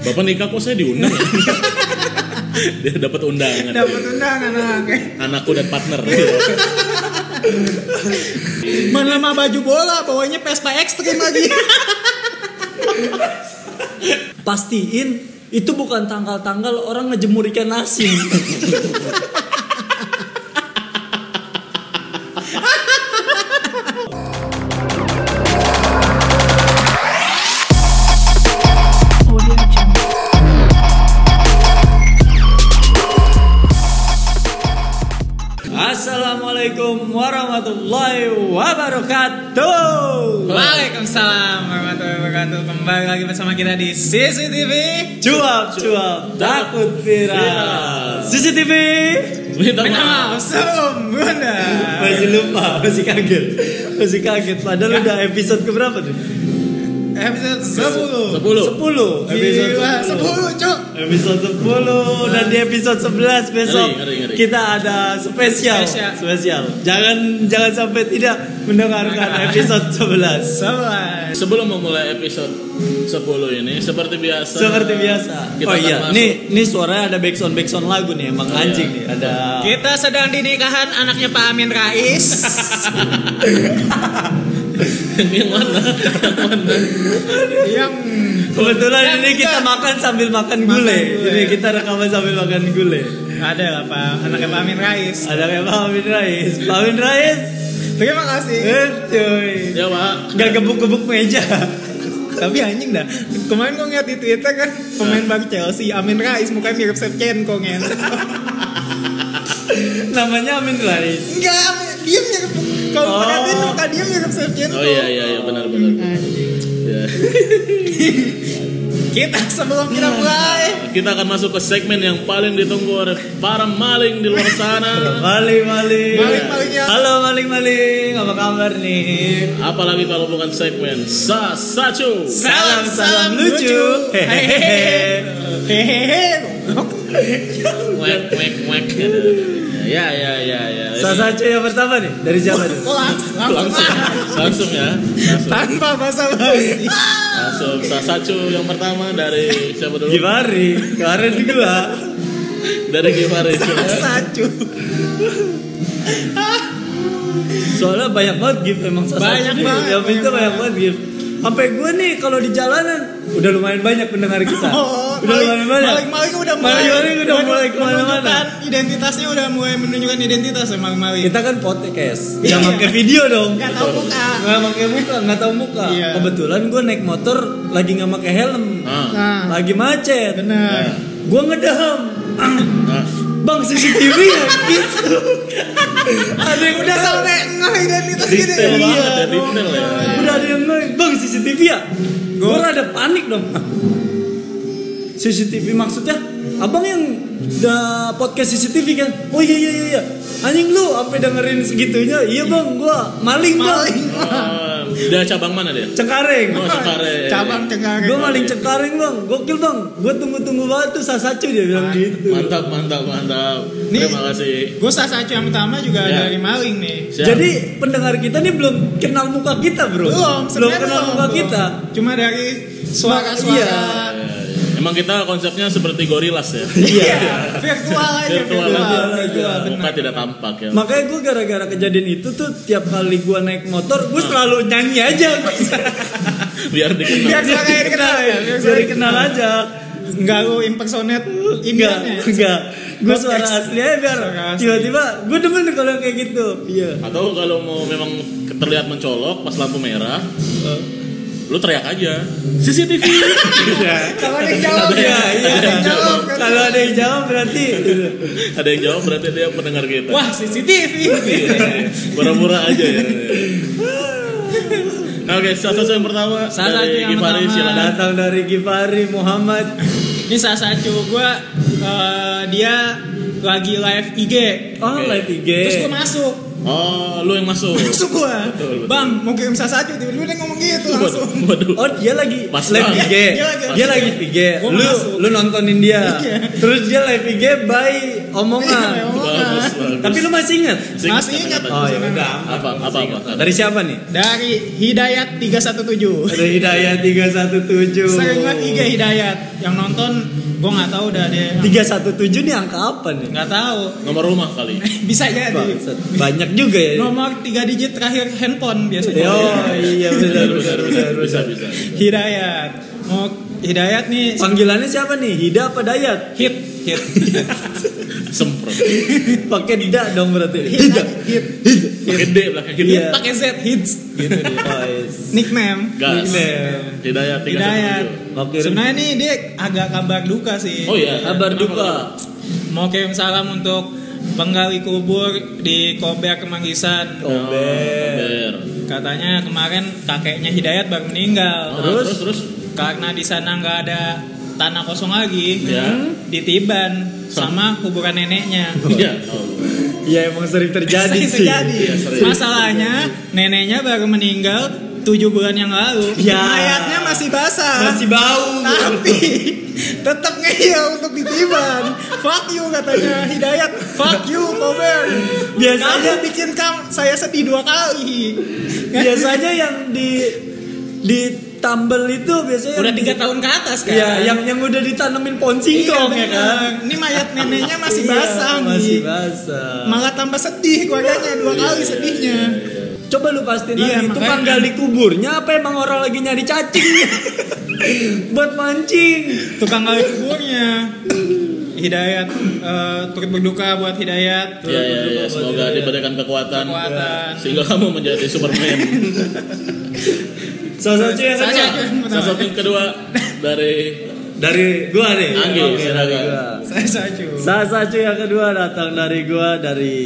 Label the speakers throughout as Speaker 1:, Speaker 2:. Speaker 1: Bapak nikah kok saya diundang ya? Dia dapat undangan.
Speaker 2: Dapat undangan oke.
Speaker 1: Anakku dan partner.
Speaker 3: Mana mah baju bola, bawanya pesta ekstrim kan lagi. Pastiin itu bukan tanggal-tanggal orang ngejemur ikan asin. Assalamualaikum warahmatullahi wabarakatuh.
Speaker 2: Waalaikumsalam warahmatullahi wabarakatuh. Kembali lagi bersama kita di CCTV.
Speaker 3: Cuap cuap takut viral. CCTV.
Speaker 1: Minta maaf.
Speaker 2: Nah, sembunda.
Speaker 3: Masih lupa, masih kaget, masih kaget.
Speaker 2: Ya.
Speaker 3: Padahal udah episode keberapa tuh?
Speaker 2: Episode
Speaker 1: 10.
Speaker 2: 10.
Speaker 3: 10 episode
Speaker 2: Gila,
Speaker 3: 10
Speaker 2: 10, Cuk.
Speaker 3: episode 10 dan di episode 11 besok
Speaker 1: Ngeri, ngeri, ngeri.
Speaker 3: kita ada spesial
Speaker 2: Spesial.
Speaker 3: spesial jangan jangan sampai tidak mendengarkan episode 11
Speaker 2: Sebelas.
Speaker 1: Sebelum memulai episode 10 ini seperti biasa.
Speaker 3: seperti biasa
Speaker 1: Kita
Speaker 3: oh
Speaker 1: akan
Speaker 3: iya
Speaker 1: masuk. Oh iya.
Speaker 3: nih nih suaranya ada backsound backsound lagu nih emang anjing nih ada
Speaker 2: Kita sedang di nikahan anaknya Pak Amin Rais.
Speaker 1: Ini yang mana?
Speaker 2: yang
Speaker 3: kebetulan
Speaker 2: Yang
Speaker 3: ini kita
Speaker 2: enggak.
Speaker 3: makan sambil makan gulai
Speaker 2: gulai.
Speaker 3: ini kita rekaman sambil makan gulai
Speaker 2: ada lah Iya, Pak, anaknya Pak Amin Rais.
Speaker 3: ada kayak Pak Amin Rais Pak Amin Rais
Speaker 2: Terima kasih.
Speaker 3: eh cuy
Speaker 1: Ya, Pak.
Speaker 3: nggak gebuk-gebuk meja
Speaker 2: Tapi anjing dah. Kemarin gue ngeliat di Twitter kan pemain baru Chelsea Amin Rais mukanya mirip Shevchenko ngen.
Speaker 3: namanya Amin Rais
Speaker 2: Enggak, dia mirip kalau
Speaker 3: Oh.
Speaker 2: perhatiin muka dia mirip Shevchenko.
Speaker 1: Oh iya iya iya benar benar. Ya.
Speaker 2: Kita sebelum kita mulai
Speaker 1: Kita akan masuk ke segmen yang paling ditunggu oleh para maling di luar sana.
Speaker 3: Maling, maling.
Speaker 2: Maling-malingnya.
Speaker 3: Halo, maling, maling. Apa kabar nih?
Speaker 1: Apalagi kalau bukan segmen Sasacu.
Speaker 3: Salam, salam lucu. Hehehe.
Speaker 2: Hehehe.
Speaker 1: Wek wek wek. Ya ya ya ya.
Speaker 3: Sasace yang pertama nih dari siapa nih?
Speaker 2: Langsung,
Speaker 1: Langsung
Speaker 2: langsung.
Speaker 1: langsung ya. Langsung.
Speaker 2: Tanpa basa basi.
Speaker 1: Langsung Sasacu yang pertama dari siapa dulu?
Speaker 3: Givari, kemarin gua.
Speaker 1: Dari Givari.
Speaker 2: Sacu.
Speaker 3: Soalnya banyak banget gift emang Sasace.
Speaker 2: Banyak
Speaker 3: nih.
Speaker 2: banget,
Speaker 3: Yang itu
Speaker 2: banyak
Speaker 3: banyak banget gift. Sampai gue nih kalau di jalanan udah lumayan banyak pendengar kita.
Speaker 2: Oh,
Speaker 3: udah lumayan banyak.
Speaker 2: maling-maling udah mulai.
Speaker 3: Maling-maling udah mulai kemana-mana.
Speaker 2: menunjukkan Identitasnya udah mulai menunjukkan identitas ya maling-maling.
Speaker 3: Kita kan podcast,
Speaker 2: Iya.
Speaker 3: jangan pakai video dong.
Speaker 2: Enggak tahu muka.
Speaker 3: Nggak pakai muka, nggak tahu muka.
Speaker 2: Iya.
Speaker 3: Kebetulan gue naik motor lagi nggak pakai helm,
Speaker 1: Ah.
Speaker 2: Nah,
Speaker 3: lagi macet.
Speaker 2: benar.
Speaker 3: Gue ngedaham.
Speaker 1: Ah.
Speaker 3: Bang CCTV ya gitu. ada yang
Speaker 2: Udah
Speaker 3: udah sama.
Speaker 2: sampai ngeh identitas gitu.
Speaker 1: Detail banget
Speaker 2: Iya.
Speaker 1: ya, detail ya.
Speaker 3: Udah ada yang ngomong, bang CCTV ya. Gue rada panik dong. CCTV maksudnya? Abang yang da podcast CCTV kan? Oh iya iya iya. iya. Anjing lu sampai dengerin segitunya? Iya bang, gua maling bang.
Speaker 2: Maling.
Speaker 1: Ah, Dia cabang mana dia?
Speaker 3: Cengkareng.
Speaker 1: Oh, Cengkareng.
Speaker 2: Ah, Cabang cengkareng.
Speaker 3: Gue maling cengkareng bang, gokil bang. Gue tunggu-tunggu banget tuh Sasacu dia bilang
Speaker 2: Ah,
Speaker 3: gitu.
Speaker 1: Mantap mantap mantap.
Speaker 2: Nih.
Speaker 1: Terima kasih.
Speaker 2: Gue sasacu yang pertama juga
Speaker 1: Ya.
Speaker 2: dari maling nih.
Speaker 1: Siap.
Speaker 3: Jadi pendengar kita nih belum kenal muka kita bro.
Speaker 2: Belum,
Speaker 3: belum
Speaker 2: sebenarnya
Speaker 3: kenal
Speaker 2: belum,
Speaker 3: muka
Speaker 2: belum.
Speaker 3: kita.
Speaker 2: Cuma dari
Speaker 3: Iya.
Speaker 2: suara-suara.
Speaker 1: Ya, ya. Emang kita konsepnya seperti gorilas ya.
Speaker 3: Iya.
Speaker 2: Virtual aja virtual.
Speaker 1: Virtual aja.
Speaker 2: virtual,
Speaker 1: Muka
Speaker 2: iya, benar.
Speaker 1: tidak tampak ya.
Speaker 3: Makanya gue gara-gara kejadian itu tuh tiap kali gue naik motor gue selalu nyanyi aja. Nah,
Speaker 1: Biar dikenal.
Speaker 2: Biar suaranya dikenal ya. Biar
Speaker 3: Biar
Speaker 2: suaranya
Speaker 3: dikenal aja.
Speaker 2: Enggak lu impersonate
Speaker 3: Enggak,
Speaker 2: Indian ya.
Speaker 3: enggak. Gue
Speaker 2: Podcast.
Speaker 3: suara asli aja biar
Speaker 2: Suara asli.
Speaker 3: tiba-tiba gue demen kalau kayak gitu. Iya.
Speaker 1: Atau kalau mau memang terlihat mencolok pas lampu merah,
Speaker 2: Eh.
Speaker 1: lu teriak aja. CCTV.
Speaker 2: Kalau ada yang jawab
Speaker 3: Iya, iya.
Speaker 2: Ada yang jawab. kan?
Speaker 3: Kalau ada yang jawab berarti
Speaker 1: Ada yang jawab berarti dia pendengar kita.
Speaker 2: Wah, CCTV.
Speaker 1: Pura-pura aja ya. Nah, Oke, satu yang pertama
Speaker 2: Salah satu
Speaker 1: dari
Speaker 2: yang
Speaker 1: Givari
Speaker 2: pertama.
Speaker 1: silakan.
Speaker 3: datang dari Givari Muhammad
Speaker 2: Ini sasacu gue eh, dia lagi live IG.
Speaker 3: Oh,
Speaker 1: Oke.
Speaker 3: live IG.
Speaker 2: Terus gue masuk.
Speaker 1: Oh, lu yang masuk.
Speaker 2: Masuk gua.
Speaker 1: Betul, betul.
Speaker 2: Bang, mau kirim sasajo tiba-tiba dia ngomong gitu
Speaker 1: Waduh,
Speaker 2: langsung.
Speaker 1: waduh.
Speaker 3: Oh dia lagi
Speaker 1: Pas
Speaker 3: live
Speaker 1: banget.
Speaker 3: IG,
Speaker 2: Dia lagi-
Speaker 3: dia lagi IG.
Speaker 2: Gua
Speaker 3: Lu
Speaker 2: masuk.
Speaker 3: lu nontonin dia,
Speaker 2: Iya.
Speaker 3: terus dia live IG by
Speaker 2: Iya,
Speaker 3: omongan.
Speaker 2: omongan.
Speaker 1: Bagus, bagus.
Speaker 3: Tapi lu masih ingat?
Speaker 1: Sing-
Speaker 2: Masih ingat.
Speaker 1: kata-kata.
Speaker 3: Oh ya udah.
Speaker 1: Apa apa apa?
Speaker 3: Dari siapa nih?
Speaker 2: Dari Hidayat 317.
Speaker 3: Dari Hidayat 317.
Speaker 2: Sering banget IG Hidayat yang nonton gua nggak tahu udah ada
Speaker 3: 317 nih angka apa nih?
Speaker 2: nggak tahu.
Speaker 1: Nomor rumah kali.
Speaker 2: Bisa jadi.
Speaker 3: Bangsat. Banyak juga ya.
Speaker 2: Nomor 3 digit terakhir handphone biasanya.
Speaker 3: Oh iya benar benar benar.
Speaker 1: Bisa
Speaker 3: benar.
Speaker 1: bisa. bisa.
Speaker 2: Hidayat. Mau Hidayat nih
Speaker 3: Panggilannya siapa nih? Hida apa Dayat?
Speaker 2: hit hit
Speaker 1: Semprot.
Speaker 2: Iya.
Speaker 3: Pakai Hida dong berarti.
Speaker 2: hit hit
Speaker 1: Pakai D belakang hit.
Speaker 3: Iya.
Speaker 2: pakai Z Iya. hits
Speaker 3: Gitu dia. Oh, yes.
Speaker 2: nickname
Speaker 1: Gas.
Speaker 3: Nickname.
Speaker 1: Hidayat tiga
Speaker 2: Iya. Hidayat.
Speaker 3: Oke.
Speaker 2: Sebenarnya nih dia agak kabar duka sih.
Speaker 1: Oh iya.
Speaker 3: Kabar
Speaker 1: Kenapa
Speaker 3: duka.
Speaker 1: lu?
Speaker 2: Mau kirim salam untuk penggali kubur di Kober Kemanggisan.
Speaker 1: Oh.
Speaker 3: Kober.
Speaker 1: Kabar.
Speaker 2: Katanya kemarin kakeknya Hidayat baru
Speaker 1: Ah,
Speaker 2: meninggal.
Speaker 3: Terus?
Speaker 1: terus terus
Speaker 2: Karena di sana nggak ada tanah kosong lagi.
Speaker 1: Ya.
Speaker 2: Ditiban sama kuburan neneknya.
Speaker 1: Iya. Oh.
Speaker 3: Ya emang sering terjadi
Speaker 2: Sering
Speaker 3: sih.
Speaker 2: terjadi. ya.
Speaker 1: Iya, sering.
Speaker 2: Masalahnya neneknya baru meninggal 7 bulan yang lalu.
Speaker 3: Ya.
Speaker 2: Mayatnya masih basah.
Speaker 3: Masih bau.
Speaker 2: tapi tetap ngeyel untuk ditiban fuck you katanya Hidayat fuck you Kober
Speaker 3: Biasanya-
Speaker 2: Kamu bikin kam saya sedih dua kali
Speaker 3: biasanya yang di di tumble itu biasanya
Speaker 2: udah
Speaker 3: yang-
Speaker 2: tiga tahun ke atas kan
Speaker 3: ya yang yang udah ditanemin pohon
Speaker 2: Iya,
Speaker 3: singkong ya
Speaker 2: bener.
Speaker 3: kan
Speaker 2: ini mayat neneknya masih
Speaker 3: Iya,
Speaker 2: basah
Speaker 3: masih
Speaker 2: Gi.
Speaker 3: basah
Speaker 2: malah tambah sedih keluarganya dua kali sedihnya
Speaker 3: coba lu pastiin
Speaker 2: Iya,
Speaker 3: lagi itu
Speaker 2: makanya.
Speaker 3: kan gali kuburnya apa emang orang lagi nyari cacing buat mancing
Speaker 2: tukang kali kuburnya Hidayat eh, turut berduka buat Hidayat
Speaker 1: Ya, ya, ya. Semoga
Speaker 3: Iya.
Speaker 1: diberikan kekuatan,
Speaker 2: Kekuatan.
Speaker 1: sehingga kamu menjadi Superman.
Speaker 3: salah satu yang
Speaker 2: Salah
Speaker 3: kedua.
Speaker 2: satu.
Speaker 1: Salah satu yang kedua dari
Speaker 3: dari gua nih
Speaker 1: Anggi,
Speaker 3: Oke, dari
Speaker 1: silakan.
Speaker 3: gua
Speaker 2: saya sacu
Speaker 3: salah satu yang kedua datang dari gua dari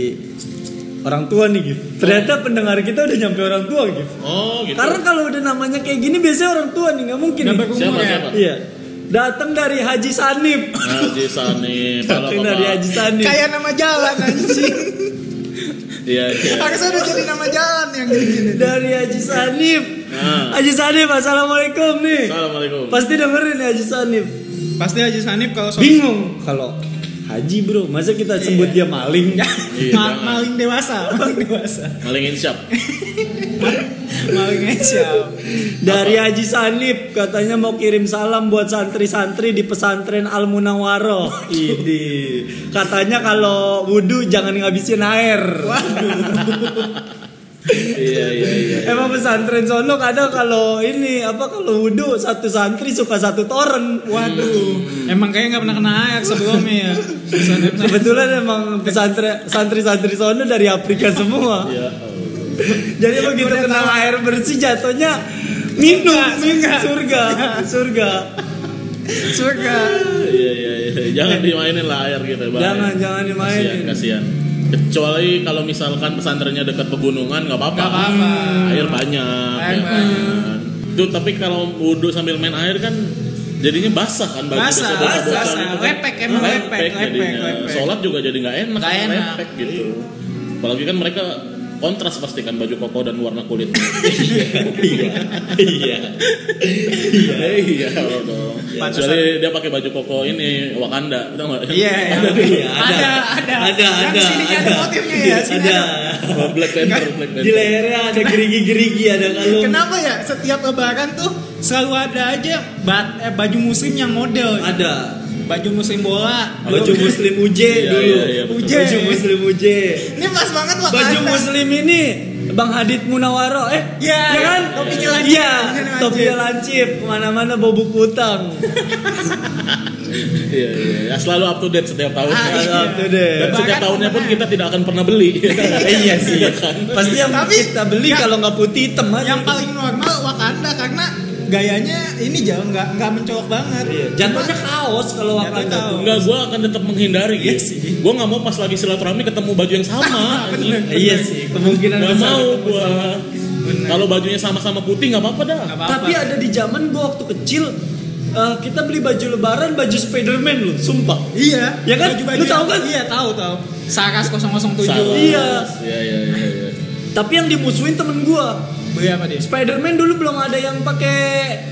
Speaker 3: orang tua nih Gif ternyata pendengar kita udah nyampe orang tua Gif
Speaker 1: oh gitu.
Speaker 3: Karena kalau udah namanya kayak gini biasanya orang tua nih nggak mungkin.
Speaker 2: Nggak
Speaker 3: nih.
Speaker 2: berguna.
Speaker 1: siapa
Speaker 2: Umur ya?
Speaker 1: siapa?
Speaker 3: Iya. Datang dari Haji Sanib.
Speaker 1: Haji Sanib. Halo
Speaker 3: Datang dari Haji
Speaker 1: Bapak.
Speaker 3: Sanib.
Speaker 2: kayak nama jalan anjing
Speaker 1: Iya, iya.
Speaker 2: Harusnya udah jadi nama jalan yang gini-gini.
Speaker 3: Dari Haji Sanib.
Speaker 1: Nah.
Speaker 3: Haji Sanib, assalamualaikum nih.
Speaker 1: Assalamualaikum.
Speaker 3: Pasti dengerin ya Haji Sanib.
Speaker 2: Pasti Haji Sanif kalau soal
Speaker 3: Bingung kalau Haji bro, masa kita sebut dia maling?
Speaker 1: Iya,
Speaker 2: Ma-
Speaker 1: jangan.
Speaker 2: maling dewasa, maling dewasa,
Speaker 1: Maling insyap.
Speaker 2: maling ngecap.
Speaker 3: Dari Haji Sanib katanya mau kirim salam buat santri-santri di pesantren Al Munawwaroh. Ini katanya kalau wudhu jangan ngabisin air.
Speaker 1: Iya, iya, iya.
Speaker 3: Emang pesantren sono kadang kalau ini apa kalau wudhu satu santri suka satu toren.
Speaker 2: Waduh, emang kayaknya nggak pernah kena air sebelumnya ya. Pesantren-
Speaker 3: Kebetulan emang pesantren santri-santri sono dari Afrika semua.
Speaker 1: Iya.
Speaker 3: Jadi begitu kena air bersih jatuhnya minum surga surga surga.
Speaker 2: Surga.
Speaker 1: Iya, iya, iya. Jangan dimainin lah air gitu, Bang.
Speaker 3: Jangan jangan
Speaker 1: Kasihan,
Speaker 3: dimainin.
Speaker 1: kasihan. Kecuali kalau misalkan pesantrennya dekat pegunungan nggak apa-apa.
Speaker 2: Nggak apa-apa.
Speaker 1: Air banyak.
Speaker 2: Air
Speaker 1: ya kan? Itu tapi kalau wudhu sambil main air kan jadinya basah kan baju
Speaker 2: Basah,
Speaker 1: basah,
Speaker 2: basah.
Speaker 1: basah.
Speaker 2: Lepek, emang lepek, lepek,
Speaker 1: jadinya.
Speaker 2: lepek.
Speaker 1: Sholat juga jadi nggak enak,
Speaker 2: Nggak
Speaker 1: kan,
Speaker 2: enak.
Speaker 1: lepek gitu. Apalagi kan mereka kontras pasti kan baju koko dan warna kulit.
Speaker 3: Iya. Iya.
Speaker 1: iya, iya. dong.
Speaker 2: Pantesan.
Speaker 1: Kecuali dia pakai baju koko ini Wakanda, tau nggak?
Speaker 2: Iya, iya.
Speaker 3: Iya,
Speaker 2: ada, ada,
Speaker 3: Ada, ada.
Speaker 2: Yang
Speaker 3: Iya,
Speaker 2: sininya ada motifnya ya, sini
Speaker 3: Ada.
Speaker 1: Black Panther, Black
Speaker 2: ya.
Speaker 3: Di
Speaker 1: Panther.
Speaker 3: lehernya ada gerigi-gerigi ada kalung.
Speaker 2: Kenapa ya setiap lebaran tuh selalu ada aja bat, eh, baju muslim yang model.
Speaker 3: Ada.
Speaker 2: Baju muslim bola.
Speaker 3: Baju muslim UJ
Speaker 1: Iya,
Speaker 3: dulu.
Speaker 1: iya, iya, betul.
Speaker 2: Uje.
Speaker 3: Baju muslim UJ.
Speaker 2: Ini pas banget waktu
Speaker 3: baju muslim ini Bang Hadid Munawaro eh
Speaker 2: Iya,
Speaker 3: ya kan
Speaker 2: topinya lancip.
Speaker 3: iya
Speaker 2: Lancip.
Speaker 3: topinya lancip kemana-mana bau buku utang
Speaker 1: Iya, iya. Ya, selalu up to date setiap tahun.
Speaker 2: Ah,
Speaker 1: ya.
Speaker 2: iya.
Speaker 3: Up to date.
Speaker 1: Dan setiap
Speaker 2: Bahkan
Speaker 1: tahunnya pun
Speaker 2: pernah.
Speaker 1: kita tidak akan pernah beli. kan?
Speaker 3: Eh, iya sih pasti yang
Speaker 2: Tapi-
Speaker 3: kita beli
Speaker 2: yang-
Speaker 3: kalau nggak putih hitam aja
Speaker 2: yang paling normal Wakanda karena gayanya ini jauh nggak nggak mencolok banget.
Speaker 3: Iya, jatuhnya kaos kalau
Speaker 2: Jatuhnya
Speaker 3: Wakanda
Speaker 2: kaos.
Speaker 3: tuh.
Speaker 1: Enggak, gue akan tetap menghindari
Speaker 2: Iya
Speaker 1: gitu.
Speaker 2: sih.
Speaker 1: Gue nggak mau pas lagi silaturahmi ketemu baju yang sama.
Speaker 2: Bener.
Speaker 3: Eh, iya sih kemungkinan
Speaker 1: Gak
Speaker 3: besar.
Speaker 1: mau gue. Kalau bajunya sama-sama putih nggak apa-apa dah.
Speaker 2: Nggak apa-apa.
Speaker 3: tapi ya, ada di zaman gua waktu kecil eh, kita beli baju lebaran baju Spiderman loh sumpah
Speaker 2: Iya.
Speaker 3: Ya kan? Lu
Speaker 2: Baju-baju
Speaker 3: tahu
Speaker 2: yang-
Speaker 3: kan?
Speaker 2: Iya tahu tahu. Saras
Speaker 1: Saras.
Speaker 2: 007.
Speaker 3: Iya.
Speaker 1: Iya, iya, iya, iya.
Speaker 3: Tapi yang dimusuhin temen gua.
Speaker 2: Beli apa dia?
Speaker 3: Spider-Man dulu belum ada yang pakai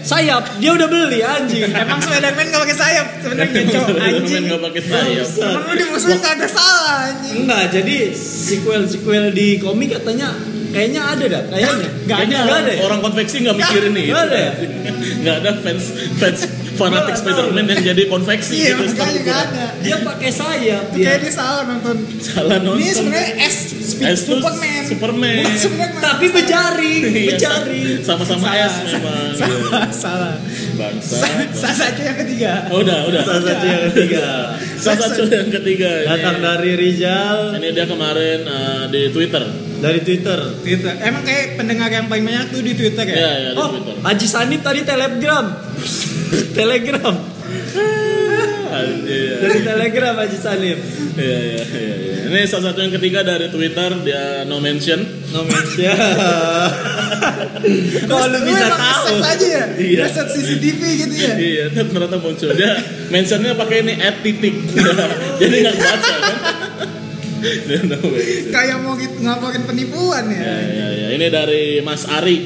Speaker 3: sayap. Dia udah beli anjing.
Speaker 2: Emang Spiderman gak pakai sayap sebenarnya cowok
Speaker 1: Spider-Man
Speaker 2: Kan anjing.
Speaker 1: nggak pakai sayap.
Speaker 2: Emang lu dimusuhin gak ada salah anjing.
Speaker 3: Enggak, jadi sequel-sequel di komik katanya kayaknya ada dah, kayaknya.
Speaker 2: Nggak ada.
Speaker 3: Nggak ada. ya?
Speaker 1: Orang konveksi nggak mikirin nih.
Speaker 3: Nggak ada ya?
Speaker 1: Nggak ada fans fans fanatik
Speaker 3: Nggak tahu.
Speaker 1: Spider-Man yang jadi konveksi
Speaker 2: Iya,
Speaker 1: gitu.
Speaker 2: makanya gak ada.
Speaker 3: Dia pakai sayap ya.
Speaker 2: Itu
Speaker 3: dia.
Speaker 2: kayak dia salah nonton.
Speaker 1: Salah nonton.
Speaker 2: Ini sebenarnya S
Speaker 1: S tuh
Speaker 2: Superman.
Speaker 1: Superman.
Speaker 2: Bukan Superman.
Speaker 3: Tapi berjaring,
Speaker 1: Iya,
Speaker 3: berjaring.
Speaker 1: Sama-sama
Speaker 2: Salah.
Speaker 1: S memang.
Speaker 2: salah salah.
Speaker 1: Bangsa.
Speaker 2: Sa- Sasacu yang ketiga.
Speaker 1: Oh, udah, udah.
Speaker 3: Salah satu yang ketiga.
Speaker 1: Salah satu yang ketiga ini.
Speaker 3: Datang dari Rizal
Speaker 1: Ini dia kemarin eh, di Twitter.
Speaker 3: dari Twitter.
Speaker 2: Twitter. Emang kayak pendengar yang paling banyak tuh di Twitter ya?
Speaker 1: Iya, iya di
Speaker 3: Oh,
Speaker 1: Twitter.
Speaker 3: Haji Sanip tadi telegram. telegram.
Speaker 1: Iya.
Speaker 3: Dari telegram Haji Sanip.
Speaker 1: Iya, iya, iya, iya. Ini salah satu yang ketiga dari Twitter dia no mention.
Speaker 3: No mention. Kalau lu bisa
Speaker 2: emang
Speaker 3: tahu.
Speaker 2: reset aja ya?
Speaker 1: Iya.
Speaker 2: Reset CCTV gitu ya?
Speaker 1: Iya, tapi ternyata muncul dia mentionnya pakai ini at titik, jadi nggak baca kan? Dia no mention.
Speaker 2: Kayak mau gitu- ngelaporin penipuan ya?
Speaker 3: Iya.
Speaker 1: Ya, ya, ya. Ini dari Mas Ari.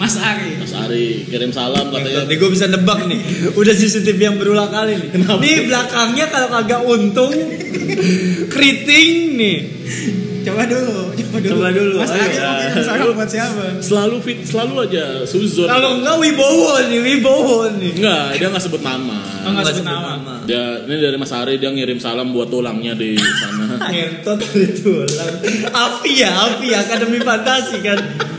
Speaker 2: Mas Ari.
Speaker 1: Mas Ari kirim salam katanya.
Speaker 3: Nih gue bisa nebak nih. Udah CCTV yang berulang kali nih.
Speaker 1: Kenapa?
Speaker 3: Nih belakangnya kalau kagak untung keriting nih.
Speaker 2: Coba dulu, coba dulu.
Speaker 3: Coba dulu, Oh, iya.
Speaker 2: Mas
Speaker 3: ayo.
Speaker 2: Ari mau kirim salam buat siapa?
Speaker 1: Selalu fit, selalu aja suzon.
Speaker 3: Kalau enggak Wibowo nih, Wibowo nih.
Speaker 1: Enggak, dia nggak sebut nama.
Speaker 2: Oh, nggak
Speaker 3: Nggak sebut
Speaker 2: sebut nama.
Speaker 1: Dia ini dari Mas Ari dia ngirim salam buat tulangnya di sana.
Speaker 3: Ngentot dari tulang. Api ya, Api Akademi Fantasi kan.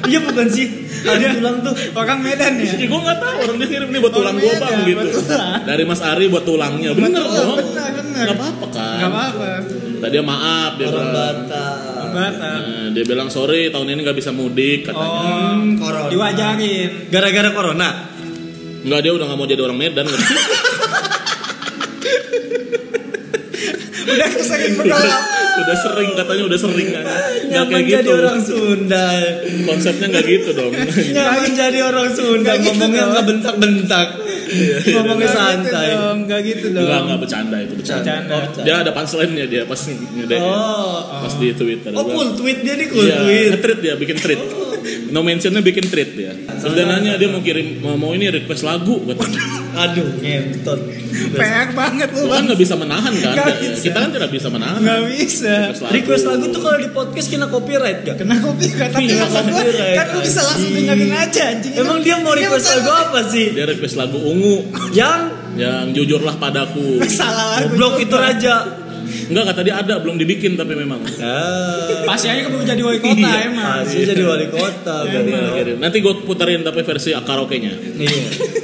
Speaker 3: Iya bukan sih. Ada tulang tuh.
Speaker 2: Orang Medan ya?
Speaker 1: Ya, gue nggak tahu orang dia ngirim nih buat tulang
Speaker 2: Orang
Speaker 1: gue
Speaker 2: beda,
Speaker 1: bang
Speaker 2: buat
Speaker 1: gitu.
Speaker 2: tulang.
Speaker 1: Dari Mas Ari buat tulangnya. Bener
Speaker 2: Betul,
Speaker 1: dong.
Speaker 2: benar, benar.
Speaker 1: Nggak apa-apa kan.
Speaker 2: Gak apa-apa.
Speaker 1: Tadi dia maaf dia
Speaker 3: Orang
Speaker 1: bilang.
Speaker 3: Batak.
Speaker 2: Batak.
Speaker 1: Nah, dia bilang sorry tahun ini nggak bisa mudik katanya.
Speaker 2: Oh,
Speaker 3: corona.
Speaker 2: diwajarin.
Speaker 3: Hmm, Gara-gara corona.
Speaker 1: Nggak dia udah nggak mau jadi orang Medan. kan? katanya.
Speaker 2: Udah
Speaker 3: Iya.
Speaker 2: sering berdoa.
Speaker 1: udah sering katanya udah sering kan. Nggak
Speaker 3: Nyaman
Speaker 1: kayak
Speaker 3: jadi
Speaker 1: gitu.
Speaker 3: orang Sunda.
Speaker 1: Konsepnya nggak gitu dong.
Speaker 3: Nyaman jadi orang Sunda.
Speaker 2: Nggak gitu
Speaker 3: Ngomongnya
Speaker 2: dong.
Speaker 3: nggak bentak-bentak. Ngomongnya
Speaker 2: Nggak gitu
Speaker 3: santai.
Speaker 2: dong, Gak gitu dong.
Speaker 1: Enggak enggak bercanda itu bercanda.
Speaker 2: Bercanda.
Speaker 3: Oh, bercanda.
Speaker 1: Dia ada punchline-nya dia pas ngedek.
Speaker 3: Oh.
Speaker 1: Pas di Twitter.
Speaker 3: Oh
Speaker 1: Gua-
Speaker 3: cool tweet dia nih cool
Speaker 1: Iya,
Speaker 3: tweet.
Speaker 1: nge-treat dia, bikin treat. No mentionnya bikin treat dia. Terus dia nanya dia mau kirim mau, mau ini request lagu katanya.
Speaker 3: Aduh ngentot.
Speaker 2: PR banget lu
Speaker 1: Gua
Speaker 2: bang.
Speaker 1: kan nggak bisa menahan kan.
Speaker 2: Nggak bisa.
Speaker 1: Kita kan tidak bisa menahan.
Speaker 2: Gak bisa.
Speaker 1: Request lagu.
Speaker 3: Request lagu tuh kalau di podcast kena copyright gak?
Speaker 2: Kena kopi Nah, kata
Speaker 3: Iya,
Speaker 2: maksud gua,
Speaker 3: copyright,
Speaker 2: kan lu bisa langsung
Speaker 3: anjing.
Speaker 2: dengerin aja anjing.
Speaker 3: Emang dia mau request
Speaker 2: bukan-
Speaker 3: lagu apa sih?
Speaker 1: Dia request lagu ungu
Speaker 3: Yang
Speaker 1: yang jujurlah padaku.
Speaker 2: Salah lagu.
Speaker 3: goblok itu raja.
Speaker 1: Enggak kata dia ada belum dibikin tapi memang.
Speaker 2: Pasti aja keburu jadi wali kota
Speaker 1: Iya,
Speaker 2: emang.
Speaker 3: Masih jadi wali kota berarti.
Speaker 1: Kirim. Nanti gue puterin tapi versi karaoke-nya.
Speaker 3: Iya.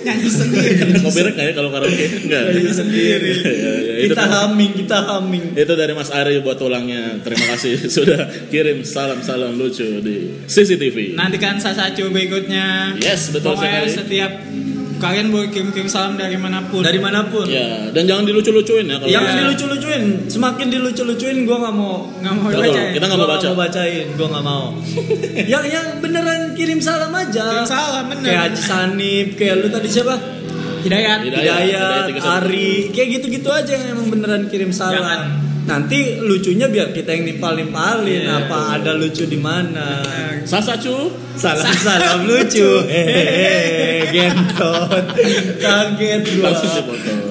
Speaker 2: Nyanyi sendiri.
Speaker 1: Copyright nggak ya kalau karaoke? Enggak.
Speaker 3: sendiri.
Speaker 1: Iya, iya, iya. Itu
Speaker 3: Kita haming, kita haming.
Speaker 1: Itu dari Mas Ari buat tulangnya. Terima kasih sudah kirim salam-salam lucu di CCTV.
Speaker 2: Nantikan Sasacu berikutnya.
Speaker 3: Iya,
Speaker 1: Yes, betul
Speaker 2: Pokoknya
Speaker 1: sekali.
Speaker 2: setiap kalian boleh kirim-kirim salam dari manapun.
Speaker 3: Dari manapun.
Speaker 1: Ya, dan jangan dilucu-lucuin ya kalau
Speaker 3: Yang
Speaker 2: Iya.
Speaker 3: dilucu-lucuin, semakin dilucu-lucuin gue nggak mau
Speaker 2: nggak mau
Speaker 1: Betul,
Speaker 2: baca.
Speaker 1: kita nggak mau
Speaker 3: Gua
Speaker 1: baca.
Speaker 3: mau bacain, gue nggak mau. yang yang beneran kirim salam aja.
Speaker 2: Kirim salam, bener.
Speaker 3: Kayak Haji Sanib, kayak lu tadi siapa?
Speaker 2: Hidayat.
Speaker 1: Hidayat. Hidayat
Speaker 3: Hidayat,
Speaker 1: tiga satu.
Speaker 3: Ari, kayak gitu-gitu aja yang emang beneran kirim salam.
Speaker 2: Jangan.
Speaker 3: Nanti lucunya biar kita yang nimpal-nimpalin
Speaker 1: Iya,
Speaker 3: apa ada lucu di mana.
Speaker 1: Sasacu.
Speaker 3: Salam-salam lucu. Hehehe, gentot. Kaget gua.
Speaker 1: Langsung dipotong.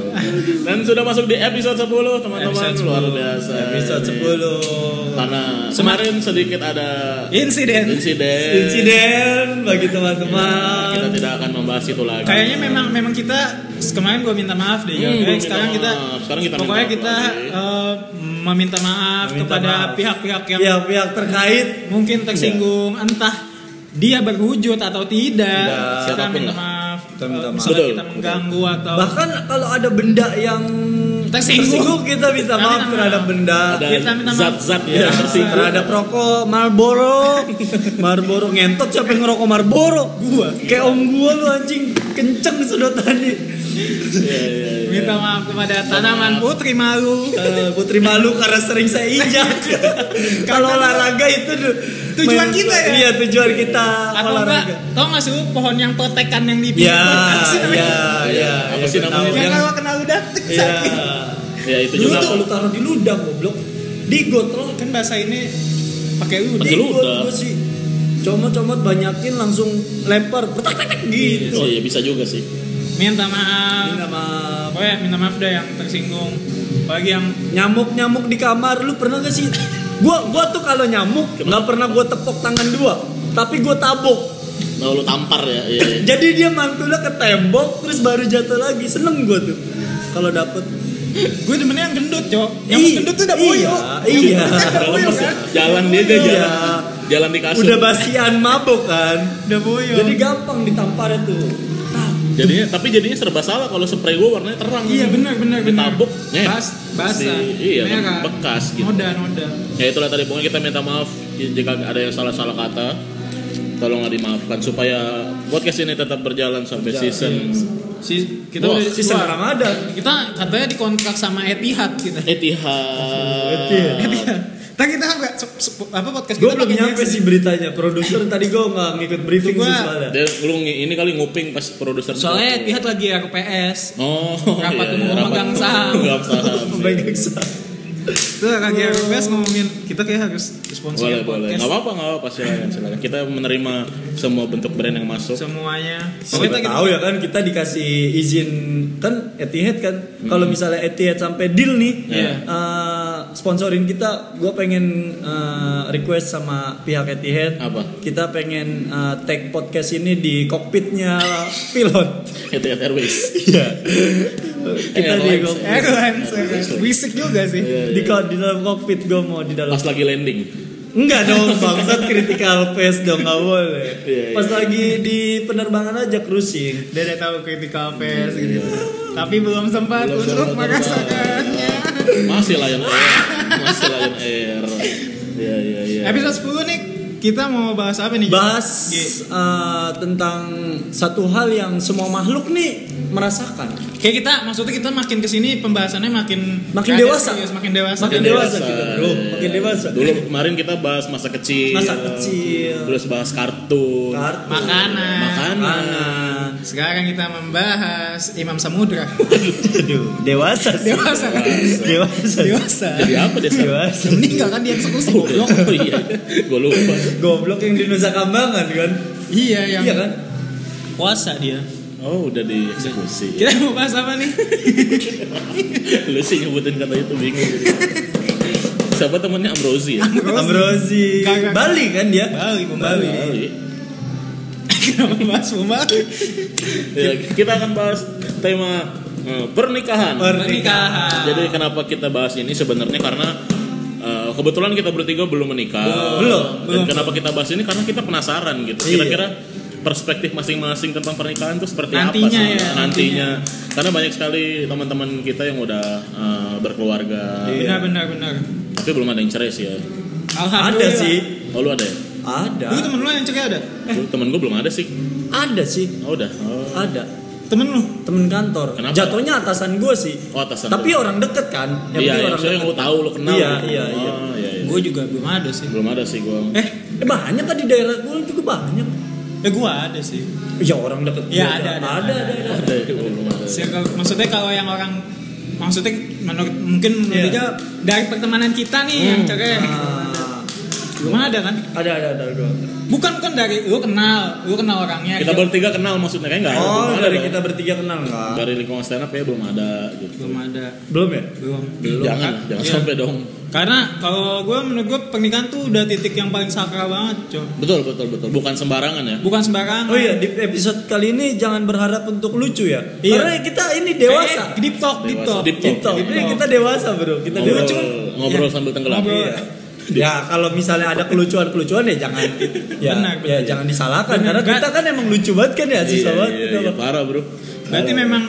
Speaker 1: Dan sudah masuk di episode 10 teman-teman
Speaker 2: Episode
Speaker 1: luar biasa.
Speaker 3: Episode
Speaker 1: Ini.
Speaker 3: 10.
Speaker 1: Karena kemarin sedikit ada
Speaker 2: Insiden.
Speaker 1: insiden.
Speaker 3: Insiden bagi
Speaker 1: Kita
Speaker 3: teman-teman.
Speaker 1: tidak akan membahas itu lagi.
Speaker 2: Kayaknya memang memang kita kemarin gue minta maaf deh ya.
Speaker 1: Hmm,
Speaker 2: Oke,
Speaker 1: gua minta
Speaker 2: sekarang kita
Speaker 1: maaf. Sekarang kita minta
Speaker 2: pokoknya
Speaker 1: maaf
Speaker 2: kita
Speaker 1: lagi.
Speaker 2: eh, meminta maaf Iya,
Speaker 3: Meminta
Speaker 2: kepada
Speaker 3: maaf. Iya,
Speaker 2: pihak-pihak yang
Speaker 3: Pihak-pihak terkait
Speaker 2: mungkin tersinggung
Speaker 3: Iya.
Speaker 2: entah dia berwujud atau tidak.
Speaker 1: Tidak,
Speaker 2: Kita
Speaker 1: siapapun
Speaker 2: minta
Speaker 1: lah.
Speaker 2: maaf.
Speaker 3: Kita minta
Speaker 2: eh,
Speaker 3: maaf.
Speaker 2: misalnya
Speaker 1: Betul,
Speaker 2: kita
Speaker 1: betul.
Speaker 2: mengganggu atau
Speaker 3: bahkan kalau ada benda yang
Speaker 2: Tersinggung.
Speaker 3: kita minta
Speaker 2: Kami
Speaker 3: maaf
Speaker 2: minta
Speaker 3: terhadap
Speaker 2: maaf.
Speaker 3: benda
Speaker 1: ada
Speaker 2: Kita minta maaf.
Speaker 1: zat-zat
Speaker 3: ya,
Speaker 1: yang tersinggung.
Speaker 3: terhadap rokok Marlboro Marlboro ngentot siapa yang ngerokok Marlboro gua kayak om gua lu anjing kenceng sedotannya
Speaker 1: Iya, iya, iya.
Speaker 2: minta maaf kepada tanaman putri malu.
Speaker 3: Eh, putri malu karena sering saya injak kalau olahraga itu du-
Speaker 2: Tujuan kita ya?
Speaker 3: iya tujuan kita
Speaker 2: Atau enggak,
Speaker 3: olahraga
Speaker 2: tau gak sih lu pohon yang protekan yang di
Speaker 3: ya
Speaker 2: Apa sih namanya?
Speaker 3: ya ya
Speaker 1: Apa
Speaker 3: ya,
Speaker 1: sih
Speaker 3: gua
Speaker 1: namanya?
Speaker 3: tahu.
Speaker 2: Yang
Speaker 3: Yang-
Speaker 2: kalau kena udah
Speaker 3: ya
Speaker 1: Ya itu
Speaker 3: Dulu
Speaker 1: juga.
Speaker 3: tuh lu taruh di ludah goblok Digot loh.
Speaker 2: kan bahasa ini pakai u
Speaker 1: Pakai
Speaker 3: Digot
Speaker 1: ludah.
Speaker 3: gua sih. Comot-comot banyakin langsung lempar petak petak
Speaker 1: Gitu.
Speaker 3: gitu.
Speaker 1: Iya, bisa juga sih.
Speaker 2: minta maaf
Speaker 3: Ini nama
Speaker 2: pokoknya minta maaf deh yang tersinggung bagi yang
Speaker 3: nyamuk-nyamuk di kamar lu pernah gak sih? Gua gua tuh kalau nyamuk nggak pernah gua tepok tangan dua, tapi gua tabok.
Speaker 1: Nah, lu tampar ya. Iya, iya.
Speaker 3: Jadi dia mantulnya ke tembok terus baru jatuh lagi. Seneng gue tuh kalau dapet.
Speaker 2: gue demennya yang gendut cok yang
Speaker 3: Ih,
Speaker 2: gendut tuh udah boyo
Speaker 1: Udah
Speaker 3: Iya. iya.
Speaker 1: lemes ya. Jalan dia dia
Speaker 3: Iya.
Speaker 1: jalan. Jalan di kasur.
Speaker 3: Udah basian mabok kan.
Speaker 2: udah boyo
Speaker 3: Jadi gampang ditampar tuh. Tak.
Speaker 1: Jadinya tapi jadinya serba salah kalau spray gua warnanya terang.
Speaker 2: iya benar benar benar
Speaker 1: Ditabok, nyet.
Speaker 2: bas basah
Speaker 1: eh, Si- iya, kan,
Speaker 2: merah
Speaker 1: bekas gitu.
Speaker 2: noda noda
Speaker 1: Ya itulah tadi pokoknya kita minta maaf jika ada yang salah-salah kata. Tolong dimaafkan supaya podcast ini tetap berjalan sampai season.
Speaker 2: si kita
Speaker 1: Wah,
Speaker 2: udah
Speaker 3: Season
Speaker 2: wah,
Speaker 3: Ramadan.
Speaker 2: kita katanya dikontrak sama Etihad kita
Speaker 1: Eh. Etihad.
Speaker 2: tapi kita nggak se- se- apa podcast
Speaker 3: Gue
Speaker 2: kita
Speaker 3: belum
Speaker 2: pakai
Speaker 3: nyampe
Speaker 2: Jackson.
Speaker 3: sih beritanya. Produser tadi gue nggak ngikut briefing
Speaker 2: Gua-
Speaker 3: sih soalnya.
Speaker 1: Dia lu ngi- ini kali nguping pas produser.
Speaker 2: soalnya Etihad lagi RPS
Speaker 1: Oh,
Speaker 2: Rapat umum pemegang saham.
Speaker 1: Pemegang saham. iya.
Speaker 3: Pemegang saham.
Speaker 2: itu lagi RPS ngomongin kita kayak harus sponsor
Speaker 1: Boleh,
Speaker 2: podcast
Speaker 1: boleh. Enggak apa-apa, enggak apa-apa silakan, silakan. Kita menerima semua bentuk brand yang masuk.
Speaker 2: semuanya
Speaker 3: Siapa
Speaker 2: kita- gitu.
Speaker 3: tahu ya kan kita dikasih izin kan Etihad kan. Kalau misalnya Etihad sampai deal nih,
Speaker 1: Iya.
Speaker 3: eh, sponsorin kita, gue pengen eh, request sama pihak Etihad.
Speaker 1: Apa?
Speaker 3: Kita pengen eh, tag podcast ini di kokpitnya pilot.
Speaker 1: Etihad Airways.
Speaker 3: Iya. kita di
Speaker 1: Airlines.
Speaker 2: Eh,
Speaker 3: kokpit.
Speaker 2: Airlines, Airlines. Wisik juga sih.
Speaker 1: Iya,
Speaker 3: Di,
Speaker 1: iya.
Speaker 3: ko- di dalam kokpit gue mau di dalam
Speaker 1: Pas lagi landing.
Speaker 3: Enggak dong, bangsat critical face dong, gak boleh
Speaker 1: Iya, iya.
Speaker 3: Pas lagi di penerbangan aja cruising
Speaker 2: Dia udah tahu critical face gitu. Tapi belum sempat
Speaker 1: Iya. Belum
Speaker 2: untuk
Speaker 1: sempat.
Speaker 2: merasakannya.
Speaker 1: Masih Lion Air. Masih Lion Air. Iya, iya, iya.
Speaker 2: Episode 10 nih kita mau bahas apa nih? Jun?
Speaker 3: bahas
Speaker 2: G.
Speaker 3: eh, tentang satu hal yang semua makhluk nih merasakan
Speaker 2: Kayak kita maksudnya kita makin kesini pembahasannya makin
Speaker 3: Makin
Speaker 2: nggak ada
Speaker 3: dewasa.
Speaker 2: serius, makin dewasa.
Speaker 3: Makin dewasa kita, bro.
Speaker 1: Iya.
Speaker 3: Makin dewasa.
Speaker 1: Dulu kemarin kita bahas masa kecil.
Speaker 3: Masa kecil.
Speaker 1: Terus bahas kartun.
Speaker 3: kartu
Speaker 2: Makanan.
Speaker 1: Makanan.
Speaker 3: makanan
Speaker 2: Sekarang kita membahas Imam Samudra.
Speaker 3: aduh dewasa sih.
Speaker 2: dewasa kan?
Speaker 3: dewasa
Speaker 2: Dewasa.
Speaker 1: Jadi apa dia sekarang?
Speaker 3: dewasa
Speaker 2: Meninggal kan di eksekusi
Speaker 1: Oh,
Speaker 2: goblok.
Speaker 1: oh iya. Gue lupa.
Speaker 3: goblok yang di Nusa Kambangan kan
Speaker 2: Iya yang
Speaker 3: iya kan
Speaker 2: puasa dia.
Speaker 1: Oh, udah dieksekusi.
Speaker 2: Kita mau bahas apa nih?
Speaker 1: Lu sih nyebutin kata itu bingung. Siapa temennya Ambrosi ya?
Speaker 3: Ambrosi
Speaker 2: Kagak.
Speaker 3: Bali kan dia
Speaker 2: Bali, Bali.
Speaker 1: Bali.
Speaker 2: Kenapa bahas Bali?
Speaker 1: Ya, kita akan bahas tema eh, pernikahan.
Speaker 2: Pernikahan.
Speaker 1: Jadi kenapa kita bahas ini sebenarnya karena eh, kebetulan kita bertiga belum menikah.
Speaker 3: Belum,
Speaker 1: Dan
Speaker 2: belum.
Speaker 1: kenapa kita bahas ini karena kita penasaran gitu.
Speaker 3: Iya.
Speaker 1: Kira-kira perspektif masing-masing tentang pernikahan itu seperti
Speaker 2: Nantinya
Speaker 1: apa sih?
Speaker 2: ya,
Speaker 1: nantinya. Karena banyak sekali teman-teman kita yang udah eh, berkeluarga.
Speaker 2: Iya.
Speaker 3: Iya.
Speaker 2: Benar benar benar.
Speaker 1: Tapi belum ada yang cerai sih ya.
Speaker 3: ada
Speaker 2: Alhamdulillah.
Speaker 3: sih
Speaker 1: Oh lu ada ya?
Speaker 2: Dulu
Speaker 3: ada
Speaker 2: temen lu yang ceria ada?
Speaker 3: Eh.
Speaker 1: Lu- Temen gue belum ada sih.
Speaker 3: ada sih
Speaker 1: Oh udah. Oh.
Speaker 3: ada
Speaker 2: Temen lu?
Speaker 3: temen kantor
Speaker 1: Kenapa?
Speaker 3: jatuhnya atasan gue sih
Speaker 1: Oh, atasan
Speaker 3: tapi orang deket
Speaker 1: iya,
Speaker 3: kan Yang penting
Speaker 1: iya,
Speaker 3: orang
Speaker 1: maksudnya yang
Speaker 3: deket.
Speaker 1: gue tahu lu kenal.
Speaker 3: Iya,
Speaker 1: gitu.
Speaker 3: iya, iya.
Speaker 1: Oh, iya, iya.
Speaker 2: Gue juga belum ada sih.
Speaker 1: Belum ada sih gue.
Speaker 2: Eh,
Speaker 3: Eh, banyak kan di daerah gue juga banyak.
Speaker 2: ya gue ada sih.
Speaker 3: Ya orang deket.
Speaker 2: Ya,
Speaker 3: gua
Speaker 2: ada, ada,
Speaker 3: ada, ada, ada.
Speaker 1: Ada, belum ada.
Speaker 2: Sih, kalau- Maksudnya kalau yang orang maksudnya menurut mungkin menurut
Speaker 3: Iya.
Speaker 2: dia dari pertemanan kita nih
Speaker 1: Hmm.
Speaker 2: yang cerai
Speaker 3: Ah,
Speaker 2: belum ada kan
Speaker 3: ada, ada, ada, ada.
Speaker 2: bukan bukan dari lu kenal lu kenal orangnya
Speaker 1: Kita
Speaker 2: gitu. dia-
Speaker 1: bertiga kenal maksudnya kayaknya enggak.
Speaker 3: Oh,
Speaker 1: belum ada
Speaker 3: dari
Speaker 1: dong.
Speaker 3: kita bertiga kenal nggak?
Speaker 1: dari lingkungan stand up ya belum ada gitu.
Speaker 2: belum ada
Speaker 3: Belum ya?
Speaker 2: belum
Speaker 1: Jangan,
Speaker 2: Ka-
Speaker 1: jangan
Speaker 2: iya.
Speaker 1: sampai dong.
Speaker 2: karena kalau gue menurut gue pernikahan tuh udah titik yang paling sakral banget cow
Speaker 1: Betul, betul, betul. Bukan sembarangan ya.
Speaker 2: bukan sembarangan
Speaker 3: Oh iya, di episode kali ini jangan berharap untuk lucu ya.
Speaker 2: Iya.
Speaker 3: Karena kita ini dewasa.
Speaker 2: Eh, deep talk deep
Speaker 1: Dewasa,
Speaker 2: talk
Speaker 1: deep talk.
Speaker 3: Kita,
Speaker 1: Deep
Speaker 3: ini kita dewasa bro, kita
Speaker 1: Ngobrol,
Speaker 3: dewasa.
Speaker 1: ngobrol sambil tenggelam.
Speaker 2: Ngobrol.
Speaker 3: Iya. Ya kalau misalnya ada kelucuan-kelucuan ya jangan ya, ya
Speaker 2: Benar, benar.
Speaker 3: jangan disalahkan
Speaker 2: Benar.
Speaker 3: karena kita kan emang lucu banget kan
Speaker 1: Iya,
Speaker 3: ya susah banget
Speaker 1: iya,
Speaker 3: kita,
Speaker 1: iya,
Speaker 3: Bang.
Speaker 1: parah, Bro.
Speaker 2: Berarti
Speaker 1: Parah.
Speaker 2: memang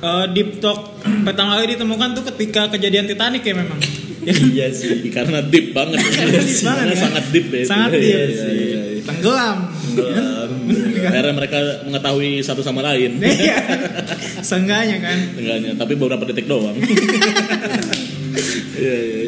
Speaker 2: eh, deep talk pertama kali ditemukan tuh ketika kejadian Titanic ya memang. Ya kan?
Speaker 3: Iya sih.
Speaker 1: karena deep banget.
Speaker 2: Karena deep banget,
Speaker 1: Karena
Speaker 2: ya.
Speaker 1: sangat deep ya. itu.
Speaker 2: Sangat
Speaker 1: Iya,
Speaker 2: deep.
Speaker 1: iya, iya, iya.
Speaker 2: Tenggelam.
Speaker 1: Akhirnya mereka mengetahui satu sama lain.
Speaker 2: Iya. Seenggaknya kan
Speaker 1: Enggaknya, tapi beberapa detik doang. Iya, iya.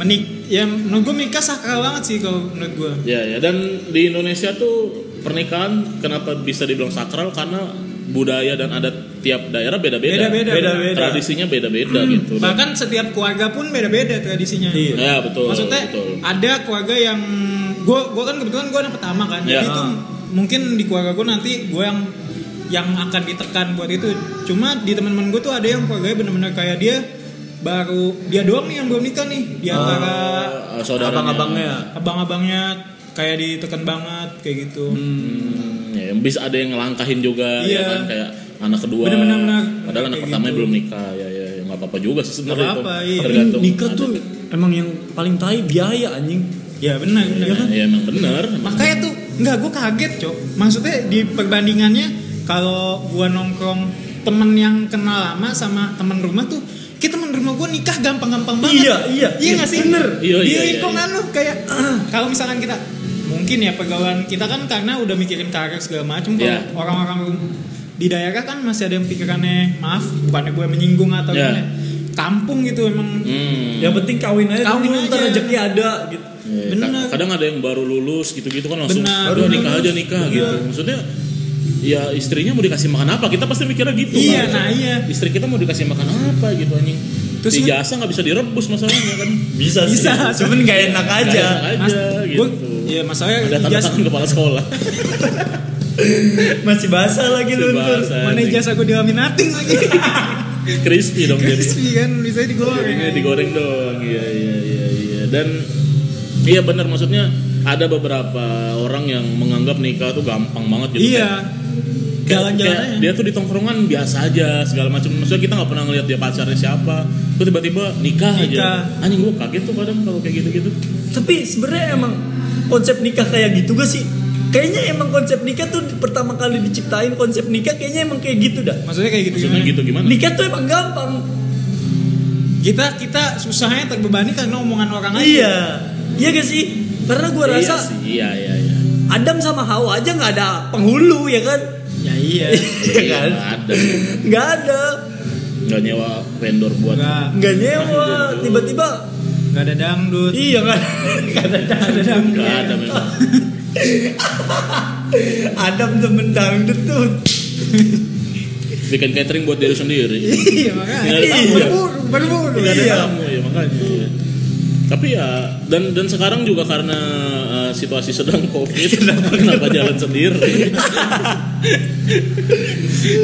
Speaker 2: menik ya menurut gue nikah sakral banget sih kalau menurut gue.
Speaker 1: Ya, ya. Dan di Indonesia tuh pernikahan kenapa bisa dibilang sakral karena budaya dan adat tiap daerah beda-beda.
Speaker 2: Beda-beda. Hmm.
Speaker 3: Beda-beda.
Speaker 1: Tradisinya beda-beda gitu.
Speaker 2: Bahkan setiap keluarga pun beda-beda tradisinya.
Speaker 3: Iya.
Speaker 1: Ya betul.
Speaker 2: Maksudnya eh,
Speaker 1: betul.
Speaker 2: ada keluarga yang gue gue kan kebetulan gue anak pertama kan,
Speaker 1: Ya.
Speaker 2: jadi tuh mungkin di keluarga gue nanti gue yang yang akan ditekan buat itu. Cuma di teman-teman gue tuh ada yang keluarganya bener-bener kayak dia baru dia doang nih yang belum nikah nih di
Speaker 1: Ah.
Speaker 2: antara
Speaker 1: Eh, saudaranya.
Speaker 3: abang-abangnya.
Speaker 2: abang-abangnya kayak ditekan banget kayak gitu.
Speaker 1: Hmm, ya, bisa ada yang ngelangkahin juga
Speaker 2: Iya.
Speaker 1: ya kan kayak anak kedua.
Speaker 2: Benar-benar, benar.
Speaker 1: Padahal anak
Speaker 2: Kayak
Speaker 1: pertamanya
Speaker 2: gitu.
Speaker 1: belum nikah ya ya ya, nggak apa-apa juga sih sebenarnya
Speaker 2: Nggak
Speaker 1: itu.
Speaker 2: apa-apa, iya.
Speaker 1: Tergantung
Speaker 3: Nikah
Speaker 1: adat.
Speaker 3: tuh emang yang paling tai biaya anjing.
Speaker 2: Ya benar, benar.
Speaker 1: Ya, ya, emang bener emang.
Speaker 2: Makanya tuh nggak gue kaget cok. Maksudnya di perbandingannya kalau gua nongkrong temen yang kenal lama sama temen rumah tuh, kita temen rumah gua nikah gampang-gampang banget.
Speaker 3: Iya, iya,
Speaker 2: Iya nggak sih? Bener.
Speaker 1: Iya,
Speaker 2: di
Speaker 1: iya, iya,
Speaker 2: lingkungan lu kayak ah, kalau misalkan kita mungkin ya pergaulan kita kan karena udah mikirin karir segala macam. Kalau
Speaker 1: Iya.
Speaker 2: orang-orang rum- di daerah kan masih ada yang pikirannya maaf bukannya gue menyinggung atau
Speaker 1: Iya.
Speaker 2: gimana. ya, Kampung gitu emang.
Speaker 1: Hmm.
Speaker 3: Yang penting kawin aja
Speaker 2: Kawin
Speaker 3: dulu, Eh, ntar
Speaker 2: aja.
Speaker 3: rezeki ada gitu.
Speaker 1: Ya,
Speaker 2: Bener.
Speaker 1: ka- Kadang ada yang baru lulus gitu-gitu kan langsung
Speaker 2: Benar,
Speaker 1: udah
Speaker 2: baru
Speaker 1: nikah
Speaker 2: lulus.
Speaker 1: aja nikah
Speaker 2: Iya.
Speaker 1: gitu. Maksudnya ya istrinya mau dikasih makan apa? Kita pasti mikirnya gitu.
Speaker 2: Iya,
Speaker 1: kan.
Speaker 2: nah iya.
Speaker 1: Istri kita mau dikasih makan apa gitu anjing.
Speaker 2: Terus
Speaker 1: Terus
Speaker 2: lu-
Speaker 1: jasa nggak bisa direbus masalahnya kan.
Speaker 3: Bisa, sih.
Speaker 2: Bisa.
Speaker 3: Cuman gak enak aja.
Speaker 1: Kayak enak
Speaker 2: Mas,
Speaker 1: aja gitu.
Speaker 2: gua- Iya, masalahnya
Speaker 1: ada tanda
Speaker 2: ijazah-
Speaker 1: tangan kepala sekolah.
Speaker 3: Masih basah lagi
Speaker 1: Masih
Speaker 3: luntur.
Speaker 1: basah.
Speaker 2: Mana
Speaker 1: Anjing.
Speaker 2: ijazah gue dilaminating lagi.
Speaker 1: Crispy dong jadi.
Speaker 2: Crispy kan bisa digoreng.
Speaker 1: Jadinya digoreng dong. Iya iya iya iya. Dan iya benar maksudnya ada beberapa orang yang menganggap nikah tuh gampang banget gitu.
Speaker 2: Iya. Jalan-jalan
Speaker 1: Kayak
Speaker 2: aja.
Speaker 1: dia tuh di tongkrongan biasa aja segala macam maksudnya kita nggak pernah ngeliat dia pacarnya siapa tuh tiba-tiba nikah,
Speaker 2: Nikah.
Speaker 1: aja anjing gua kaget tuh kadang kalau kayak gitu-gitu
Speaker 3: Tapi sebenarnya emang konsep nikah kayak gitu gak sih? Kayaknya emang konsep nikah tuh pertama kali diciptain konsep nikah kayaknya emang kayak gitu dah.
Speaker 2: Maksudnya kayak gitu.
Speaker 1: maksudnya
Speaker 2: gimana?
Speaker 1: gitu gimana
Speaker 3: Nikah tuh emang gampang.
Speaker 2: Kita kita susahnya terbebani karena omongan orang aja.
Speaker 3: Iya. Iya gak sih? Karena
Speaker 1: Iya
Speaker 3: gua rasa
Speaker 1: sih, iya iya iya
Speaker 3: Adam sama Hawa aja nggak ada penghulu ya kan?
Speaker 2: Ya iya.
Speaker 3: Iya
Speaker 1: Iya,
Speaker 3: kan?
Speaker 1: nggak ada
Speaker 3: Nggak ada,
Speaker 1: nggak nyewa vendor buat
Speaker 2: Enggak
Speaker 3: nggak nyewa, tiba-tiba
Speaker 2: enggak ada dangdut.
Speaker 3: iya nggak nggak ada
Speaker 2: Nggak ada dangdut.
Speaker 1: nggak ada memang
Speaker 3: Adam temen dangdut tuh.
Speaker 1: bikin catering buat diri sendiri
Speaker 2: Iya makanya.
Speaker 1: Nggak ada tamu. ya.
Speaker 2: Berburu, berburu.
Speaker 1: nggak ada
Speaker 3: Iya.
Speaker 1: tamu ya makanya tapi ya dan dan sekarang juga karena eh, situasi sedang covid kenapa jalan sendiri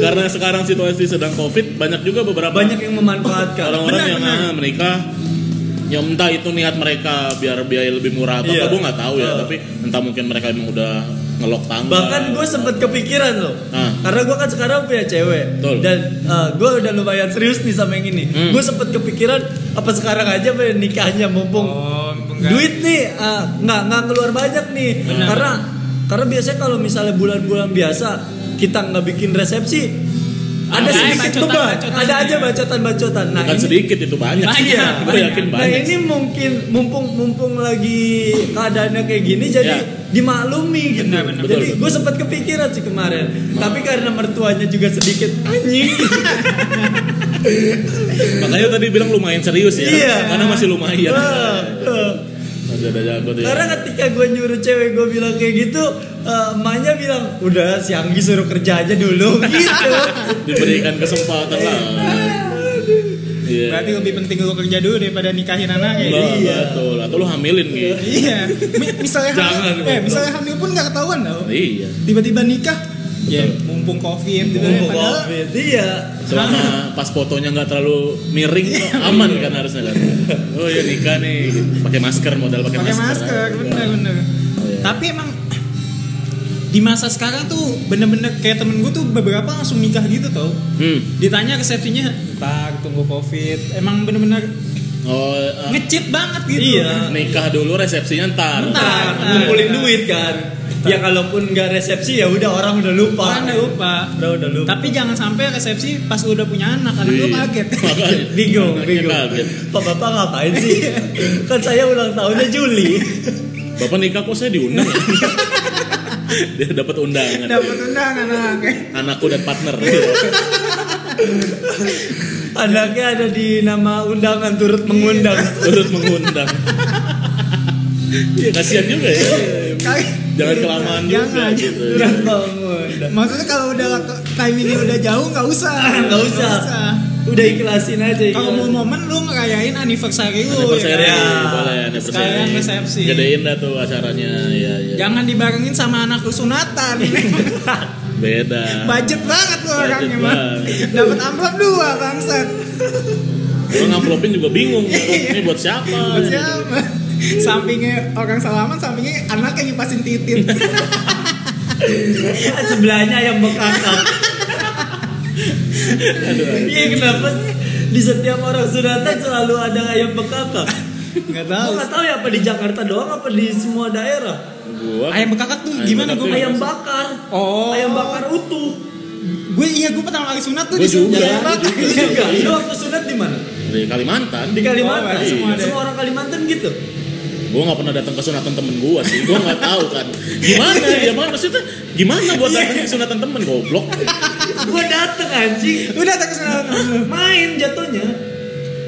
Speaker 1: karena sekarang situasi sedang covid banyak juga beberapa
Speaker 3: Banyak yang memanfaatkan.
Speaker 1: orang-orang yang
Speaker 2: benar.
Speaker 1: ah, menikah yang entah itu niat mereka biar biaya lebih murah atau
Speaker 3: Iya.
Speaker 1: apa gue nggak tahu ya
Speaker 3: Eh.
Speaker 1: tapi entah mungkin mereka emang udah ngelok tangga
Speaker 3: Bahkan gue sempet kepikiran loh,
Speaker 1: Ah.
Speaker 3: karena gue kan sekarang punya cewek
Speaker 1: Betul.
Speaker 3: dan gue udah lumayan serius nih sama yang ini.
Speaker 1: Hmm.
Speaker 3: Gue sempet kepikiran apa sekarang aja pengen nikahnya mumpung
Speaker 2: Oh, enggak.
Speaker 3: duit nih ah, nggak nggak keluar banyak nih
Speaker 2: Benar.
Speaker 3: karena karena biasanya kalau misalnya bulan-bulan biasa kita nggak bikin resepsi ada
Speaker 2: Ada
Speaker 3: sedikit
Speaker 2: bacotan-
Speaker 3: beban
Speaker 2: bacotan
Speaker 3: ada aja
Speaker 2: ya.
Speaker 3: bacotan-bacotan nah
Speaker 1: Bukan
Speaker 3: ini
Speaker 1: sedikit itu banyak
Speaker 2: Banyak,
Speaker 1: gue yakin
Speaker 3: nah
Speaker 1: banyak
Speaker 3: ini mungkin mumpung mumpung lagi keadaannya kayak gini jadi
Speaker 1: Ya.
Speaker 3: dimaklumi gitu
Speaker 2: Benar, benar.
Speaker 3: jadi
Speaker 1: Betul,
Speaker 3: gue sempat kepikiran sih kemarin tapi karena mertuanya juga sedikit anjing
Speaker 1: makanya tadi bilang lumayan serius ya
Speaker 3: Iya.
Speaker 1: karena masih lumayan Iya.
Speaker 3: Ah, ah.
Speaker 1: masih ada jago tuh ya.
Speaker 3: Karena ketika gue nyuruh cewek gue bilang kayak gitu, eh, emaknya bilang udah si Anggi suruh kerja aja dulu gitu.
Speaker 1: diberikan kesempatan lah iya
Speaker 2: Berarti lebih penting lu kerja dulu daripada nikahin anaknya.
Speaker 1: Lo-
Speaker 3: iya.
Speaker 1: betul atau lu hamilin gitu
Speaker 2: Iya. Mi- Misalnya
Speaker 1: Jangan,
Speaker 2: hamil, eh,
Speaker 1: goblok.
Speaker 2: misalnya hamil pun nggak ketahuan tau.
Speaker 1: iya
Speaker 2: Tiba-tiba nikah. Ya, mumpung covid. gitu.
Speaker 3: Mumpung
Speaker 2: Padahal
Speaker 3: covid, iya.
Speaker 1: selama pas fotonya nggak terlalu miring aman kan harusnya kan oh ya nikah nih pakai masker modal pakai
Speaker 2: pakai
Speaker 1: masker,
Speaker 2: masker bener bener
Speaker 1: Iya.
Speaker 2: tapi emang di masa sekarang tuh bener-bener kayak temen gue tuh beberapa langsung nikah gitu tau
Speaker 1: hmm.
Speaker 2: ditanya resepsinya ntar tunggu covid emang bener-bener
Speaker 1: oh eh,
Speaker 2: ngecit banget gitu
Speaker 3: Iya.
Speaker 1: nikah dulu resepsinya ntar
Speaker 2: Ntar.
Speaker 3: Nah, ngumpulin duit kan. Ya kalaupun nggak resepsi ya udah orang udah lupa.
Speaker 2: Orang udah lupa
Speaker 3: Udah udah lupa.
Speaker 2: tapi jangan sampai resepsi pas lu udah punya anak anak lu
Speaker 1: Iya.
Speaker 2: kaget
Speaker 1: Makanya.
Speaker 3: bingung,
Speaker 1: Anaknya
Speaker 3: bingung.
Speaker 1: kaget.
Speaker 3: Pak bapak ngapain sih? kan saya ulang tahunnya Juli.
Speaker 1: bapak nikah kok saya diundang ya? dia dapat undangan
Speaker 2: dapat undangan anaknya
Speaker 1: anakku dan partner
Speaker 3: Anaknya ada di nama undangan turut mengundang.
Speaker 1: turut mengundang iya kasihan juga ya
Speaker 2: Kayak-
Speaker 1: jangan kelamaan juga Iya.
Speaker 2: Jangan.
Speaker 1: gitu.
Speaker 3: Udah bangun.
Speaker 2: Iya.
Speaker 3: dah.
Speaker 2: Maksudnya kalau udah timingnya udah jauh nggak usah.
Speaker 3: Nggak usah. Udah ikhlasin aja. ya.
Speaker 2: Kalau
Speaker 3: ikhlasin.
Speaker 2: mau momen lu ngerayain anniversary lu.
Speaker 1: Anniversary, iya,
Speaker 2: ya kan?
Speaker 1: boleh anniversary.
Speaker 2: Sekalian resepsi.
Speaker 1: Gedein dah tuh acaranya, ya ya.
Speaker 2: Jangan dibarengin sama anak lu sunatan.
Speaker 1: Beda.
Speaker 2: Budget banget
Speaker 1: Iya. Budget
Speaker 2: lu orangnya mah.
Speaker 1: banget. Iya.
Speaker 2: Dapat amplop dua bangsat.
Speaker 1: Lo ngamplopin juga bingung. Ini buat siapa?
Speaker 2: Buat siapa? Sampingnya orang salaman, sampingnya anaknya nyipasin titit.
Speaker 3: Ya, sebelahnya yang bekakak iya kenapa sih di setiap orang sunatan selalu ada ayam bekakak
Speaker 2: Nggak
Speaker 3: Gua
Speaker 2: tahu.
Speaker 3: nggak tahu ya apa di Jakarta doang apa di semua daerah
Speaker 1: Gua kan
Speaker 2: Ayam bekakak tuh
Speaker 1: Ayam
Speaker 2: gimana
Speaker 1: bekakak
Speaker 2: gue?
Speaker 1: tuh
Speaker 3: ayam bakar
Speaker 2: Oh.
Speaker 3: ayam bakar utuh
Speaker 2: Gue iya gue pertama kali sunat tuh
Speaker 1: Gua
Speaker 2: di
Speaker 1: juga,
Speaker 2: Jakarta.
Speaker 1: gua juga.
Speaker 3: Iya nggak? lu waktu sunat di mana
Speaker 1: di Kalimantan.
Speaker 3: di Kalimantan
Speaker 2: Oh, iya.
Speaker 3: semua,
Speaker 2: Semua ada.
Speaker 3: orang Kalimantan gitu
Speaker 1: Gua nggak pernah datang ke sunatan temen gua sih. Gua nggak tahu kan. Gimana? Gimana maksudnya? Gimana buat datang ke sunatan temen goblok?
Speaker 3: gua dateng anjing
Speaker 2: Lu datang ke sunat.
Speaker 3: main jatuhnya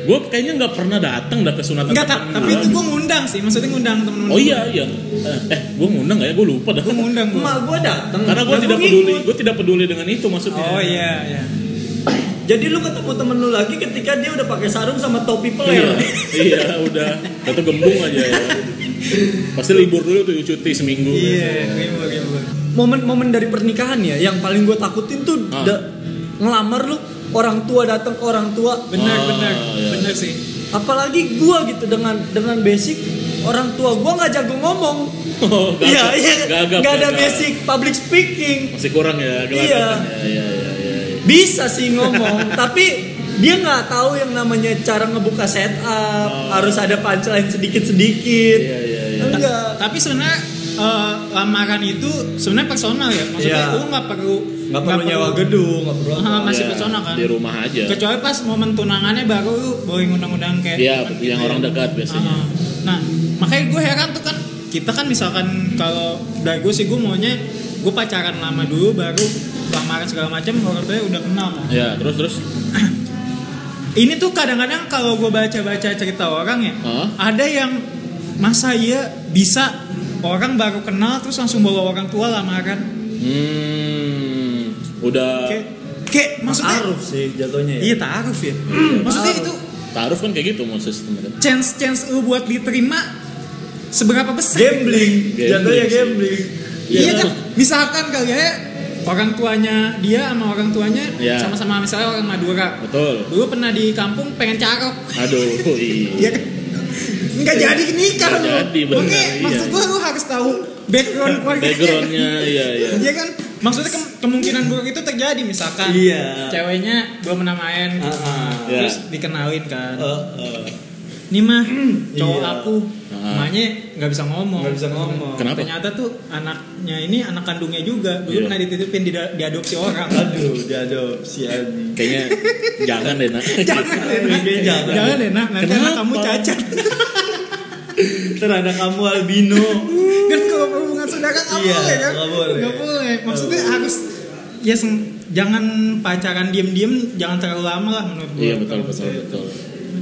Speaker 1: Gua kayaknya nggak pernah datang dah ke sunatan.
Speaker 2: Enggak,
Speaker 1: temen
Speaker 2: tapi
Speaker 1: gua.
Speaker 2: itu gue ngundang sih. Maksudnya ngundang temen-temen.
Speaker 1: Oh iya Oh, iya. Eh, Eh, gua ngundang nggak ya? Gua lupa dah.
Speaker 2: Gue ngundang gue.
Speaker 1: iya.
Speaker 3: emak gua dateng
Speaker 1: Karena gua
Speaker 3: Lah,
Speaker 1: tidak
Speaker 3: ngikut.
Speaker 1: peduli. Gua tidak peduli dengan itu maksudnya.
Speaker 2: Oh iya, iya.
Speaker 3: jadi lu ketemu temen lu lagi ketika dia udah pakai sarung sama topi
Speaker 1: Iya,
Speaker 3: peler
Speaker 1: iya udah. Atau gembung aja ya. Pasti libur dulu tuh cuti seminggu.
Speaker 2: Iya, ribut, ribut.
Speaker 3: momen-momen dari pernikahan ya yang paling gue takutin tuh
Speaker 1: Ah.
Speaker 3: da- ngelamar lu orang tua datang ke orang tua
Speaker 2: Benar,
Speaker 1: Oh,
Speaker 2: benar.
Speaker 1: iya.
Speaker 2: Benar sih.
Speaker 3: apalagi gue gitu dengan dengan basic orang tua gue nggak jago ngomong
Speaker 1: Oh, gagap.
Speaker 3: iya iya
Speaker 1: Gagap,
Speaker 3: nggak ada
Speaker 1: gagap.
Speaker 3: basic public speaking
Speaker 1: Masih kurang ya gelagapan.
Speaker 3: Iya.
Speaker 1: Iya, iya, iya, iya.
Speaker 3: bisa sih ngomong tapi dia nggak tahu yang namanya cara ngebuka setup harus ada punchline sedikit sedikit
Speaker 1: Iya, iya, iya.
Speaker 3: enggak
Speaker 2: Tapi sebenarnya eh, lamaran itu sebenarnya personal ya. Maksudnya
Speaker 3: Iya.
Speaker 2: lu nggak perlu
Speaker 3: nggak perlu nyewa gedung nggak perlu apa.
Speaker 2: Ah, masih
Speaker 1: Iya,
Speaker 2: personal kan.
Speaker 1: Di rumah iya. aja.
Speaker 2: Kecuali pas momen tunangannya baru lu boleh ngundang-undang kayak
Speaker 1: Iya,
Speaker 2: temen
Speaker 1: yang
Speaker 2: gitu
Speaker 1: orang
Speaker 2: ya.
Speaker 1: dekat biasanya.
Speaker 2: Ah, nah, makanya gue heran tuh kan kita kan misalkan kalau dari gue sih gue maunya gue pacaran lama dulu baru lamaran segala macam orang tuanya udah kenal. kan.
Speaker 1: Iya, terus terus.
Speaker 2: Ini tuh kadang-kadang kalau gue baca-baca cerita orang ya,
Speaker 1: Hah?
Speaker 2: ada yang masa iya bisa orang baru kenal terus langsung bawa orang tua lamaran.
Speaker 1: Hmm. Udah
Speaker 2: Kayak, kayak maksudnya
Speaker 3: Aruf sih jatuhnya ya.
Speaker 2: Iya taruh ya. maksudnya
Speaker 3: Taaruf.
Speaker 2: itu
Speaker 1: taruh kan kayak gitu mau sistemnya.
Speaker 2: chance chance lu buat diterima seberapa besar?
Speaker 3: gambling
Speaker 1: Gambling
Speaker 3: jatuhnya
Speaker 1: sih.
Speaker 3: gambling
Speaker 2: Iya
Speaker 1: Iya.
Speaker 2: kan? Misalkan kali ya orang tuanya dia sama orang tuanya
Speaker 1: Iya.
Speaker 2: sama-sama misalnya orang Madura.
Speaker 1: Betul.
Speaker 2: Dulu pernah di kampung pengen carok.
Speaker 1: Aduh, iya.
Speaker 2: Iya kan? Nggak jadi nikah
Speaker 1: Nggak
Speaker 2: lu.
Speaker 1: jadi, bener,
Speaker 2: Makanya
Speaker 1: iya.
Speaker 2: maksud gua lu harus tahu background keluarga.
Speaker 1: Backgroundnya iya iya.
Speaker 2: Iya kan? Maksudnya ke- kemungkinan buruk itu terjadi misalkan
Speaker 3: Iya.
Speaker 2: ceweknya belum pernah main gitu.
Speaker 3: Ah, ah.
Speaker 1: Iya.
Speaker 2: terus dikenalin kan.
Speaker 3: Eh, eh.
Speaker 2: Nih mah cowok
Speaker 3: Iya.
Speaker 2: aku
Speaker 1: Ah.
Speaker 2: emaknya nggak bisa ngomong.
Speaker 3: Nggak bisa ngomong.
Speaker 1: Kenapa?
Speaker 2: Ternyata tuh anaknya ini anak kandungnya juga. Dulu
Speaker 1: Iya.
Speaker 2: pernah dititipin di diadopsi orang.
Speaker 3: Aduh, diadopsi anjing.
Speaker 1: Kayaknya jangan deh nak.
Speaker 2: Jangan Lena.
Speaker 3: Iya, jangan.
Speaker 2: Jangan Lena, nanti anak
Speaker 1: Kenapa?
Speaker 2: kamu cacat.
Speaker 3: Terhadap kamu albino.
Speaker 2: kan kalau hubungan saudara nggak
Speaker 3: Iya,
Speaker 2: boleh kan?
Speaker 3: nggak boleh.
Speaker 2: Nggak boleh. Maksudnya
Speaker 3: Nggak
Speaker 2: harus ya seng- jangan pacaran diem-diem, jangan terlalu lama lah menurut gue.
Speaker 1: Iya betul betul betul.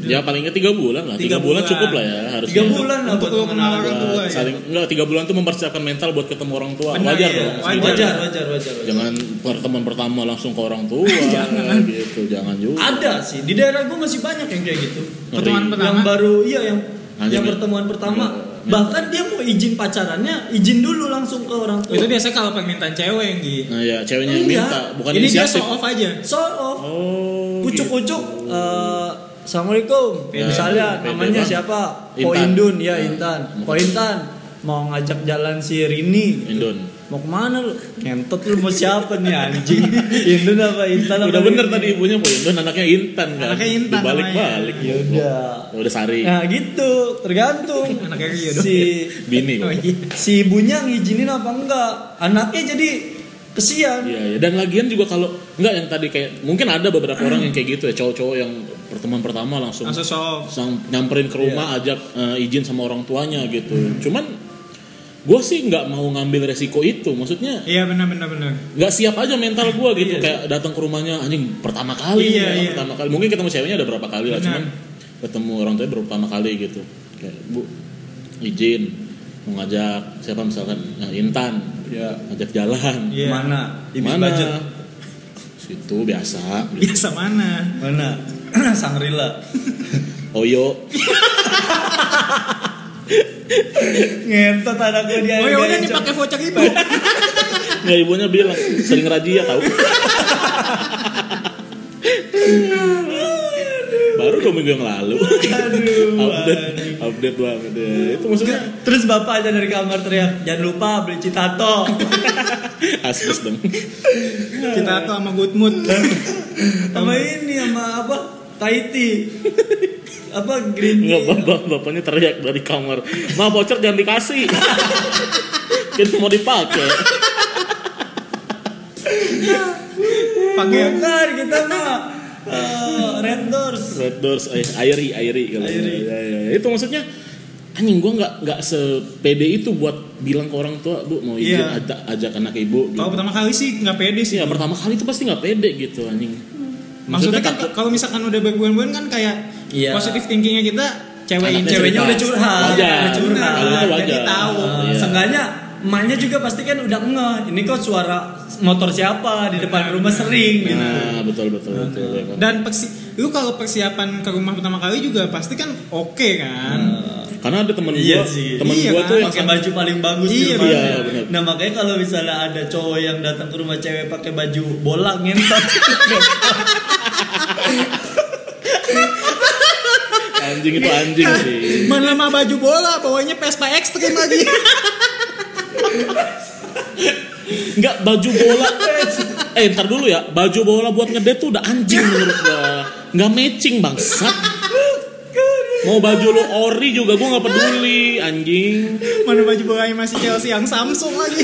Speaker 1: Ya palingnya tiga bulan lah. Tiga,
Speaker 2: Tiga
Speaker 1: bulan,
Speaker 2: bulan.
Speaker 1: cukup lah ya harusnya.
Speaker 3: Tiga bulan lah
Speaker 2: Untuk
Speaker 3: buat
Speaker 2: lu kenal
Speaker 3: mengenal
Speaker 2: orang tua
Speaker 1: Buat
Speaker 2: ya.
Speaker 1: Nah, saling enggak tiga bulan tuh mempersiapkan mental buat ketemu orang tua.
Speaker 2: Benar,
Speaker 1: wajar
Speaker 2: iya.
Speaker 1: dong.
Speaker 2: Wajar.
Speaker 3: Wajar, wajar, wajar. wajar.
Speaker 1: Jangan pertemuan pertama langsung ke orang tua.
Speaker 2: Jangan.
Speaker 1: Gitu, jangan juga.
Speaker 3: Ada sih di daerah gue masih banyak yang kayak gitu.
Speaker 1: Ngeri.
Speaker 2: Pertemuan pertama.
Speaker 3: Yang baru, iya yang
Speaker 1: Anjing,
Speaker 3: yang
Speaker 1: ya?
Speaker 3: pertemuan pertama.
Speaker 1: Iya.
Speaker 3: Bahkan dia mau izin pacarannya, izin dulu langsung ke orang tua.
Speaker 2: Itu biasanya kalau permintaan cewek yang gitu.
Speaker 1: Nah ya ceweknya yang
Speaker 3: Enggak.
Speaker 1: minta bukan
Speaker 2: Ini dia
Speaker 1: inisiatif.
Speaker 2: show off aja.
Speaker 3: So off,
Speaker 1: Oh. gitu.
Speaker 3: ucuk-ucuk. eh, Assalamualaikum.
Speaker 1: Ya.
Speaker 3: Misalnya
Speaker 1: Pede
Speaker 3: namanya
Speaker 1: banget.
Speaker 3: siapa?
Speaker 1: Intan.
Speaker 3: Poindun,
Speaker 1: Ya.
Speaker 3: ya Intan. Pointan mau ngajak jalan si Rini.
Speaker 1: Indon.
Speaker 3: Mau kemana lu? Ngentot lu mau siapa nih anjing? Indun apa Intan? apa
Speaker 1: Udah bener
Speaker 3: Rini?
Speaker 1: tadi ibunya Bu Indon, anaknya Intan kan.
Speaker 2: Anaknya Intan Iya.
Speaker 1: Balik-balik.
Speaker 3: namanya. Yaudah.
Speaker 1: Ya udah Sari.
Speaker 3: Nah gitu, tergantung
Speaker 2: Anaknya Rio dong.
Speaker 3: si
Speaker 1: Bini.
Speaker 2: Oh,
Speaker 1: Bu.
Speaker 2: iya.
Speaker 3: si ibunya ngizinin apa enggak. Anaknya jadi kesian.
Speaker 1: Iya, iya. Dan lagian juga kalau nggak yang tadi kayak mungkin ada beberapa orang yang kayak gitu ya, cowok-cowok yang pertemuan pertama langsung
Speaker 2: Langsung show off.
Speaker 1: sang nyamperin ke
Speaker 2: Iya.
Speaker 1: rumah ajak eh, izin sama orang tuanya gitu. Cuman gue sih nggak mau ngambil resiko itu, maksudnya
Speaker 2: Iya benar benar benar.
Speaker 1: nggak siap aja mental gue gitu kayak datang ke rumahnya anjing pertama kali,
Speaker 2: Iya,
Speaker 1: ya,
Speaker 2: iya.
Speaker 1: pertama kali. Mungkin ketemu ceweknya ada berapa kali lah,
Speaker 2: Benar.
Speaker 1: cuman ketemu orang tuanya baru pertama kali gitu. Kayak bu izin mau ngajak siapa misalkan nah, Intan
Speaker 4: Ya.
Speaker 1: ngajak jalan
Speaker 2: Iya.
Speaker 3: Mana? Ibis
Speaker 1: mana
Speaker 3: budget.
Speaker 1: situ biasa
Speaker 2: Biasa Iya, mana?
Speaker 3: Mana? Sangrila.
Speaker 1: Oyo
Speaker 3: Ngentot anak gue dia.
Speaker 2: Oh ya udah nih pakai voucher ibu.
Speaker 1: nggak ibunya bilang sering rajia tahu baru dua minggu yang lalu
Speaker 3: Aduh.
Speaker 1: update update banget deh. itu maksudnya
Speaker 3: Terus bapak aja dari kamar teriak, jangan lupa beli citato.
Speaker 1: asbes dong
Speaker 2: Kita tuh sama good mood.
Speaker 3: sama ini sama apa? Tahiti. apa green tea.
Speaker 1: nggak bapak bapaknya teriak dari kamar ma voucher jangan dikasih kita mau dipakai
Speaker 2: Pakai
Speaker 3: Bukan kita mah eh, Red Doors.
Speaker 1: Red Doors, eh, Airy, Airy kalau
Speaker 3: Airy.
Speaker 1: Ya, ya, ya. Itu maksudnya anjing gua nggak nggak sepede itu buat bilang ke orang tua bu mau izin
Speaker 2: Iya.
Speaker 1: ajak, ajak anak ibu. Gitu.
Speaker 2: Kalau pertama kali sih nggak pede sih.
Speaker 1: Iya pertama kali itu pasti nggak pede gitu anjing.
Speaker 2: Maksudnya kan
Speaker 1: takut
Speaker 2: kalau misalkan udah berbulan-bulan kan kayak
Speaker 3: Iya.
Speaker 2: positif thinkingnya kita cewek
Speaker 1: Anaknya
Speaker 3: Ceweknya
Speaker 1: cerita.
Speaker 3: udah curhat,
Speaker 1: Wajar.
Speaker 3: udah curhat,
Speaker 1: Kalau itu wajar.
Speaker 3: jadi tahu.
Speaker 2: Oh,
Speaker 1: Iya.
Speaker 3: Seenggaknya emaknya juga pasti kan udah ngeh. Ini kok suara motor siapa di depan rumah sering gitu.
Speaker 1: Nah betul betul betul. ya kan.
Speaker 2: dan persi lu kalau persiapan ke rumah pertama kali juga pasti kan oke kan.
Speaker 1: Karena ada temen gua,
Speaker 3: Iya sih.
Speaker 1: temen
Speaker 2: Iya
Speaker 1: gua
Speaker 2: kan,
Speaker 1: tuh yang
Speaker 3: pakai baju paling bagus di
Speaker 2: Iya,
Speaker 3: rumahnya.
Speaker 1: iya, benar.
Speaker 3: Nah makanya kalau misalnya ada cowok yang datang ke rumah cewek pakai baju bola ngentot.
Speaker 1: anjing itu anjing sih.
Speaker 2: Mana mah baju bola bawanya Vespa Extreme lagi.
Speaker 1: Nggak baju bola. eh ntar dulu ya, baju bola buat ngedate tuh udah anjing menurut gua. Nggak matching bangsat. Mau baju lu ori juga gua nggak peduli anjing.
Speaker 2: Mana baju bolanya masih Chelsea yang Samsung lagi.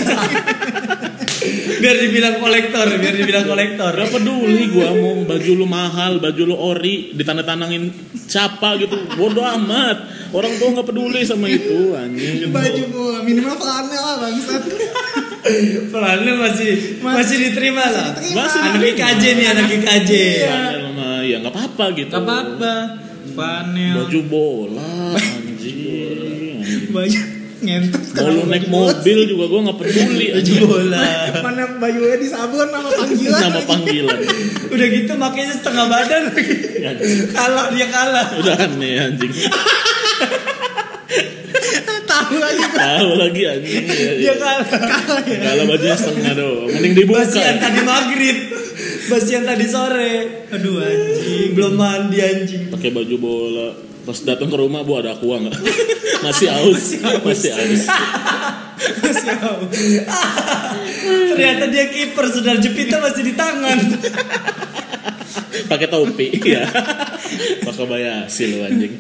Speaker 3: biar dibilang kolektor, biar dibilang kolektor.
Speaker 1: Gak peduli gua mau baju lu mahal, baju lu ori, ditandatangin siapa gitu. Bodoh amat. Orang tua nggak peduli sama itu anjing.
Speaker 2: baju bola minimal flanel lah bangsat.
Speaker 3: Pelannya masih masih diterima lah.
Speaker 1: Masih
Speaker 3: Anak IKJ nih, anak IKJ.
Speaker 1: Flanel sama ya nggak apa-apa gitu.
Speaker 2: Gak apa-apa. Flanel.
Speaker 1: Baju bola, anjing.
Speaker 2: baju ngentot
Speaker 1: Mau lu
Speaker 2: kenapa
Speaker 1: naik
Speaker 2: baju bola?
Speaker 1: mobil juga gue nggak peduli.
Speaker 3: Baju bola.
Speaker 2: mana bajunya disabun nama panggilan
Speaker 1: Nama
Speaker 2: lagi.
Speaker 1: panggilan.
Speaker 3: Udah gitu makanya setengah badan. Iya.
Speaker 1: Anjing.
Speaker 3: kalah dia kalah.
Speaker 1: Udah aneh anjing.
Speaker 2: tahu lagi
Speaker 1: Tahu lagi anjing. Ya,
Speaker 3: Dia kalah.
Speaker 2: kalah ya
Speaker 1: Kalau bajunya setengah doang. Mending dibuka. ya.
Speaker 3: Basian tadi maghrib. Basian tadi sore. Aduh anjing, belum mandi anjing.
Speaker 1: Pakai baju bola. Pas datang ke rumah bu ada aqua nggak? Masih aus. Masih aus.
Speaker 2: siapa
Speaker 3: Ternyata dia kiper, sudah jepitnya masih di tangan.
Speaker 1: Pakai topi. Ya. Pakai bayasi lu anjing.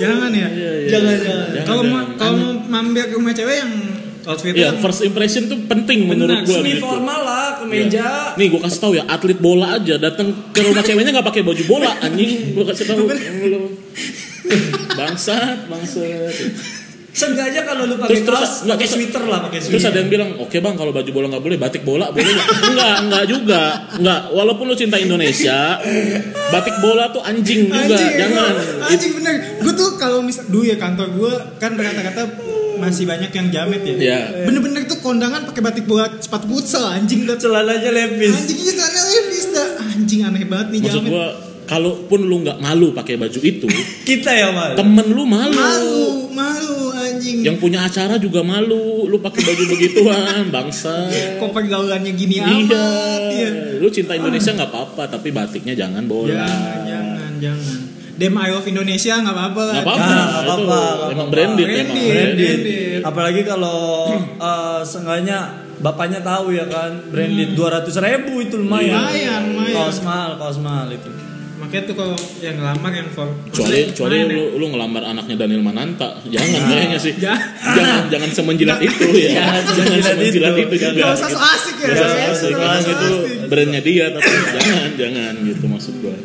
Speaker 2: jangan ya
Speaker 3: Jangan jangan.
Speaker 2: kalau mau
Speaker 1: Iya, jangan.
Speaker 2: kalau mau mampir ke rumah cewek yang outfitnya
Speaker 1: Ya first impression tuh penting menurut gitu. gue.
Speaker 3: Semi formal lah, kemeja.
Speaker 1: Nih gue kasih tahu ya atlet bola aja datang ke rumah ceweknya nggak pakai baju bola anjing gue kasih tahu Lu- bangsat bangsat
Speaker 3: Seenggaknya kalau lu
Speaker 1: Terus-
Speaker 3: pakai
Speaker 1: terus-
Speaker 3: kaos,
Speaker 1: nggak,
Speaker 3: pakai
Speaker 1: terus-
Speaker 3: sweater lah, pakai
Speaker 1: terus
Speaker 3: sweater.
Speaker 1: ada yang bilang oke bang kalau baju bola nggak boleh batik bola boleh nggak enggak enggak juga enggak walaupun lu cinta Indonesia batik bola tuh anjing juga
Speaker 2: anjing
Speaker 1: jangan
Speaker 2: gua- anjing bener gue tuh kalau misal dulu ya kantor gue kan kata-kata masih banyak yang jamet ya
Speaker 1: Iya.
Speaker 2: bener-bener tuh kondangan pakai batik buat sepatu futsal anjing dah
Speaker 3: celananya lepis.
Speaker 2: anjingnya celana levis dah anjing aneh banget nih
Speaker 1: maksud
Speaker 2: jamet
Speaker 1: gue kalaupun lu nggak malu pakai baju itu
Speaker 3: Kita ya mal.
Speaker 1: temen lu malu.
Speaker 2: malu malu anjing
Speaker 1: yang punya acara juga malu lu pakai baju begituan bangsa
Speaker 2: kok pergaulannya gini
Speaker 1: Iya.
Speaker 2: amat iya. Ya.
Speaker 1: Lu cinta Indonesia nggak apa-apa, tapi batiknya jangan bola.
Speaker 2: jangan jangan jangan Dem I love Indonesia nggak apa-apa lah Ah.
Speaker 1: Nggak apa-apa.
Speaker 3: Ah, Nggak apa-apa,
Speaker 1: itu
Speaker 3: nggak apa-apa.
Speaker 1: Emang branded,
Speaker 2: Branded.
Speaker 1: emang branded.
Speaker 2: Branded.
Speaker 3: Apalagi kalau eh, seenggaknya bapaknya tahu ya kan, branded dua ratus ribu itu lumayan.
Speaker 2: Lumayan, lumayan.
Speaker 3: Kaos mahal, kaos mahal itu.
Speaker 2: makanya tuh kalau yang ngelamar yang for
Speaker 1: Kecuali, kecuali
Speaker 2: Maksudnya, ya?
Speaker 1: lu, lu ngelamar anaknya Daniel Mananta, jangan kayaknya sih.
Speaker 2: Ja-
Speaker 1: jangan jangan semenjilat itu ya.
Speaker 3: Jangan
Speaker 1: jangan semenjilat
Speaker 3: semenjilat itu.
Speaker 1: itu juga.
Speaker 2: nggak usah so asik ya
Speaker 1: Nggak usah
Speaker 2: Nggak
Speaker 1: asik,
Speaker 2: usah
Speaker 1: emang gitu.
Speaker 2: so
Speaker 1: itu
Speaker 2: asik.
Speaker 1: brandnya dia, tapi jangan jangan gitu maksud gua.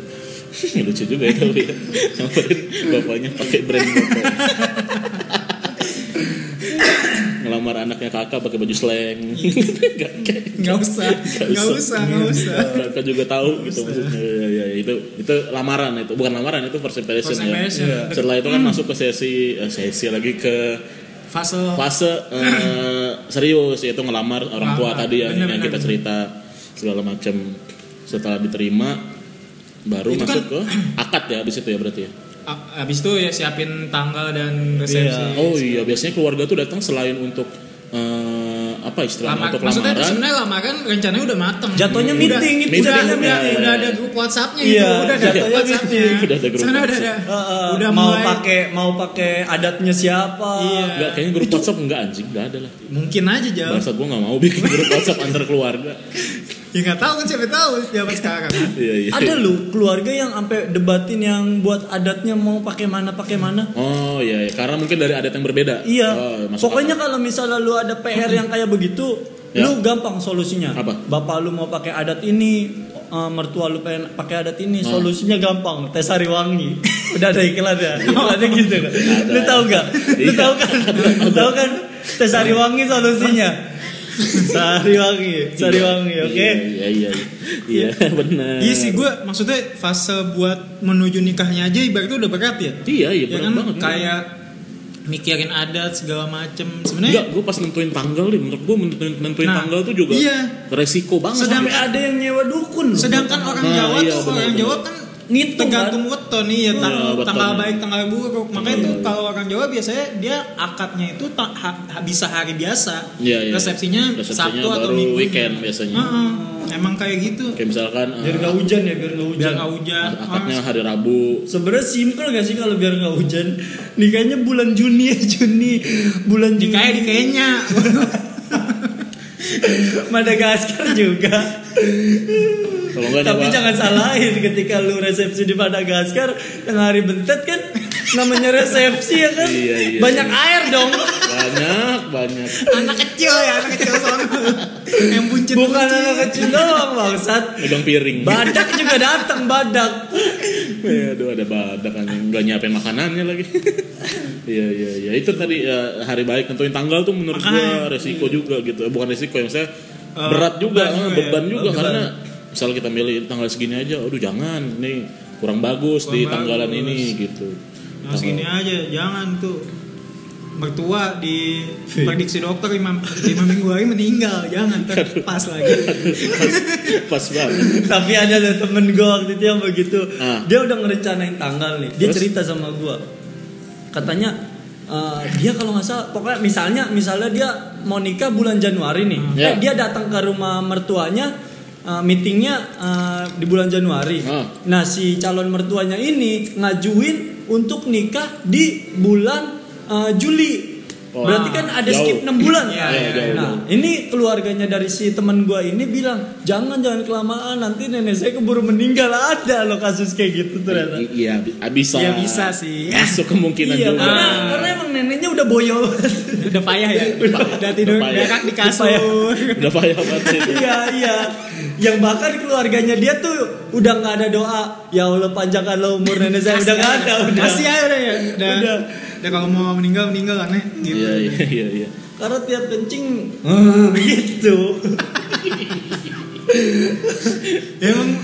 Speaker 1: lucu juga ya tapi ya. Sampai bapaknya pakai brand bapaknya. ngelamar anaknya kakak pakai baju slang Nggak kayak-
Speaker 2: nggak usah nggak usah nggak usah
Speaker 1: kakak Iya, juga tahu gitu maksudnya ya, ya, ya, itu itu lamaran itu bukan lamaran itu first impression,
Speaker 2: First impression.
Speaker 1: ya setelah itu kan masuk ke sesi eh, sesi lagi ke
Speaker 2: fase
Speaker 1: fase
Speaker 2: Oh.
Speaker 1: eh, serius yaitu ngelamar orang tua
Speaker 2: Ngelamar,
Speaker 1: tadi yang,
Speaker 2: bener,
Speaker 1: yang
Speaker 2: bener,
Speaker 1: kita
Speaker 2: bener.
Speaker 1: cerita segala macam setelah diterima baru
Speaker 2: Itu
Speaker 1: masuk
Speaker 2: kan-
Speaker 1: ke akad ya abis itu ya berarti ya
Speaker 2: A- abis itu ya siapin tanggal dan resepsi.
Speaker 1: oh iya biasanya keluarga tuh datang selain untuk eh, apa istilahnya
Speaker 2: Lama,
Speaker 1: untuk
Speaker 2: maksudnya
Speaker 1: lamaran
Speaker 2: sebenarnya lamaran rencananya udah mateng.
Speaker 3: Jatuhnya
Speaker 2: Udah-
Speaker 3: meeting itu,
Speaker 2: udah,
Speaker 1: jatuhnya
Speaker 2: udah,
Speaker 1: meeting.
Speaker 2: udah ada grup WhatsAppnya
Speaker 3: Iya,
Speaker 2: itu, udah ada
Speaker 3: jatuhnya
Speaker 2: grup WhatsAppnya.
Speaker 3: meeting.
Speaker 1: Udah ada grup
Speaker 2: Sebenarnya udah ada.
Speaker 1: WhatsApp.
Speaker 3: Eh, eh,
Speaker 2: udah
Speaker 3: mau
Speaker 2: mulai
Speaker 3: pakai mau pakai adatnya siapa?
Speaker 2: Iya.
Speaker 1: Enggak, kayaknya grup WhatsApp enggak anjing, enggak ada lah.
Speaker 2: mungkin aja jauh.
Speaker 1: Bangsat gua enggak mau bikin grup WhatsApp antar keluarga.
Speaker 2: Ya nggak tahu kan siapa tahu zaman sekarang.
Speaker 1: Iya, iya.
Speaker 3: Ada lu keluarga yang sampai debatin yang buat adatnya mau pakai mana pakai mana.
Speaker 1: Oh iya, iya. karena mungkin dari adat yang berbeda.
Speaker 3: Iya.
Speaker 1: Oh, masuk
Speaker 3: Pokoknya kalau misalnya lu ada PR yang kayak begitu,
Speaker 1: Ya.
Speaker 3: lu gampang solusinya.
Speaker 1: Apa?
Speaker 3: Bapak lu mau pakai adat ini, eh, mertua lu pengen pakai adat
Speaker 1: Nah.
Speaker 3: ini, solusinya gampang. Tes sari wangi. Udah ada iklan ya. Iklannya gitu. kan. Lu tahu gak? Lu
Speaker 1: Iya.
Speaker 3: tahu kan? Lu tahu kan? Tes sari wangi solusinya. Sari wangi, sari wangi, oke.
Speaker 1: Iya, iya, iya. Iya, benar.
Speaker 2: Iya sih gue maksudnya fase buat menuju nikahnya aja ibaratnya udah berat ya.
Speaker 1: Iya, iya,
Speaker 2: Ya
Speaker 1: benar
Speaker 2: kan
Speaker 1: banget.
Speaker 2: kayak mikirin adat segala macem
Speaker 1: Enggak,
Speaker 2: sebenarnya
Speaker 1: gue pas nentuin tanggal nih, menurut gue nentuin, nentuin
Speaker 2: Nah,
Speaker 1: tanggal tuh juga
Speaker 2: iya.
Speaker 1: resiko banget.
Speaker 2: Sedang-
Speaker 3: Sampai ada yang nyewa dukun. loh.
Speaker 2: sedangkan orang
Speaker 1: Nah,
Speaker 2: Jawa
Speaker 1: iya, benar,
Speaker 2: tuh orang
Speaker 1: benar.
Speaker 2: Jawa kan
Speaker 3: Ngitung,
Speaker 2: tergantung weton nih ya tang-
Speaker 1: Iya, weton.
Speaker 2: tanggal baik tanggal buruk makanya
Speaker 1: Iya,
Speaker 2: tuh
Speaker 1: iya.
Speaker 2: kalau orang Jawa biasanya dia akadnya itu ta- ha- ha- bisa hari biasa
Speaker 1: Iya, iya.
Speaker 2: resepsinya,
Speaker 1: Resepsinya
Speaker 2: Sabtu atau
Speaker 1: baru
Speaker 2: Minggu
Speaker 1: weekend biasanya.
Speaker 2: Heeh, emang kayak gitu
Speaker 1: Kayak misalkan eh,
Speaker 3: biar nggak hujan ya, biar nggak hujan.
Speaker 2: biar nggak hujan
Speaker 1: akadnya hari Rabu.
Speaker 3: Sebenarnya simpel gak sih kalau biar nggak hujan? Nikahnya bulan Juni ya Juni, bulan Juni.
Speaker 2: kayak di kayaknya
Speaker 3: Madagaskar juga.
Speaker 1: Kalau enggak
Speaker 3: Tapi
Speaker 1: nyewa
Speaker 3: jangan salahin ketika lu resepsi di Madagaskar yang hari bentet kan namanya resepsi ya kan.
Speaker 1: Iya, iya,
Speaker 3: Banyak air dong.
Speaker 1: banyak banyak.
Speaker 2: anak kecil ya anak kecil soalnya yang buncit
Speaker 3: Bukan anak kecil doang bangsat.
Speaker 1: Megang piring.
Speaker 3: Badak juga datang badak.
Speaker 1: Ya, aduh ada badak anjing nggak nyiapin makanannya lagi. Iya iya iya itu tadi ya, hari baik tentuin tanggal tuh menurut gua
Speaker 2: Makanya. Hmm.
Speaker 1: resiko juga gitu. Eh, Bukan resiko yang saya
Speaker 2: Eh,
Speaker 1: berat juga,
Speaker 2: beban
Speaker 1: eh,
Speaker 2: juga
Speaker 1: beban
Speaker 2: ya.
Speaker 1: juga
Speaker 2: Beban.
Speaker 1: karena misalnya kita milih tanggal segini aja, aduh jangan nih kurang bagus
Speaker 2: Kurang
Speaker 1: di tanggalan
Speaker 2: bagus.
Speaker 1: ini gitu.
Speaker 2: Nah, segini aja, jangan tuh mertua di
Speaker 1: Iya.
Speaker 2: prediksi dokter lima, lima minggu lagi meninggal, jangan terpas lagi.
Speaker 1: Pas banget.
Speaker 3: Tapi ada loh temen gue waktu itu yang begitu.
Speaker 1: Ah.
Speaker 3: Dia udah ngerencanain tanggal nih. Dia
Speaker 1: Terus?
Speaker 3: cerita sama gue. Katanya eh, dia kalau nggak salah, pokoknya misalnya misalnya dia mau nikah bulan Januari nih.
Speaker 1: Ya.
Speaker 3: Eh, dia datang ke rumah mertuanya. eh, meetingnya eh, di bulan Januari.
Speaker 1: Ah.
Speaker 3: Nah si calon mertuanya ini ngajuin untuk nikah di bulan eh, Juli.
Speaker 1: Oh.
Speaker 3: Berarti kan ada
Speaker 1: Jauh.
Speaker 3: skip 6 bulan.
Speaker 2: Iya,
Speaker 1: iya, iya.
Speaker 3: Nah, ini keluarganya dari si teman gua ini bilang jangan jangan kelamaan nanti nenek saya keburu meninggal ada loh kasus kayak gitu ternyata.
Speaker 1: I- Iya bi- bisa.
Speaker 2: Ya, bisa sih.
Speaker 1: Masuk kemungkinan
Speaker 3: Iya
Speaker 1: juga.
Speaker 3: karena,
Speaker 2: Ah.
Speaker 3: karena emang neneknya udah boyo.
Speaker 2: Udah payah ya, udah, tidur
Speaker 1: Udah payah.
Speaker 2: berak di kasur.
Speaker 1: Udah payah banget. sih.
Speaker 3: iya iya. Yang bahkan keluarganya dia tuh udah nggak ada doa. Ya Allah panjangkanlah umur nenek saya udah nggak ada udah.
Speaker 2: Kasih aja udah ya. Udah.
Speaker 3: Udah.
Speaker 2: udah. kalau mau meninggal meninggal kan ya. Gitu.
Speaker 1: Iya iya iya iya.
Speaker 3: Karena tiap kencing "Hmm," gitu.
Speaker 2: Ya, emang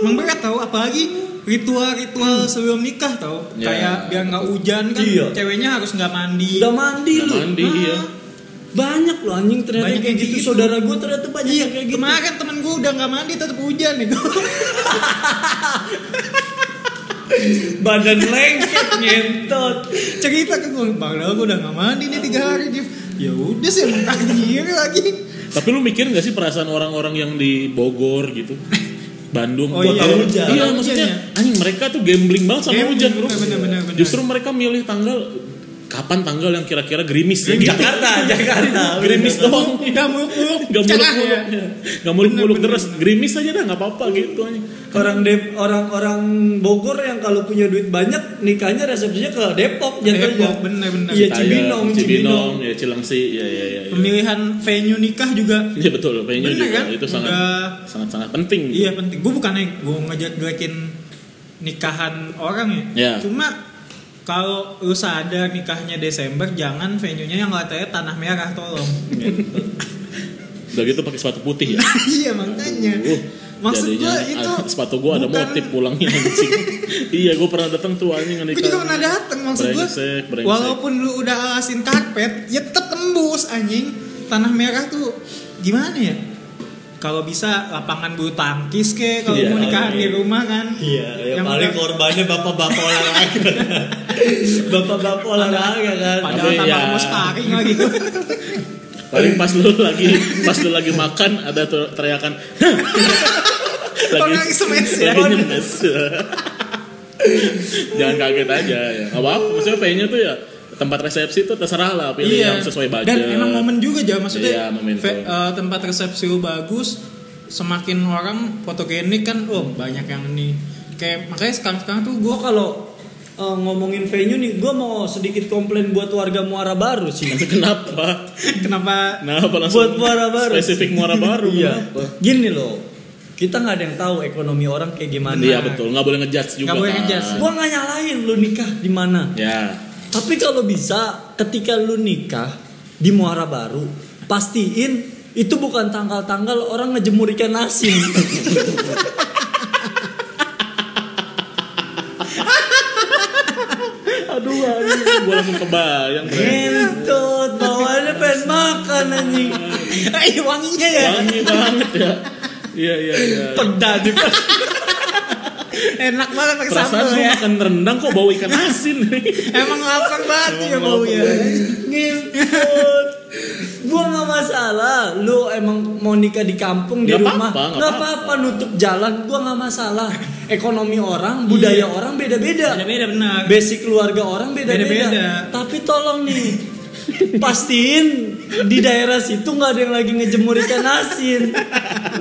Speaker 2: emang berat tau, apalagi ritual-ritual sebelum nikah tau.
Speaker 1: Iya.
Speaker 2: Kayak biar nggak hujan kan,
Speaker 3: Hmm. Iya.
Speaker 2: ceweknya harus nggak mandi.
Speaker 3: Udah mandi
Speaker 1: Udah
Speaker 3: lu.
Speaker 1: mandi
Speaker 2: Ah.
Speaker 1: ya.
Speaker 3: Banyak loh anjing ternyata
Speaker 2: Banyak
Speaker 3: kayak
Speaker 2: yang
Speaker 3: gitu.
Speaker 2: gitu.
Speaker 3: Saudara gua ternyata banyak
Speaker 2: Iya,
Speaker 3: yang kayak gitu.
Speaker 2: kemarin temen gue udah nggak mandi tetap hujan nih.
Speaker 3: Badan lengket ngentot.
Speaker 2: cerita ke gue bang Dal gue udah gak mandi nih tiga hari Div ya udah sih emang takdir lagi
Speaker 1: Tapi lu mikir gak sih perasaan orang-orang yang di Bogor gitu? Bandung
Speaker 2: Oh
Speaker 1: gua
Speaker 2: iya,
Speaker 1: tahu.
Speaker 3: hujan.
Speaker 1: Iya,
Speaker 2: Hujan
Speaker 1: maksudnya
Speaker 2: ya.
Speaker 1: anjing mereka tuh gambling banget sama
Speaker 2: Gambling,
Speaker 1: hujan, Bro.
Speaker 2: bener, bener, bener, bener.
Speaker 1: Justru mereka milih tanggal kapan tanggal yang kira-kira gerimis ya gitu.
Speaker 3: Jakarta, Jakarta.
Speaker 1: Gerimis doang.
Speaker 2: udah muluk-muluk
Speaker 1: Gak
Speaker 2: cerah
Speaker 1: muluk-muluk.
Speaker 2: ya.
Speaker 1: Gak muluk-muluk
Speaker 2: Bener, Ya,
Speaker 1: terus. Gerimis aja dah nggak apa-apa gitu anjing.
Speaker 3: Orang Dep, orang-orang Bogor yang kalau punya duit banyak nikahnya resepsinya ke Depok
Speaker 2: Depok,
Speaker 3: jatuhnya.
Speaker 2: bener-bener.
Speaker 3: Iya
Speaker 1: Tayang,
Speaker 3: Cibinong, Cibinong.
Speaker 1: Cibinong, ya Cilengsi, ya ya ya. ya.
Speaker 2: pemilihan venue nikah juga
Speaker 1: Iya betul, venue
Speaker 2: Bener
Speaker 1: juga
Speaker 2: kan?
Speaker 1: itu sangat
Speaker 2: Udah-
Speaker 1: sangat sangat penting.
Speaker 2: iya penting gue bukannya gue ngajak gelekin nikahan orang ya
Speaker 1: Iya.
Speaker 2: cuma kalau lu sadar nikahnya Desember jangan venue-nya yang katanya tanah
Speaker 1: Iya.
Speaker 2: merah tolong
Speaker 1: Udah gitu pakai sepatu putih ya.
Speaker 2: iya makanya
Speaker 1: Uh,
Speaker 2: Maksud
Speaker 1: Jadinya,
Speaker 2: gue
Speaker 1: ah,
Speaker 2: itu
Speaker 1: sepatu gue ada
Speaker 2: bukan-
Speaker 1: motif pulangnya anjing. iya, gue pernah datang tuh anjing kan.
Speaker 2: Gue juga pernah dateng maksud gue
Speaker 1: Brengsek, brengsek.
Speaker 2: Walaupun lu udah alasin karpet Ya tetep tembus anjing Tanah merah tuh gimana ya Kalau bisa lapangan bulu tangkis ke Kalau
Speaker 1: Iya, ya
Speaker 2: mau nikahan
Speaker 3: iya.
Speaker 2: di rumah kan
Speaker 3: Iya, yang paling
Speaker 2: udah-
Speaker 3: korbannya bapak-bapak olahraga. bapak-bapak olahraga kan.
Speaker 2: Padahal
Speaker 1: Tapi
Speaker 2: tanpa
Speaker 1: ya.
Speaker 2: mau sparring lagi
Speaker 1: Paling pas lu lagi pas lu lagi makan ada ter- teriakan
Speaker 2: Orang SMS ya
Speaker 1: lagi nyemes. Jangan kaget aja ya. Gak apa-apa, maksudnya V-nya tuh ya tempat resepsi tuh terserah lah pilih Iya, yang sesuai budget.
Speaker 2: Iya. Dan emang momen juga aja maksudnya
Speaker 1: Iya, momentum.
Speaker 2: fe- eh, tempat resepsi lu bagus, semakin orang fotogenik kan, oh banyak yang nih. Kayak makanya sekarang-sekarang tuh gue
Speaker 3: Gue kalau eh, ngomongin venue nih, gue mau sedikit komplain buat warga Muara Baru sih.
Speaker 1: Kenapa?
Speaker 2: kenapa
Speaker 1: Kenapa langsung
Speaker 3: Buat Muara Baru.
Speaker 1: Spesifik Muara Baru.
Speaker 3: Iya.
Speaker 1: kenapa?
Speaker 3: Gini loh, kita nggak ada yang tahu ekonomi orang kayak gimana.
Speaker 1: Iya betul, nggak boleh ngejudge juga.
Speaker 2: Nggak boleh
Speaker 1: kan.
Speaker 2: ngejudge.
Speaker 3: Gue nggak nyalain lu nikah di mana.
Speaker 1: Ya.
Speaker 3: Tapi kalau bisa, ketika lu nikah di Muara Baru, pastiin itu bukan tanggal-tanggal orang ngejemur ikan asin.
Speaker 1: Aduh, aduh, gue langsung kebayang. Bre.
Speaker 3: Ngentot, bawaannya pengen makan anjing.
Speaker 2: Eh wanginya ya.
Speaker 1: Wangi banget ya. Iya iya iya.
Speaker 3: Peda di
Speaker 2: Enak banget pakai
Speaker 1: Perasaan
Speaker 2: sambal
Speaker 1: gue
Speaker 2: ya.
Speaker 1: makan rendang kok bau ikan asin.
Speaker 2: Emang lapar banget
Speaker 1: Emang
Speaker 2: ya baunya.
Speaker 1: lapar
Speaker 3: Ngentot. Gua nggak masalah, lu emang mau nikah di kampung di
Speaker 1: Nggak
Speaker 3: rumah,
Speaker 1: apa-apa, nggak
Speaker 3: nggak
Speaker 1: apa-apa.
Speaker 3: apa-apa nutup jalan, gua nggak masalah. Ekonomi orang,
Speaker 1: Iya.
Speaker 3: budaya orang beda-beda.
Speaker 2: Beda-beda benar.
Speaker 3: basic keluarga orang beda-beda.
Speaker 2: Beda-beda.
Speaker 3: Tapi tolong nih pastiin di daerah situ nggak ada yang lagi ngejemur ikan asin.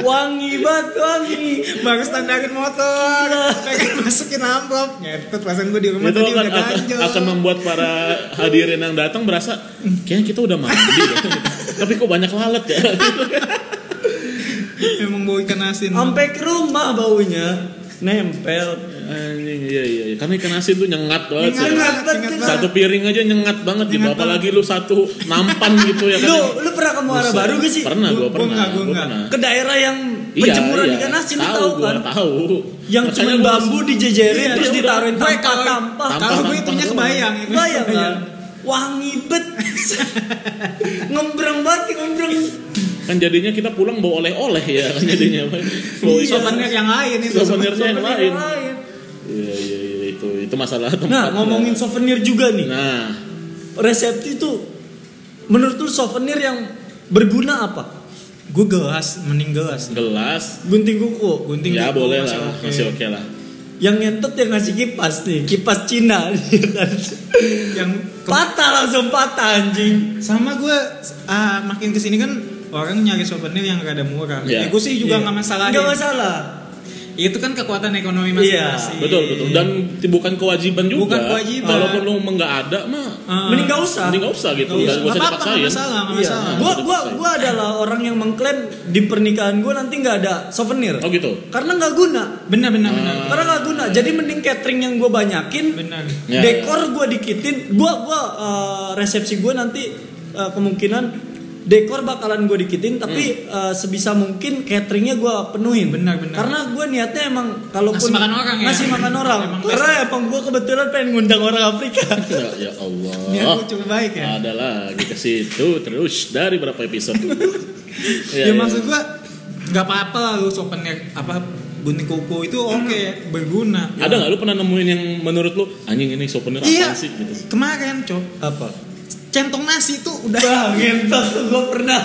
Speaker 3: Wangi banget wangi.
Speaker 2: Baru standarin motor, pengen masukin amplop. Ngetet perasaan gue di rumah
Speaker 1: Iya. Itu kan
Speaker 2: tadi
Speaker 1: akan,
Speaker 2: udah
Speaker 1: akan,
Speaker 2: ganjel.
Speaker 1: akan membuat para hadirin yang datang berasa kayaknya kita udah mandi deh. Tapi kok banyak lalat ya?
Speaker 2: Emang bau ikan asin.
Speaker 3: Sampai ke rumah baunya nempel.
Speaker 1: Anjing, iya iya. iya. Karena ikan asin tuh nyengat banget.
Speaker 2: Ingat
Speaker 1: ya.
Speaker 2: banget,
Speaker 3: Satu
Speaker 2: ingat banget.
Speaker 1: Satu piring aja nyengat banget gitu.
Speaker 2: Nyengat
Speaker 1: Apalagi lu satu nampan gitu ya kan.
Speaker 3: Lu lu pernah ke Muara
Speaker 1: Buset.
Speaker 3: Baru gak sih?
Speaker 1: Pernah,
Speaker 2: Gua-
Speaker 1: gue
Speaker 2: gua
Speaker 1: pernah.
Speaker 2: nggak, gua
Speaker 1: gua
Speaker 2: nggak.
Speaker 1: pernah.
Speaker 3: Ke daerah yang penjemuran ikan asin lu tahu kan?
Speaker 1: Gua tahu.
Speaker 3: Yang
Speaker 1: Makanya
Speaker 3: cuma
Speaker 1: gua
Speaker 3: bambu dijejerin
Speaker 1: Iya,
Speaker 3: terus
Speaker 1: iya,
Speaker 3: ditaruhin
Speaker 2: udah. Gue kalau-
Speaker 3: tampah-tampah.
Speaker 2: Kalau gue
Speaker 1: Tampang-tampang
Speaker 2: itunya
Speaker 1: doang.
Speaker 2: kebayang.
Speaker 1: Iya,
Speaker 2: itu Iya.
Speaker 3: Bayang kan?
Speaker 2: kebayang.
Speaker 3: Wangi bet. ngembreng banget, ngembreng.
Speaker 1: kan jadinya kita pulang bawa oleh-oleh ya kan jadinya
Speaker 2: Iya.
Speaker 1: bawa ikan.
Speaker 2: Souvenir yang lain itu.
Speaker 1: Souvenir. Sebenarnya Iya. yang lain.
Speaker 3: Souvenir
Speaker 1: iya iya iya itu itu masalah tempat ya.
Speaker 3: Nah, ngomongin souvenir juga nih.
Speaker 1: nah
Speaker 3: Resepsi itu menurut lu souvenir yang berguna apa?
Speaker 2: Gue gelas, mending gelas.
Speaker 1: gelas
Speaker 3: Gunting kuku.
Speaker 2: Gunting
Speaker 1: ya
Speaker 2: kuku
Speaker 1: boleh
Speaker 2: masih
Speaker 1: lah
Speaker 2: oke.
Speaker 1: masih oke lah
Speaker 3: Yang ngentot yang ngasih kipas nih, kipas Cina. Iya kan?
Speaker 2: Yang ke-
Speaker 3: patah langsung patah anjing.
Speaker 2: sama gue ah, makin kesini kan orang nyari souvenir yang rada murah.
Speaker 1: Iya.
Speaker 2: Ya, gue sih juga nggak masalah. ya.
Speaker 3: Enggak masalah.
Speaker 2: Itu kan kekuatan ekonomi
Speaker 3: Iya,
Speaker 2: masing-masing.
Speaker 1: betul betul dan ti- bukan kewajiban juga
Speaker 2: Bukan kewajiban.
Speaker 1: kalaupun lu emang nggak ada mah
Speaker 2: Ah.
Speaker 3: Mending gak usah.
Speaker 1: mending nggak usah gitu
Speaker 2: Nggak
Speaker 1: nggak
Speaker 2: usah.
Speaker 1: nggak usah
Speaker 2: Nggak apa-apa,
Speaker 1: dipaksain
Speaker 2: nggak masalah, nggak
Speaker 3: Iya.
Speaker 2: masalah.
Speaker 3: Gua gua gua adalah orang yang mengklaim di pernikahan gua nanti nggak ada souvenir.
Speaker 1: oh gitu
Speaker 3: Karena nggak guna.
Speaker 2: Benar benar benar.
Speaker 1: Ah.
Speaker 3: Karena nggak guna. Jadi mending catering yang gua banyakin,
Speaker 2: Benar.
Speaker 1: Ya,
Speaker 3: dekor gue dikitin gue gua eh, resepsi gue nanti eh, kemungkinan dekor bakalan gue dikitin tapi
Speaker 1: Hmm.
Speaker 3: eh, sebisa mungkin cateringnya gue penuhin
Speaker 2: Benar, benar.
Speaker 3: karena gue niatnya emang kalaupun
Speaker 2: Ngasih makan orang ya?
Speaker 3: ngasih makan orang
Speaker 2: Emang
Speaker 3: karena emang gue kebetulan pengen ngundang orang Afrika
Speaker 1: ya, ya
Speaker 2: Niat
Speaker 1: Allah
Speaker 2: gue cukup baik ya.
Speaker 1: ada lagi ke situ terus dari berapa episode Iya,
Speaker 2: ya, maksud gua nggak apa-apa lah lu souvenir apa bunting kuku itu oke berguna.
Speaker 1: ada nggak lu pernah nemuin yang menurut lu anjing ini souvenir apa
Speaker 2: Iya.
Speaker 1: sih gitu
Speaker 2: Kemarin, Cok.
Speaker 3: apa
Speaker 2: Centong nasi tuh udah
Speaker 3: Bah, ngentot tuh gue pernah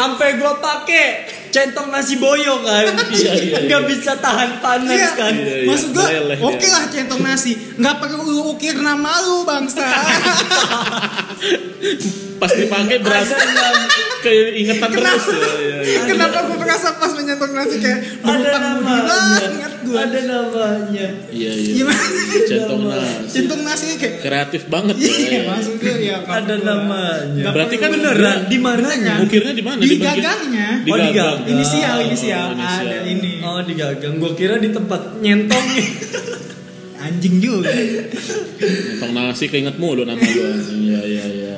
Speaker 3: sampai gue pakai centong nasi boyo kan
Speaker 1: Iya, iya, iya.
Speaker 3: nggak bisa tahan panas
Speaker 2: Iya,
Speaker 3: kan
Speaker 1: Iya, iya.
Speaker 2: maksud gua
Speaker 1: Meleleh
Speaker 2: oke
Speaker 1: dia.
Speaker 2: lah centong nasi, nggak perlu lu ukir nama lu bangsa.
Speaker 1: pas dipakai berasa
Speaker 3: Ada yang-
Speaker 1: keingetan terus
Speaker 2: Kenapa?
Speaker 1: ya, ya, ya.
Speaker 2: Kenapa gua merasa pas menyentong nasi kayak
Speaker 3: ada
Speaker 2: berhutang budi
Speaker 3: namanya
Speaker 2: banget ingat gua.
Speaker 3: ada namanya
Speaker 1: Iya iya.
Speaker 2: Gimana?
Speaker 1: Centong
Speaker 3: Nama.
Speaker 1: nasi.
Speaker 2: Centong nasi kayak
Speaker 1: Kreatif banget ya.
Speaker 2: Iya, maksud gua ya nggak
Speaker 3: Ada
Speaker 2: perlu lah.
Speaker 3: namanya.
Speaker 2: Nggak
Speaker 1: Berarti
Speaker 2: perlu.
Speaker 1: kan
Speaker 3: beneran di mana ya
Speaker 2: Beneran.
Speaker 1: Ukirnya di mana?
Speaker 2: Di
Speaker 1: Benggis?
Speaker 2: gagangnya.
Speaker 1: Di
Speaker 3: Oh, di
Speaker 1: gagang.
Speaker 3: gagang.
Speaker 2: Ah, Inisial,
Speaker 1: Oh,
Speaker 2: inisial,
Speaker 1: inisial.
Speaker 2: ada ini.
Speaker 3: oh di gagang gua kira di tempat nyentong
Speaker 2: Anjing juga.
Speaker 1: Centong nasi keinget mulu nama gua. Iya iya iya.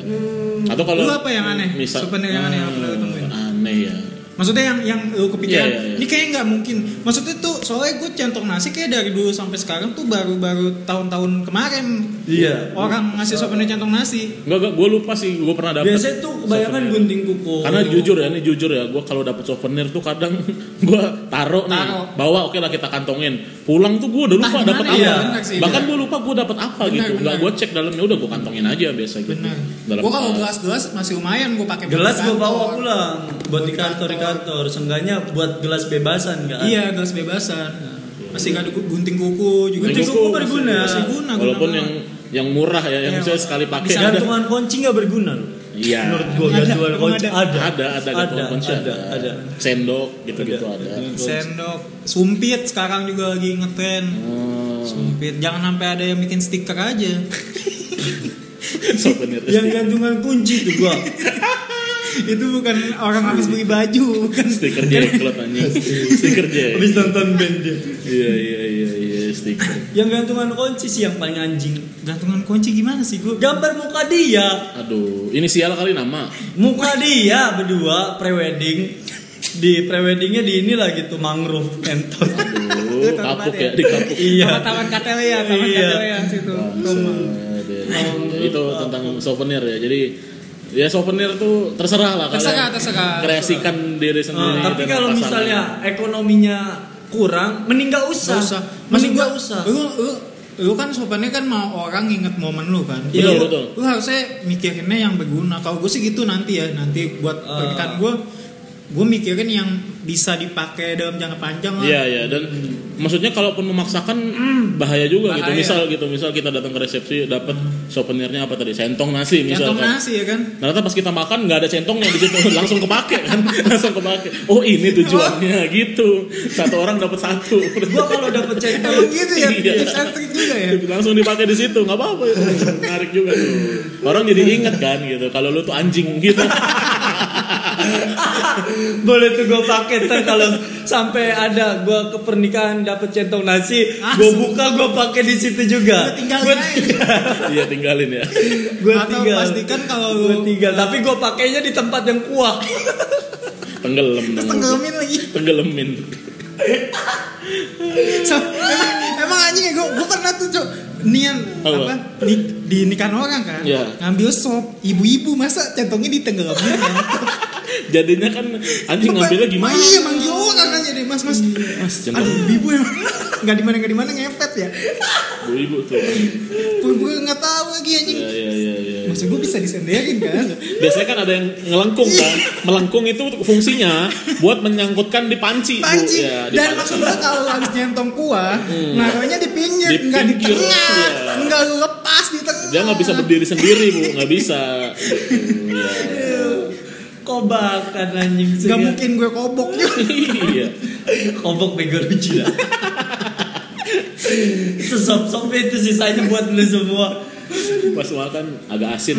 Speaker 1: Atau kalau
Speaker 2: Hmm. Lu apa yang aneh?
Speaker 1: Misal,
Speaker 2: Souvenir yang aneh apa lu temuin?
Speaker 1: Aneh ya.
Speaker 2: Maksudnya yang yang lu kepikiran,
Speaker 1: Iya, iya, iya.
Speaker 2: ini kayaknya nggak mungkin. Maksudnya tuh soalnya gue centong nasi kayak dari dulu sampai sekarang tuh baru-baru tahun-tahun kemarin
Speaker 3: Iya.
Speaker 2: orang ngasih souvenir centong nasi.
Speaker 1: Enggak, enggak, gue lupa sih, gue pernah dapet
Speaker 3: Biasanya tuh kebanyakan
Speaker 1: souvenir.
Speaker 3: gunting kuku.
Speaker 1: Karena jujur ya, ini jujur ya, gue kalau dapet souvenir tuh kadang gue taruh nih,
Speaker 2: Taruh.
Speaker 1: bawa oke lah kita kantongin. Pulang tuh gue udah lupa
Speaker 2: Entah
Speaker 1: dapet
Speaker 2: gimana
Speaker 1: apa.
Speaker 2: ya, bener sih,
Speaker 1: Bahkan
Speaker 2: bener.
Speaker 1: gue lupa gue dapet apa
Speaker 2: Bener,
Speaker 1: gitu. Enggak
Speaker 2: bener.
Speaker 1: gue cek dalamnya udah gue kantongin aja biasa gitu.
Speaker 2: Benar.
Speaker 1: Dalam
Speaker 2: Gue kalau
Speaker 1: tas.
Speaker 2: gelas-gelas masih lumayan gue pakai. buat
Speaker 3: Gelas
Speaker 2: di
Speaker 3: gue
Speaker 2: kantor.
Speaker 3: bawa pulang buat di kantor di kantor. Seenggaknya buat gelas bebasan kan.
Speaker 2: Iya, gelas bebasan. Masih nggak ada gu- gunting kuku juga.
Speaker 3: Gunting kuku berguna.
Speaker 2: Masih guna. guna
Speaker 1: Walaupun
Speaker 2: banget.
Speaker 1: yang yang murah ya, yang
Speaker 2: Iya,
Speaker 1: misalnya sekali pakai ada.
Speaker 3: Gantungan kunci nggak berguna. loh.
Speaker 1: Iya.
Speaker 3: Menurut gue
Speaker 2: Ada,
Speaker 3: gantungan
Speaker 2: emang
Speaker 3: kunci
Speaker 2: ada.
Speaker 3: ada.
Speaker 1: Ada, ada,
Speaker 3: ada,
Speaker 1: gantungan kunci
Speaker 3: ada, ada.
Speaker 1: Sendok gitu-gitu
Speaker 3: Ada.
Speaker 1: ada.
Speaker 2: Iya. sendok, sumpit sekarang juga lagi ngetren.
Speaker 1: Hmm,
Speaker 2: Sumpit, jangan sampai ada yang bikin stiker aja.
Speaker 1: souvenir.
Speaker 3: Yang
Speaker 2: Iya.
Speaker 3: gantungan kunci tuh gua.
Speaker 2: itu bukan orang habis beli baju, bukan
Speaker 1: stiker jeklot anjing stiker jek
Speaker 3: Habis nonton band dia.
Speaker 1: iya iya iya iya stiker
Speaker 3: Yang gantungan kunci sih yang paling anjing.
Speaker 2: gantungan kunci gimana sih gue?
Speaker 3: Gambar muka dia,
Speaker 1: aduh inisial kali nama
Speaker 3: muka dia berdua prewedding di preweddingnya di ini lagi tuh mangrove entot.
Speaker 1: aduh kapuk ya di kapuk
Speaker 3: iya.
Speaker 2: Taman Katelia, Taman
Speaker 3: Iya.
Speaker 2: Katelia situ.
Speaker 1: Bangsat, ya. Ya, itu tentang souvenir ya jadi ya souvenir tuh terserah lah kalian
Speaker 2: Terserah, terserah.
Speaker 1: kreasikan diri
Speaker 3: Nah,
Speaker 1: sendiri
Speaker 3: tapi
Speaker 1: dan
Speaker 3: kalau
Speaker 1: pasangan.
Speaker 3: misalnya ekonominya kurang, mending gak usah.
Speaker 2: Gak usah. Maksud
Speaker 3: Mending
Speaker 2: gue,
Speaker 3: gak usah.
Speaker 2: lu, lu, lu kan sopannya kan mau orang inget momen lu kan.
Speaker 1: Betul,
Speaker 2: Iya. lu,
Speaker 1: betul.
Speaker 2: lu harusnya mikirinnya yang berguna. Kalau gue sih gitu nanti ya, nanti buat
Speaker 1: Ah.
Speaker 3: Eh.
Speaker 2: pernikahan gue, gue mikirin yang bisa dipakai dalam jangka panjang lah.
Speaker 1: Iya iya dan maksudnya kalaupun memaksakan
Speaker 3: Hmm.
Speaker 1: bahaya juga gitu.
Speaker 2: Bahaya.
Speaker 1: Misal gitu, misal kita datang ke resepsi dapat souvenirnya apa tadi? Sentong nasi misal
Speaker 2: Jantung
Speaker 1: kan.
Speaker 2: nasi ya kan.
Speaker 1: Nah, ternyata pas kita makan nggak ada centongnya di situ langsung kepake kan langsung kepake oh ini tujuannya gitu satu orang dapat satu
Speaker 3: Gua kalau dapet
Speaker 2: Emang
Speaker 3: centong
Speaker 2: gitu ya,
Speaker 1: Iya.
Speaker 2: tips and trick juga ya.
Speaker 1: langsung dipakai di situ nggak apa-apa itu menarik juga tuh orang jadi inget kan gitu kalau lu tuh anjing gitu
Speaker 3: boleh tuh gue pakai ntar kalau sampai ada gua ke pernikahan dapet centong nasi, gue
Speaker 2: Langsung.
Speaker 3: buka gue pakai di situ juga.
Speaker 2: Tinggal
Speaker 3: Gua-
Speaker 1: iya tinggalin ya
Speaker 3: Gue
Speaker 2: Atau
Speaker 3: tinggal.
Speaker 2: pastikan kalau lu-
Speaker 3: gue tinggal. Tapi gue pakainya di tempat yang kuah.
Speaker 1: tenggelam
Speaker 2: Terus
Speaker 1: dong.
Speaker 2: tenggelamin lagi.
Speaker 1: tenggelamin
Speaker 2: So, emang, emang anjing ya gue, gue pernah tuh cok nian
Speaker 1: Apa?
Speaker 2: apa ni, di nikahan orang kan
Speaker 1: Iya.
Speaker 2: ngambil sop ibu-ibu masa centongnya ditenggelamin kan
Speaker 1: jadinya kan anjing ngambilnya gimana Hmm,
Speaker 2: iya manggil orang aja deh mas mas
Speaker 1: mas
Speaker 2: aduh
Speaker 1: centong
Speaker 2: ibu-ibu emang nggak di mana nggak di mana ngepet ya
Speaker 1: bu ibu tuh
Speaker 2: gue nggak tahu lagi anjing
Speaker 1: ya ya ya, ya.
Speaker 2: maksud gue bisa disenderin kan
Speaker 1: Biasanya kan ada yang ngelengkung kan. Melengkung itu fungsinya buat menyangkutkan di panci. Bu.
Speaker 2: panci
Speaker 1: Ya, di
Speaker 2: dan
Speaker 1: panci.
Speaker 2: maksud gue kalau harus nyentong kuah naruhnya di pinggir
Speaker 1: Di
Speaker 2: nggak di
Speaker 1: pinggir,
Speaker 2: tengah
Speaker 1: iya.
Speaker 2: nggak lu lepas di tengah
Speaker 1: dia nggak bisa berdiri sendiri bu, nggak bisa. Gitu, ya.
Speaker 3: Kobakan anjing.
Speaker 2: nggak
Speaker 3: serius.
Speaker 2: mungkin gue kobok juga
Speaker 1: Iya.
Speaker 3: Obok bego lucu lah. sesop sop itu sisanya buat lu semua.
Speaker 1: Pas makan agak asin.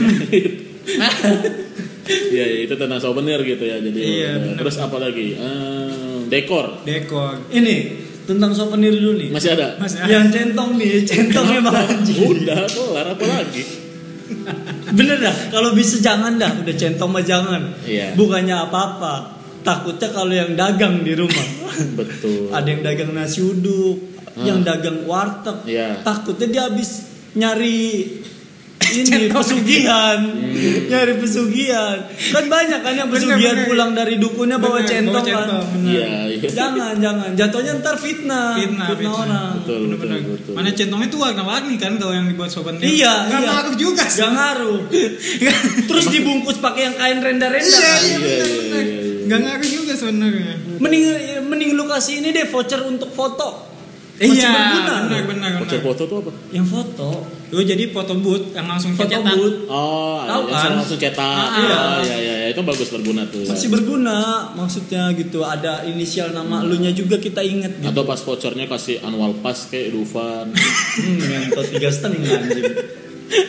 Speaker 1: Iya, ya, itu tentang souvenir gitu ya. Jadi
Speaker 2: Iya,
Speaker 1: ya.
Speaker 2: benar.
Speaker 1: terus apa lagi? Eh, dekor
Speaker 2: dekor
Speaker 3: Ini tentang souvenir dulu nih.
Speaker 1: masih ada.
Speaker 2: Mas, ya.
Speaker 3: Yang centong nih, centong emang anjing.
Speaker 1: Udah kelar apa lagi?
Speaker 3: Bener dah, kalau bisa jangan dah, udah centong mah jangan.
Speaker 1: Iya.
Speaker 3: Bukannya apa-apa, takutnya kalau yang dagang di rumah.
Speaker 1: Betul.
Speaker 3: Ada yang dagang nasi uduk,
Speaker 1: Hmm.
Speaker 3: yang dagang warteg.
Speaker 1: Iya.
Speaker 3: Takutnya dia habis nyari ini
Speaker 2: Centong.
Speaker 3: pesugihan,
Speaker 1: Hmm.
Speaker 3: nyari pesugihan. Kan banyak kan yang
Speaker 2: Bener,
Speaker 3: pesugihan
Speaker 2: bener.
Speaker 3: pulang dari dukunnya bawa
Speaker 2: Bener,
Speaker 3: centong kan.
Speaker 2: centong, bener.
Speaker 1: Iya, iya.
Speaker 3: Jangan, jangan. Jatuhnya ntar fitnah,
Speaker 2: Fitnah,
Speaker 3: fitnah,
Speaker 2: fitnah.
Speaker 3: orang.
Speaker 1: Betul, betul,
Speaker 2: Bener-bener.
Speaker 1: betul.
Speaker 2: Mana centongnya tuh warna-warni kan kalau yang dibuat sopan
Speaker 3: Iya,
Speaker 2: Gak
Speaker 3: iya.
Speaker 2: ngaruh juga sih.
Speaker 3: Gak ngaruh. Terus dibungkus pakai yang kain renda-renda.
Speaker 2: Iya,
Speaker 3: kan?
Speaker 2: iya,
Speaker 1: Iya,
Speaker 2: bener,
Speaker 1: iya, iya,
Speaker 2: bener.
Speaker 1: iya.
Speaker 2: Gak ngaruh juga sebenarnya.
Speaker 3: Mending mending lu kasih ini deh voucher untuk foto. Masih
Speaker 2: Iya,
Speaker 3: berguna.
Speaker 2: benar, benar,
Speaker 1: Voucher
Speaker 2: benar.
Speaker 1: foto tuh apa?
Speaker 3: Yang foto,
Speaker 2: Lu jadi foto booth yang langsung
Speaker 3: foto
Speaker 2: cetak.
Speaker 3: booth
Speaker 1: Oh, yang
Speaker 3: Tahu kan?
Speaker 1: sekarang langsung cetak.
Speaker 2: Ah, iya.
Speaker 1: Oh, iya, iya, iya, itu bagus berguna tuh.
Speaker 3: masih berguna maksudnya gitu. Ada inisial nama elunya juga kita inget gitu.
Speaker 1: Atau pas vouchernya kasih annual pass kayak Dufan.
Speaker 3: Hmm, ngentot tiga setengah anjing.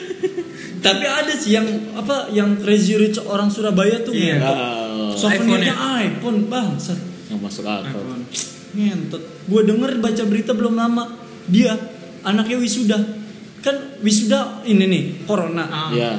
Speaker 3: Tapi ada sih yang apa yang crazy rich orang Surabaya tuh
Speaker 2: Iya.
Speaker 3: ngentot.
Speaker 1: Ah,
Speaker 3: Souvenirnya iPhone bangsat.
Speaker 1: yang masuk akal.
Speaker 2: iPhone. Iya,
Speaker 3: Ngentot. Gue denger baca berita belum lama dia anaknya wisuda. Kan wisuda ini nih corona.
Speaker 2: Ah.
Speaker 1: Iya.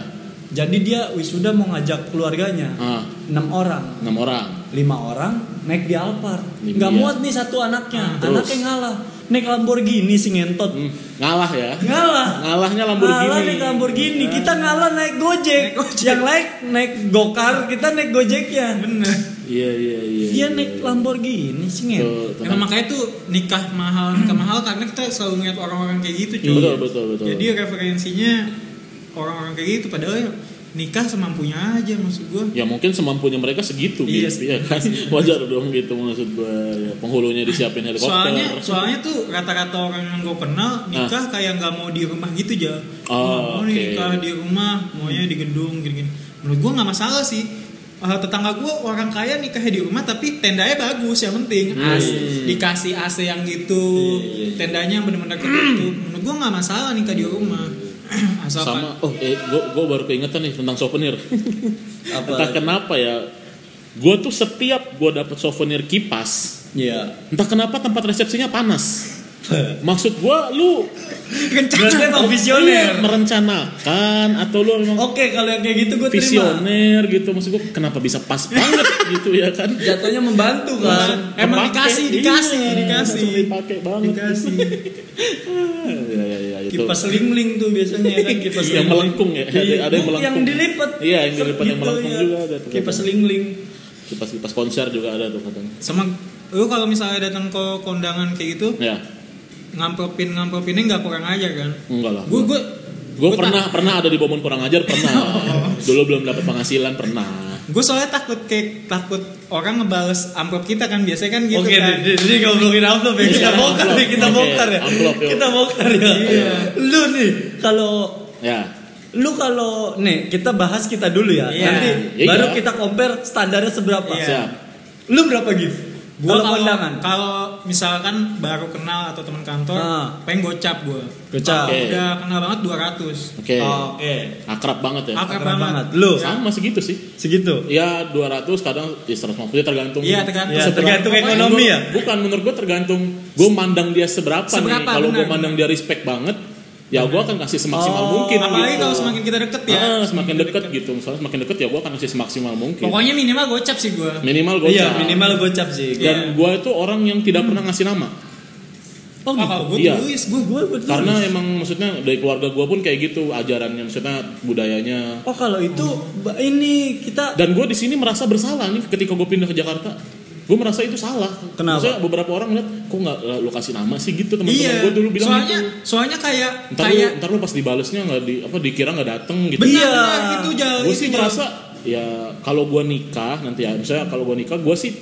Speaker 3: Jadi dia wisuda mau ngajak keluarganya
Speaker 1: Ah.
Speaker 3: enam orang,
Speaker 1: enam orang
Speaker 3: lima orang naik di Alphard.
Speaker 1: Ini
Speaker 3: Nggak
Speaker 1: dia.
Speaker 3: muat nih satu anaknya,
Speaker 1: Terus?
Speaker 3: anaknya ngalah. Naik Lamborghini si ngentot.
Speaker 1: Hmm, ngalah ya
Speaker 3: Ngalah.
Speaker 1: ngalahnya Lamborghini
Speaker 3: Ngalah naik Lamborghini. Kita ngalah naik Gojek. Yang naik naik Gokar, kita naik Gojeknya.
Speaker 2: bener
Speaker 1: iya iya iya
Speaker 3: Dia
Speaker 1: iya.
Speaker 3: naik Lamborghini si ngentot.
Speaker 1: Tuh, tenang.
Speaker 2: Emang makanya tuh nikah mahal nikah mahal karena kita selalu ngeliat orang-orang kayak gitu cuy.
Speaker 1: Betul, betul, betul.
Speaker 2: Jadi referensinya orang-orang kayak gitu padahal ya nikah semampunya aja maksud gua.
Speaker 1: ya mungkin semampunya mereka segitu
Speaker 2: Iya,
Speaker 1: gitu ya kan wajar dong gitu maksud gua ya, penghulunya disiapin helikopter
Speaker 2: Soalnya soalnya tuh rata-rata orang yang gue kenal nikah kayak nggak mau di rumah gitu aja.
Speaker 1: Oh,
Speaker 2: mau nih
Speaker 1: oke.
Speaker 2: nikah di rumah, maunya di gedung gini-gini. Menurut gua nggak masalah sih. Eh, tetangga gua orang kaya nikahnya di rumah tapi tendanya bagus yang penting
Speaker 1: Hmm.
Speaker 2: AC, dikasih AC yang gitu
Speaker 1: Iya,
Speaker 2: tendanya yang bener-bener ketutup menurut gua nggak masalah nikah di rumah asal
Speaker 1: sama oh eh, gua, gua baru keingetan nih tentang souvenir
Speaker 3: Apa?
Speaker 1: entah kenapa ya gua tuh setiap gua dapat souvenir kipas
Speaker 3: Iya.
Speaker 1: entah kenapa tempat resepsinya panas maksud gua lu
Speaker 3: Berarti
Speaker 2: kencang
Speaker 1: Iya,
Speaker 3: emang visioner.
Speaker 1: merencanakan atau lu memang
Speaker 3: Oke, kalau yang kayak gitu gue terima.
Speaker 1: visioner gitu maksud gua kenapa bisa pas banget gitu ya kan
Speaker 3: Jatuhnya membantu kan.
Speaker 2: Emang
Speaker 1: Kepake,
Speaker 2: dikasih,
Speaker 1: iya,
Speaker 2: dikasih, dikasih.
Speaker 1: langsung dipakai banget
Speaker 2: dikasih
Speaker 1: ya ya ya itu
Speaker 3: Kipas lingling tuh biasanya ya kan kipas
Speaker 1: Yang melengkung ya, ada-
Speaker 3: Iya,
Speaker 1: ada yang melengkung.
Speaker 3: Yang dilipat.
Speaker 1: Iya, yang dilipat, yang
Speaker 3: Gitu,
Speaker 1: melengkung
Speaker 3: iya.
Speaker 1: juga ada tuh.
Speaker 3: Kipas lingling.
Speaker 1: kipas kipas konser juga ada tuh kadang
Speaker 2: sama lu kalau misalnya datang ke kondangan kayak gitu
Speaker 1: ya
Speaker 2: ngampropin ngampropinnya nggak kurang aja kan
Speaker 1: enggak lah
Speaker 2: gue gue
Speaker 1: gue pernah pernah ada di momen kurang ajar pernah dulu belum dapat penghasilan pernah
Speaker 2: gue soalnya takut kayak takut orang ngebales amplop kita kan biasanya kan gitu
Speaker 3: Oke,
Speaker 2: kan
Speaker 3: jadi jadi ngomongin amplop ya. Kita
Speaker 1: Iya,
Speaker 3: bongkar
Speaker 1: amplop.
Speaker 3: nih, kita
Speaker 1: Oke,
Speaker 3: bongkar ya.
Speaker 1: amplop, yuk.
Speaker 3: Kita bongkar ya.
Speaker 2: Iya.
Speaker 3: Lu nih kalau
Speaker 1: ya
Speaker 3: lu kalau nih kita bahas kita dulu ya.
Speaker 2: Iya.
Speaker 3: Nanti
Speaker 1: Iya.
Speaker 3: baru kita compare standarnya seberapa.
Speaker 2: Iya.
Speaker 1: siap
Speaker 3: Lu berapa gift?
Speaker 2: gue
Speaker 3: Kalau
Speaker 2: kalau
Speaker 3: kondangan.
Speaker 2: kalau misalkan baru kenal atau teman kantor
Speaker 3: Ah.
Speaker 2: pengen gocap gue
Speaker 3: Gocap.
Speaker 1: Oke.
Speaker 2: udah kenal banget 200
Speaker 1: oke
Speaker 3: Oke.
Speaker 1: akrab banget ya
Speaker 2: akrab
Speaker 3: Keren
Speaker 2: banget,
Speaker 3: banget. Lu
Speaker 1: sama segitu sih
Speaker 3: segitu.
Speaker 1: ya 200 kadang ya 150 tergantung
Speaker 2: Iya, tergantung.
Speaker 3: Ya,
Speaker 1: Seberapa-
Speaker 3: tergantung ekonomi ya.
Speaker 1: bukan menurut gue tergantung gue mandang dia seberapa, nih
Speaker 2: Seberapa,
Speaker 1: kalau gue
Speaker 2: benar.
Speaker 1: mandang dia respect banget ya gue akan kasih semaksimal
Speaker 3: Oh,
Speaker 1: mungkin
Speaker 2: apalagi
Speaker 1: gitu.
Speaker 2: kalau semakin kita deket ya
Speaker 1: Ah, semakin deket gitu misalnya semakin deket ya gue akan kasih semaksimal mungkin
Speaker 2: pokoknya minimal gocap sih gue
Speaker 1: minimal gue
Speaker 3: Iya, minimal iya. gocap sih.
Speaker 2: Iya.
Speaker 1: dan gue itu orang yang tidak pernah ngasih nama
Speaker 2: Hmm.
Speaker 3: Oh,
Speaker 2: Oh, kalau gue
Speaker 1: Iya.
Speaker 2: tulis, gue
Speaker 3: Gua gua
Speaker 1: karena emang maksudnya dari keluarga gue pun kayak gitu ajarannya maksudnya budayanya
Speaker 3: Oh kalau itu ba- ini kita
Speaker 1: dan gue di sini merasa bersalah nih ketika gue pindah ke Jakarta gue merasa itu salah
Speaker 3: Kenapa?
Speaker 1: Maksudnya beberapa orang ngeliat kok nggak lu kasih nama sih gitu teman-teman
Speaker 2: iya.
Speaker 1: gue dulu bilang
Speaker 2: soalnya,
Speaker 1: gitu
Speaker 2: soalnya kayak
Speaker 1: ntar
Speaker 2: kayak
Speaker 1: lu, ntar lu pas dibalesnya nggak di apa dikira nggak dateng gitu
Speaker 2: benar
Speaker 3: Iya.
Speaker 2: benar gitu jauh
Speaker 1: gue
Speaker 2: itu
Speaker 1: sih
Speaker 2: Jal.
Speaker 1: merasa ya kalau gue nikah nanti ya misalnya kalau gue nikah gue sih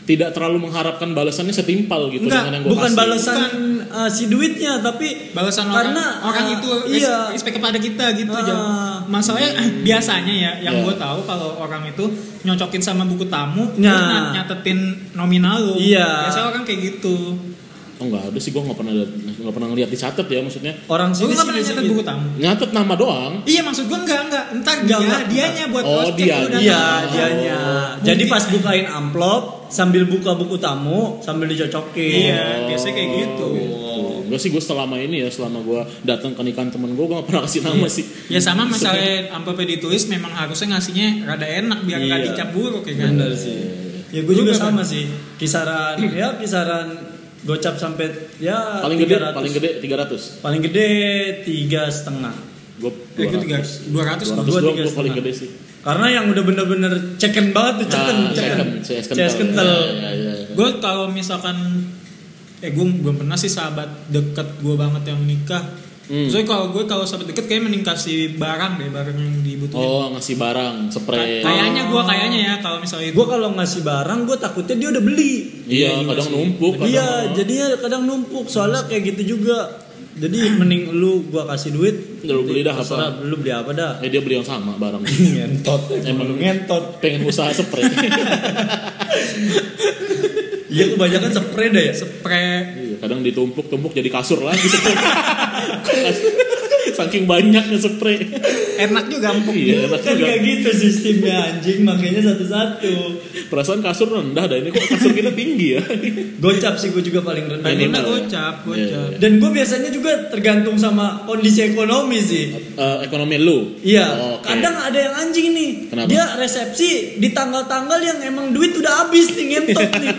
Speaker 1: tidak terlalu mengharapkan balasannya setimpal gitu
Speaker 2: Enggak,
Speaker 1: dengan yang gue
Speaker 3: bukan
Speaker 1: kasih.
Speaker 3: balasan uh, si duitnya tapi
Speaker 2: balasan
Speaker 3: karena
Speaker 2: orang orang
Speaker 3: uh,
Speaker 2: itu res-
Speaker 3: iya
Speaker 2: respect kepada kita gitu
Speaker 3: Ah.
Speaker 2: Jal. masalahnya biasanya ya
Speaker 1: Iya.
Speaker 2: yang gue tahu kalau orang itu nyocokin sama buku tamu
Speaker 3: Nah.
Speaker 2: terus na- nyatetin nominal lu
Speaker 3: Iya.
Speaker 2: biasanya orang kayak gitu
Speaker 1: oh, nggak ada sih gue nggak pernah nggak pernah ngeliat dicatat ya maksudnya
Speaker 3: orang
Speaker 2: lu
Speaker 3: sini
Speaker 2: nggak
Speaker 3: sih
Speaker 2: pernah
Speaker 3: biasanya
Speaker 2: nyatet buku
Speaker 3: gitu.
Speaker 2: tamu
Speaker 1: nyatet nama doang
Speaker 2: iya maksud gue enggak enggak entar dia
Speaker 3: Enggak, enggak.
Speaker 2: dianya buat
Speaker 1: Oh,
Speaker 2: cross-check
Speaker 1: dia,
Speaker 2: lu datang.
Speaker 3: Iya,
Speaker 1: Oh.
Speaker 3: dianya. Jadi pas bukain amplop sambil buka buku tamu sambil dicocokin.
Speaker 2: iya biasanya kayak gitu
Speaker 1: Tuh, enggak sih gue selama ini ya selama gue datang ke nikahan temen gue gue gak pernah kasih nama sih
Speaker 2: Ya sama masalah amplopnya ditulis memang harusnya ngasihnya rada enak biar nggak
Speaker 3: Iya.
Speaker 2: dicap buruk ya kan.
Speaker 3: Bener sih. Ya gue
Speaker 2: Lu
Speaker 3: juga
Speaker 2: berapa?
Speaker 3: sama sih. Kisaran ya kisaran gocap sampai ya
Speaker 1: paling gede
Speaker 3: 300.
Speaker 1: paling gede 300
Speaker 3: paling gede tiga setengah.
Speaker 1: gue
Speaker 2: Eh, gue
Speaker 1: 200 200
Speaker 2: 300.
Speaker 3: Gua
Speaker 1: doang
Speaker 3: tiga
Speaker 1: gue paling
Speaker 3: setengah.
Speaker 1: gede sih
Speaker 3: Karena yang udah bener-bener ceken banget tuh ceken,
Speaker 1: Nah,
Speaker 3: ceken.
Speaker 1: CS kental.
Speaker 3: CS kental.
Speaker 1: Ya, ya, ya, ya.
Speaker 2: Gue kalau misalkan eh gue belum pernah sih sahabat deket gue banget yang nikah.
Speaker 1: Hmm.
Speaker 2: Soalnya kalau gue kalau sahabat deket kayak mending kasih barang deh barang yang dibutuhin.
Speaker 1: Oh iya. ngasih barang, spray.
Speaker 2: Ka- Kayaknya gue kayaknya ya kalau misalnya itu.
Speaker 3: Gue Eh, kalau ngasih barang gue takutnya dia udah beli.
Speaker 1: Iya, kadang numpuk. kadang-
Speaker 3: Iya, jadinya kadang numpuk. Soalnya kayak gitu juga. Jadi mending lu gua kasih duit.
Speaker 1: Lu beli dah apa?
Speaker 3: Terserah Lu beli apa dah?
Speaker 1: Eh dia beli yang sama barang.
Speaker 3: ngentot.
Speaker 1: Emang lu
Speaker 3: ngentot.
Speaker 1: Pengen usaha spray.
Speaker 3: Iya kebanyakan spray dah ya.
Speaker 2: Spray
Speaker 1: Iya, kadang ditumpuk-tumpuk jadi kasur lagi. Saking banyaknya spray.
Speaker 2: enak juga empuk
Speaker 1: Iya, enak
Speaker 3: kan
Speaker 1: juga.
Speaker 3: gak gitu sistemnya anjing makanya satu-satu
Speaker 1: Perasaan kasur rendah dah ini kok kasur kita tinggi ya.
Speaker 3: gocap sih gue juga paling rendah
Speaker 1: Minimal.
Speaker 2: Karena gocap
Speaker 1: Iya,
Speaker 2: gocap
Speaker 1: iya.
Speaker 3: dan gue biasanya juga tergantung sama kondisi ekonomi sih
Speaker 1: Eh, ekonomi lu.
Speaker 3: Iya,
Speaker 1: Oh, Oke.
Speaker 3: kadang ada yang anjing nih.
Speaker 1: Kenapa?
Speaker 3: Dia resepsi di tanggal-tanggal yang emang duit udah habis nih ngentot nih.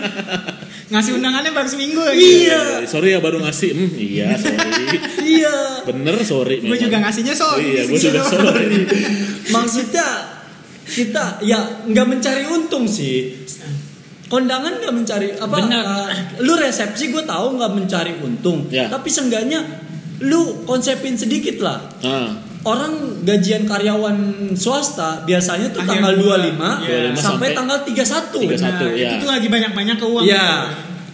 Speaker 2: ngasih undangannya baru seminggu lagi
Speaker 3: iya,
Speaker 1: Eh, sorry ya baru ngasih. Hmm, iya, sorry.
Speaker 3: iya.
Speaker 1: Bener sorry.
Speaker 2: gue
Speaker 1: memang.
Speaker 2: juga ngasihnya so
Speaker 1: Iya,
Speaker 2: ini
Speaker 1: gue
Speaker 2: segitu
Speaker 1: juga
Speaker 2: doang.
Speaker 1: sorry.
Speaker 3: Maksudnya kita ya nggak mencari untung sih. Kondangan nggak mencari apa?
Speaker 2: Benar.
Speaker 3: uh, lu resepsi gue tahu nggak mencari untung,
Speaker 1: Ya.
Speaker 3: tapi seenggaknya lu konsepin sedikit lah.
Speaker 1: Ah,
Speaker 3: Orang gajian karyawan swasta biasanya tuh
Speaker 2: Akhir
Speaker 3: tanggal
Speaker 2: bulan.
Speaker 3: 25
Speaker 2: Iya.
Speaker 3: sampai,
Speaker 1: Sampai
Speaker 3: tanggal 31.
Speaker 1: 31. Satu,
Speaker 2: Nah,
Speaker 1: iya.
Speaker 2: itu lagi banyak banyak keuangan
Speaker 3: Iya.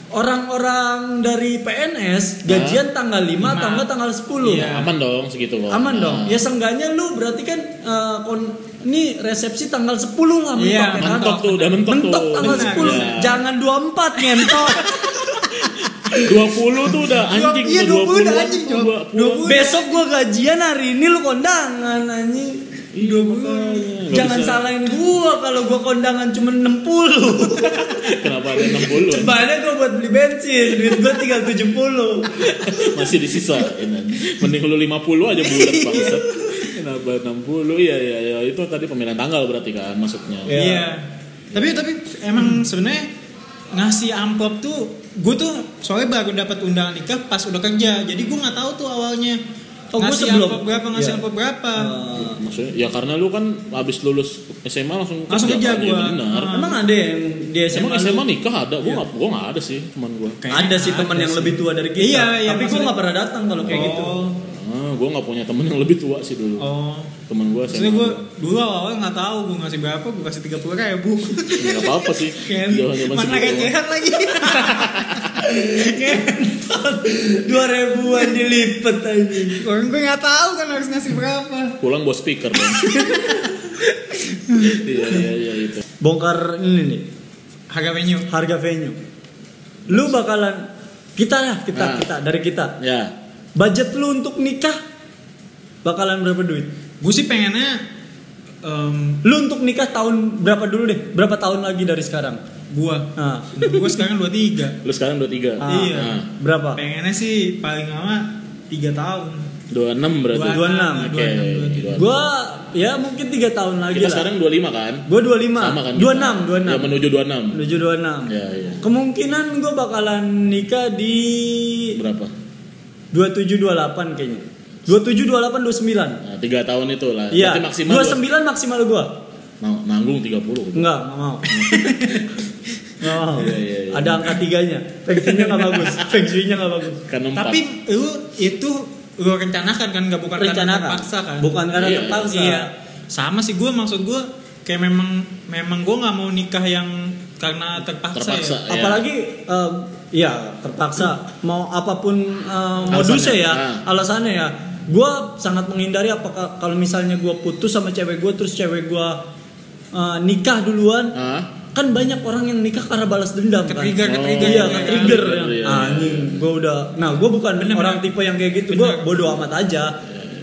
Speaker 3: Orang-orang dari PNS gajian tanggal 5
Speaker 2: Lima.
Speaker 3: tanggal tanggal 10.
Speaker 2: Iya.
Speaker 1: aman dong segitu kok.
Speaker 3: Aman
Speaker 1: Ah.
Speaker 3: dong. Ya seenggaknya lu berarti kan eh, kon- ini resepsi tanggal 10 lah mentok
Speaker 2: Iya,
Speaker 3: ya kan?
Speaker 1: mentok tuh, udah mentok,
Speaker 3: Mentok
Speaker 1: tuh.
Speaker 3: tanggal
Speaker 2: Benar.
Speaker 3: 10.
Speaker 1: Iya.
Speaker 3: Jangan 24 ngentot.
Speaker 1: 20 tuh udah anjing.
Speaker 2: Iya,
Speaker 1: tuh,
Speaker 2: 20 udah anjing, Jok.
Speaker 1: 20.
Speaker 3: Besok gua gajian hari ini lu kondangan anjing.
Speaker 1: Iya, makanya. Nggak
Speaker 3: Jangan
Speaker 1: bisa.
Speaker 3: salahin gua kalau gua kondangan cuma 60.
Speaker 1: Kenapa ada 60?
Speaker 3: Cobanya gua buat beli bensin, duit gua tinggal 70.
Speaker 1: masih disisa mending lu 50 aja bulat
Speaker 2: Iya.
Speaker 1: bangsat kenapa 60 ya ya ya itu tadi pemilihan tanggal berarti kan masuknya
Speaker 3: Iya.
Speaker 2: Iya. Tapi tapi emang sebenarnya ngasih amplop tuh gue tuh soalnya baru dapat undangan nikah pas udah kerja. Jadi gue nggak tahu tuh awalnya
Speaker 3: Oh, gua
Speaker 2: ngasih
Speaker 3: sebelum.
Speaker 2: amplop berapa, Oh. ngasih
Speaker 3: Iya.
Speaker 2: amplop berapa.
Speaker 3: Eh,
Speaker 1: maksudnya ya karena lu kan habis lulus SMA langsung
Speaker 2: Langsung kerja
Speaker 1: kan?
Speaker 2: gua.
Speaker 1: Iya, benar
Speaker 2: Ah.
Speaker 3: Emang ada yang di SMA?
Speaker 1: emang
Speaker 3: lu?
Speaker 1: SMA nikah ada
Speaker 2: Iya.
Speaker 1: gua nggak gua nggak ada sih cuman gua
Speaker 2: Kayaknya
Speaker 3: ada sih teman
Speaker 2: ada
Speaker 3: yang
Speaker 2: sih.
Speaker 3: lebih tua dari kita.
Speaker 2: Iya, iya,
Speaker 3: tapi gue
Speaker 2: maksudnya-
Speaker 3: nggak pernah datang kalau kayak gitu.
Speaker 2: Oh.
Speaker 1: ah, gua nggak punya temen yang lebih tua sih dulu
Speaker 2: Oh.
Speaker 1: temen gua SMA
Speaker 2: Maksudnya gue dulu awalnya nggak tahu gue ngasih berapa, gue kasih tiga puluh ribu.
Speaker 1: nggak apa apa sih gitu.
Speaker 2: Kan?
Speaker 1: Jaman-jaman
Speaker 2: Mana
Speaker 1: segitu.
Speaker 2: recehan lagi?
Speaker 3: Dua ribuan dilipet aja.
Speaker 2: Orang gue nggak tahu kan harus ngasih berapa.
Speaker 1: pulang bawa speaker dong iya iya iya itu
Speaker 3: Bongkar ini nih
Speaker 2: Harga menu.
Speaker 3: harga venue. Lu bakalan kita lah kita
Speaker 1: Nah.
Speaker 3: kita dari kita.
Speaker 1: ya
Speaker 3: Budget lu untuk nikah bakalan berapa duit?
Speaker 2: Gue sih pengennya em
Speaker 3: Lu untuk nikah tahun berapa dulu deh? Berapa tahun lagi dari sekarang?
Speaker 2: gue
Speaker 3: Nah,
Speaker 2: gue sekarang 23
Speaker 1: lu sekarang 23
Speaker 3: ah,
Speaker 2: Iya.
Speaker 1: Nah,
Speaker 3: Berapa?
Speaker 2: pengennya sih paling lama 3 tahun
Speaker 1: 26 berarti
Speaker 3: 26,
Speaker 1: oke
Speaker 2: 26
Speaker 3: Gua ya mungkin tiga tahun lagi
Speaker 1: Kita
Speaker 3: lah.
Speaker 1: sekarang 25 kan?
Speaker 3: Gue 25,
Speaker 1: Sama kan?
Speaker 3: 26, 26.
Speaker 1: Ya menuju 26.
Speaker 3: menuju 26
Speaker 1: Ya, iya.
Speaker 3: kemungkinan gue bakalan nikah di
Speaker 1: Berapa?
Speaker 3: 27 28 kayaknya 27 28 29
Speaker 1: Nah, 3 tahun itu lah.
Speaker 3: iya
Speaker 1: Berarti maksimal
Speaker 3: 29 maksimal gue
Speaker 1: dua- Nah, nanggung 30.
Speaker 3: enggak enggak mau Nggak mau.
Speaker 1: Iya, iya, iya.
Speaker 3: Ada angka tiganya. Feng shui-nya nggak bagus. Feng shui-nya nggak bagus.
Speaker 1: Kan 4.
Speaker 2: tapi lu itu lu rencanakan kan nggak bukan karena
Speaker 3: Rencanakan.
Speaker 2: terpaksa kan
Speaker 3: Bukan karena
Speaker 1: Iya.
Speaker 3: terpaksa.
Speaker 2: iya sama sih gue maksud gue kayak memang memang gue nggak mau nikah yang karena terpaksa,
Speaker 1: Terpaksa.
Speaker 2: ya
Speaker 3: Apalagi eh, ya terpaksa mau apapun eh, modusnya ya,
Speaker 1: Alasannya. Ah.
Speaker 3: alasannya ya. Gua sangat menghindari apakah kalau misalnya gua putus sama cewek gua terus cewek gua eh, nikah duluan,
Speaker 1: Hah?
Speaker 3: kan banyak orang yang nikah karena balas dendam kan.
Speaker 1: Ah.
Speaker 2: ketrigger
Speaker 1: Oh,
Speaker 2: ketrigger
Speaker 3: Iya,
Speaker 2: juga kan.
Speaker 3: trigger.
Speaker 1: Iya, iya, iya.
Speaker 3: Anjing, gua udah. Nah, gua bukan
Speaker 2: Bener,
Speaker 3: orang
Speaker 2: bener.
Speaker 3: tipe yang kayak gitu. Gua
Speaker 2: Bener.
Speaker 3: bodoh amat aja.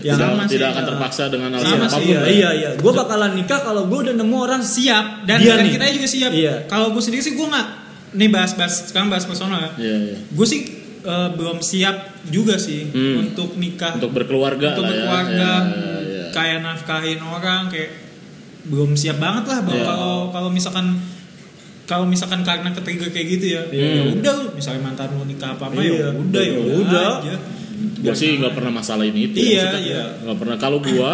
Speaker 1: tidak
Speaker 3: Yang
Speaker 2: Ya, sama sih,
Speaker 1: tidak akan
Speaker 3: iya.
Speaker 1: terpaksa dengan alasan
Speaker 3: Iya,
Speaker 2: Sama sih,
Speaker 1: apapun.
Speaker 3: iya,
Speaker 1: lah.
Speaker 3: iya, iya. Gua bakalan nikah kalau gua udah nemu orang
Speaker 2: siap dan,
Speaker 3: Dia
Speaker 2: dan
Speaker 3: nih.
Speaker 2: kita juga siap
Speaker 3: Iya.
Speaker 2: kalau gue sendiri sih gue nggak nih bahas bahas sekarang bahas personal ya
Speaker 1: Iya, iya.
Speaker 2: gue sih eh, belum siap juga sih
Speaker 1: Hmm.
Speaker 2: untuk nikah
Speaker 1: Untuk berkeluarga lah
Speaker 2: untuk berkeluarga
Speaker 1: ya. Iya, iya, iya.
Speaker 2: kayak nafkahin orang kayak belum siap banget lah Bang.
Speaker 1: Iya.
Speaker 2: kalau kalau misalkan kalau misalkan karena ketiga kayak gitu ya
Speaker 1: Iya.
Speaker 2: ya udah lu, misalnya mantan lu nikah apa apa
Speaker 3: Iya.
Speaker 2: ya udah ya
Speaker 3: Ya udah.
Speaker 2: udah aja.
Speaker 1: Gua sih nggak pernah masalahin itu.
Speaker 2: Iya,
Speaker 1: Maksudnya,
Speaker 2: iya.
Speaker 1: Nggak pernah. Kalau gua,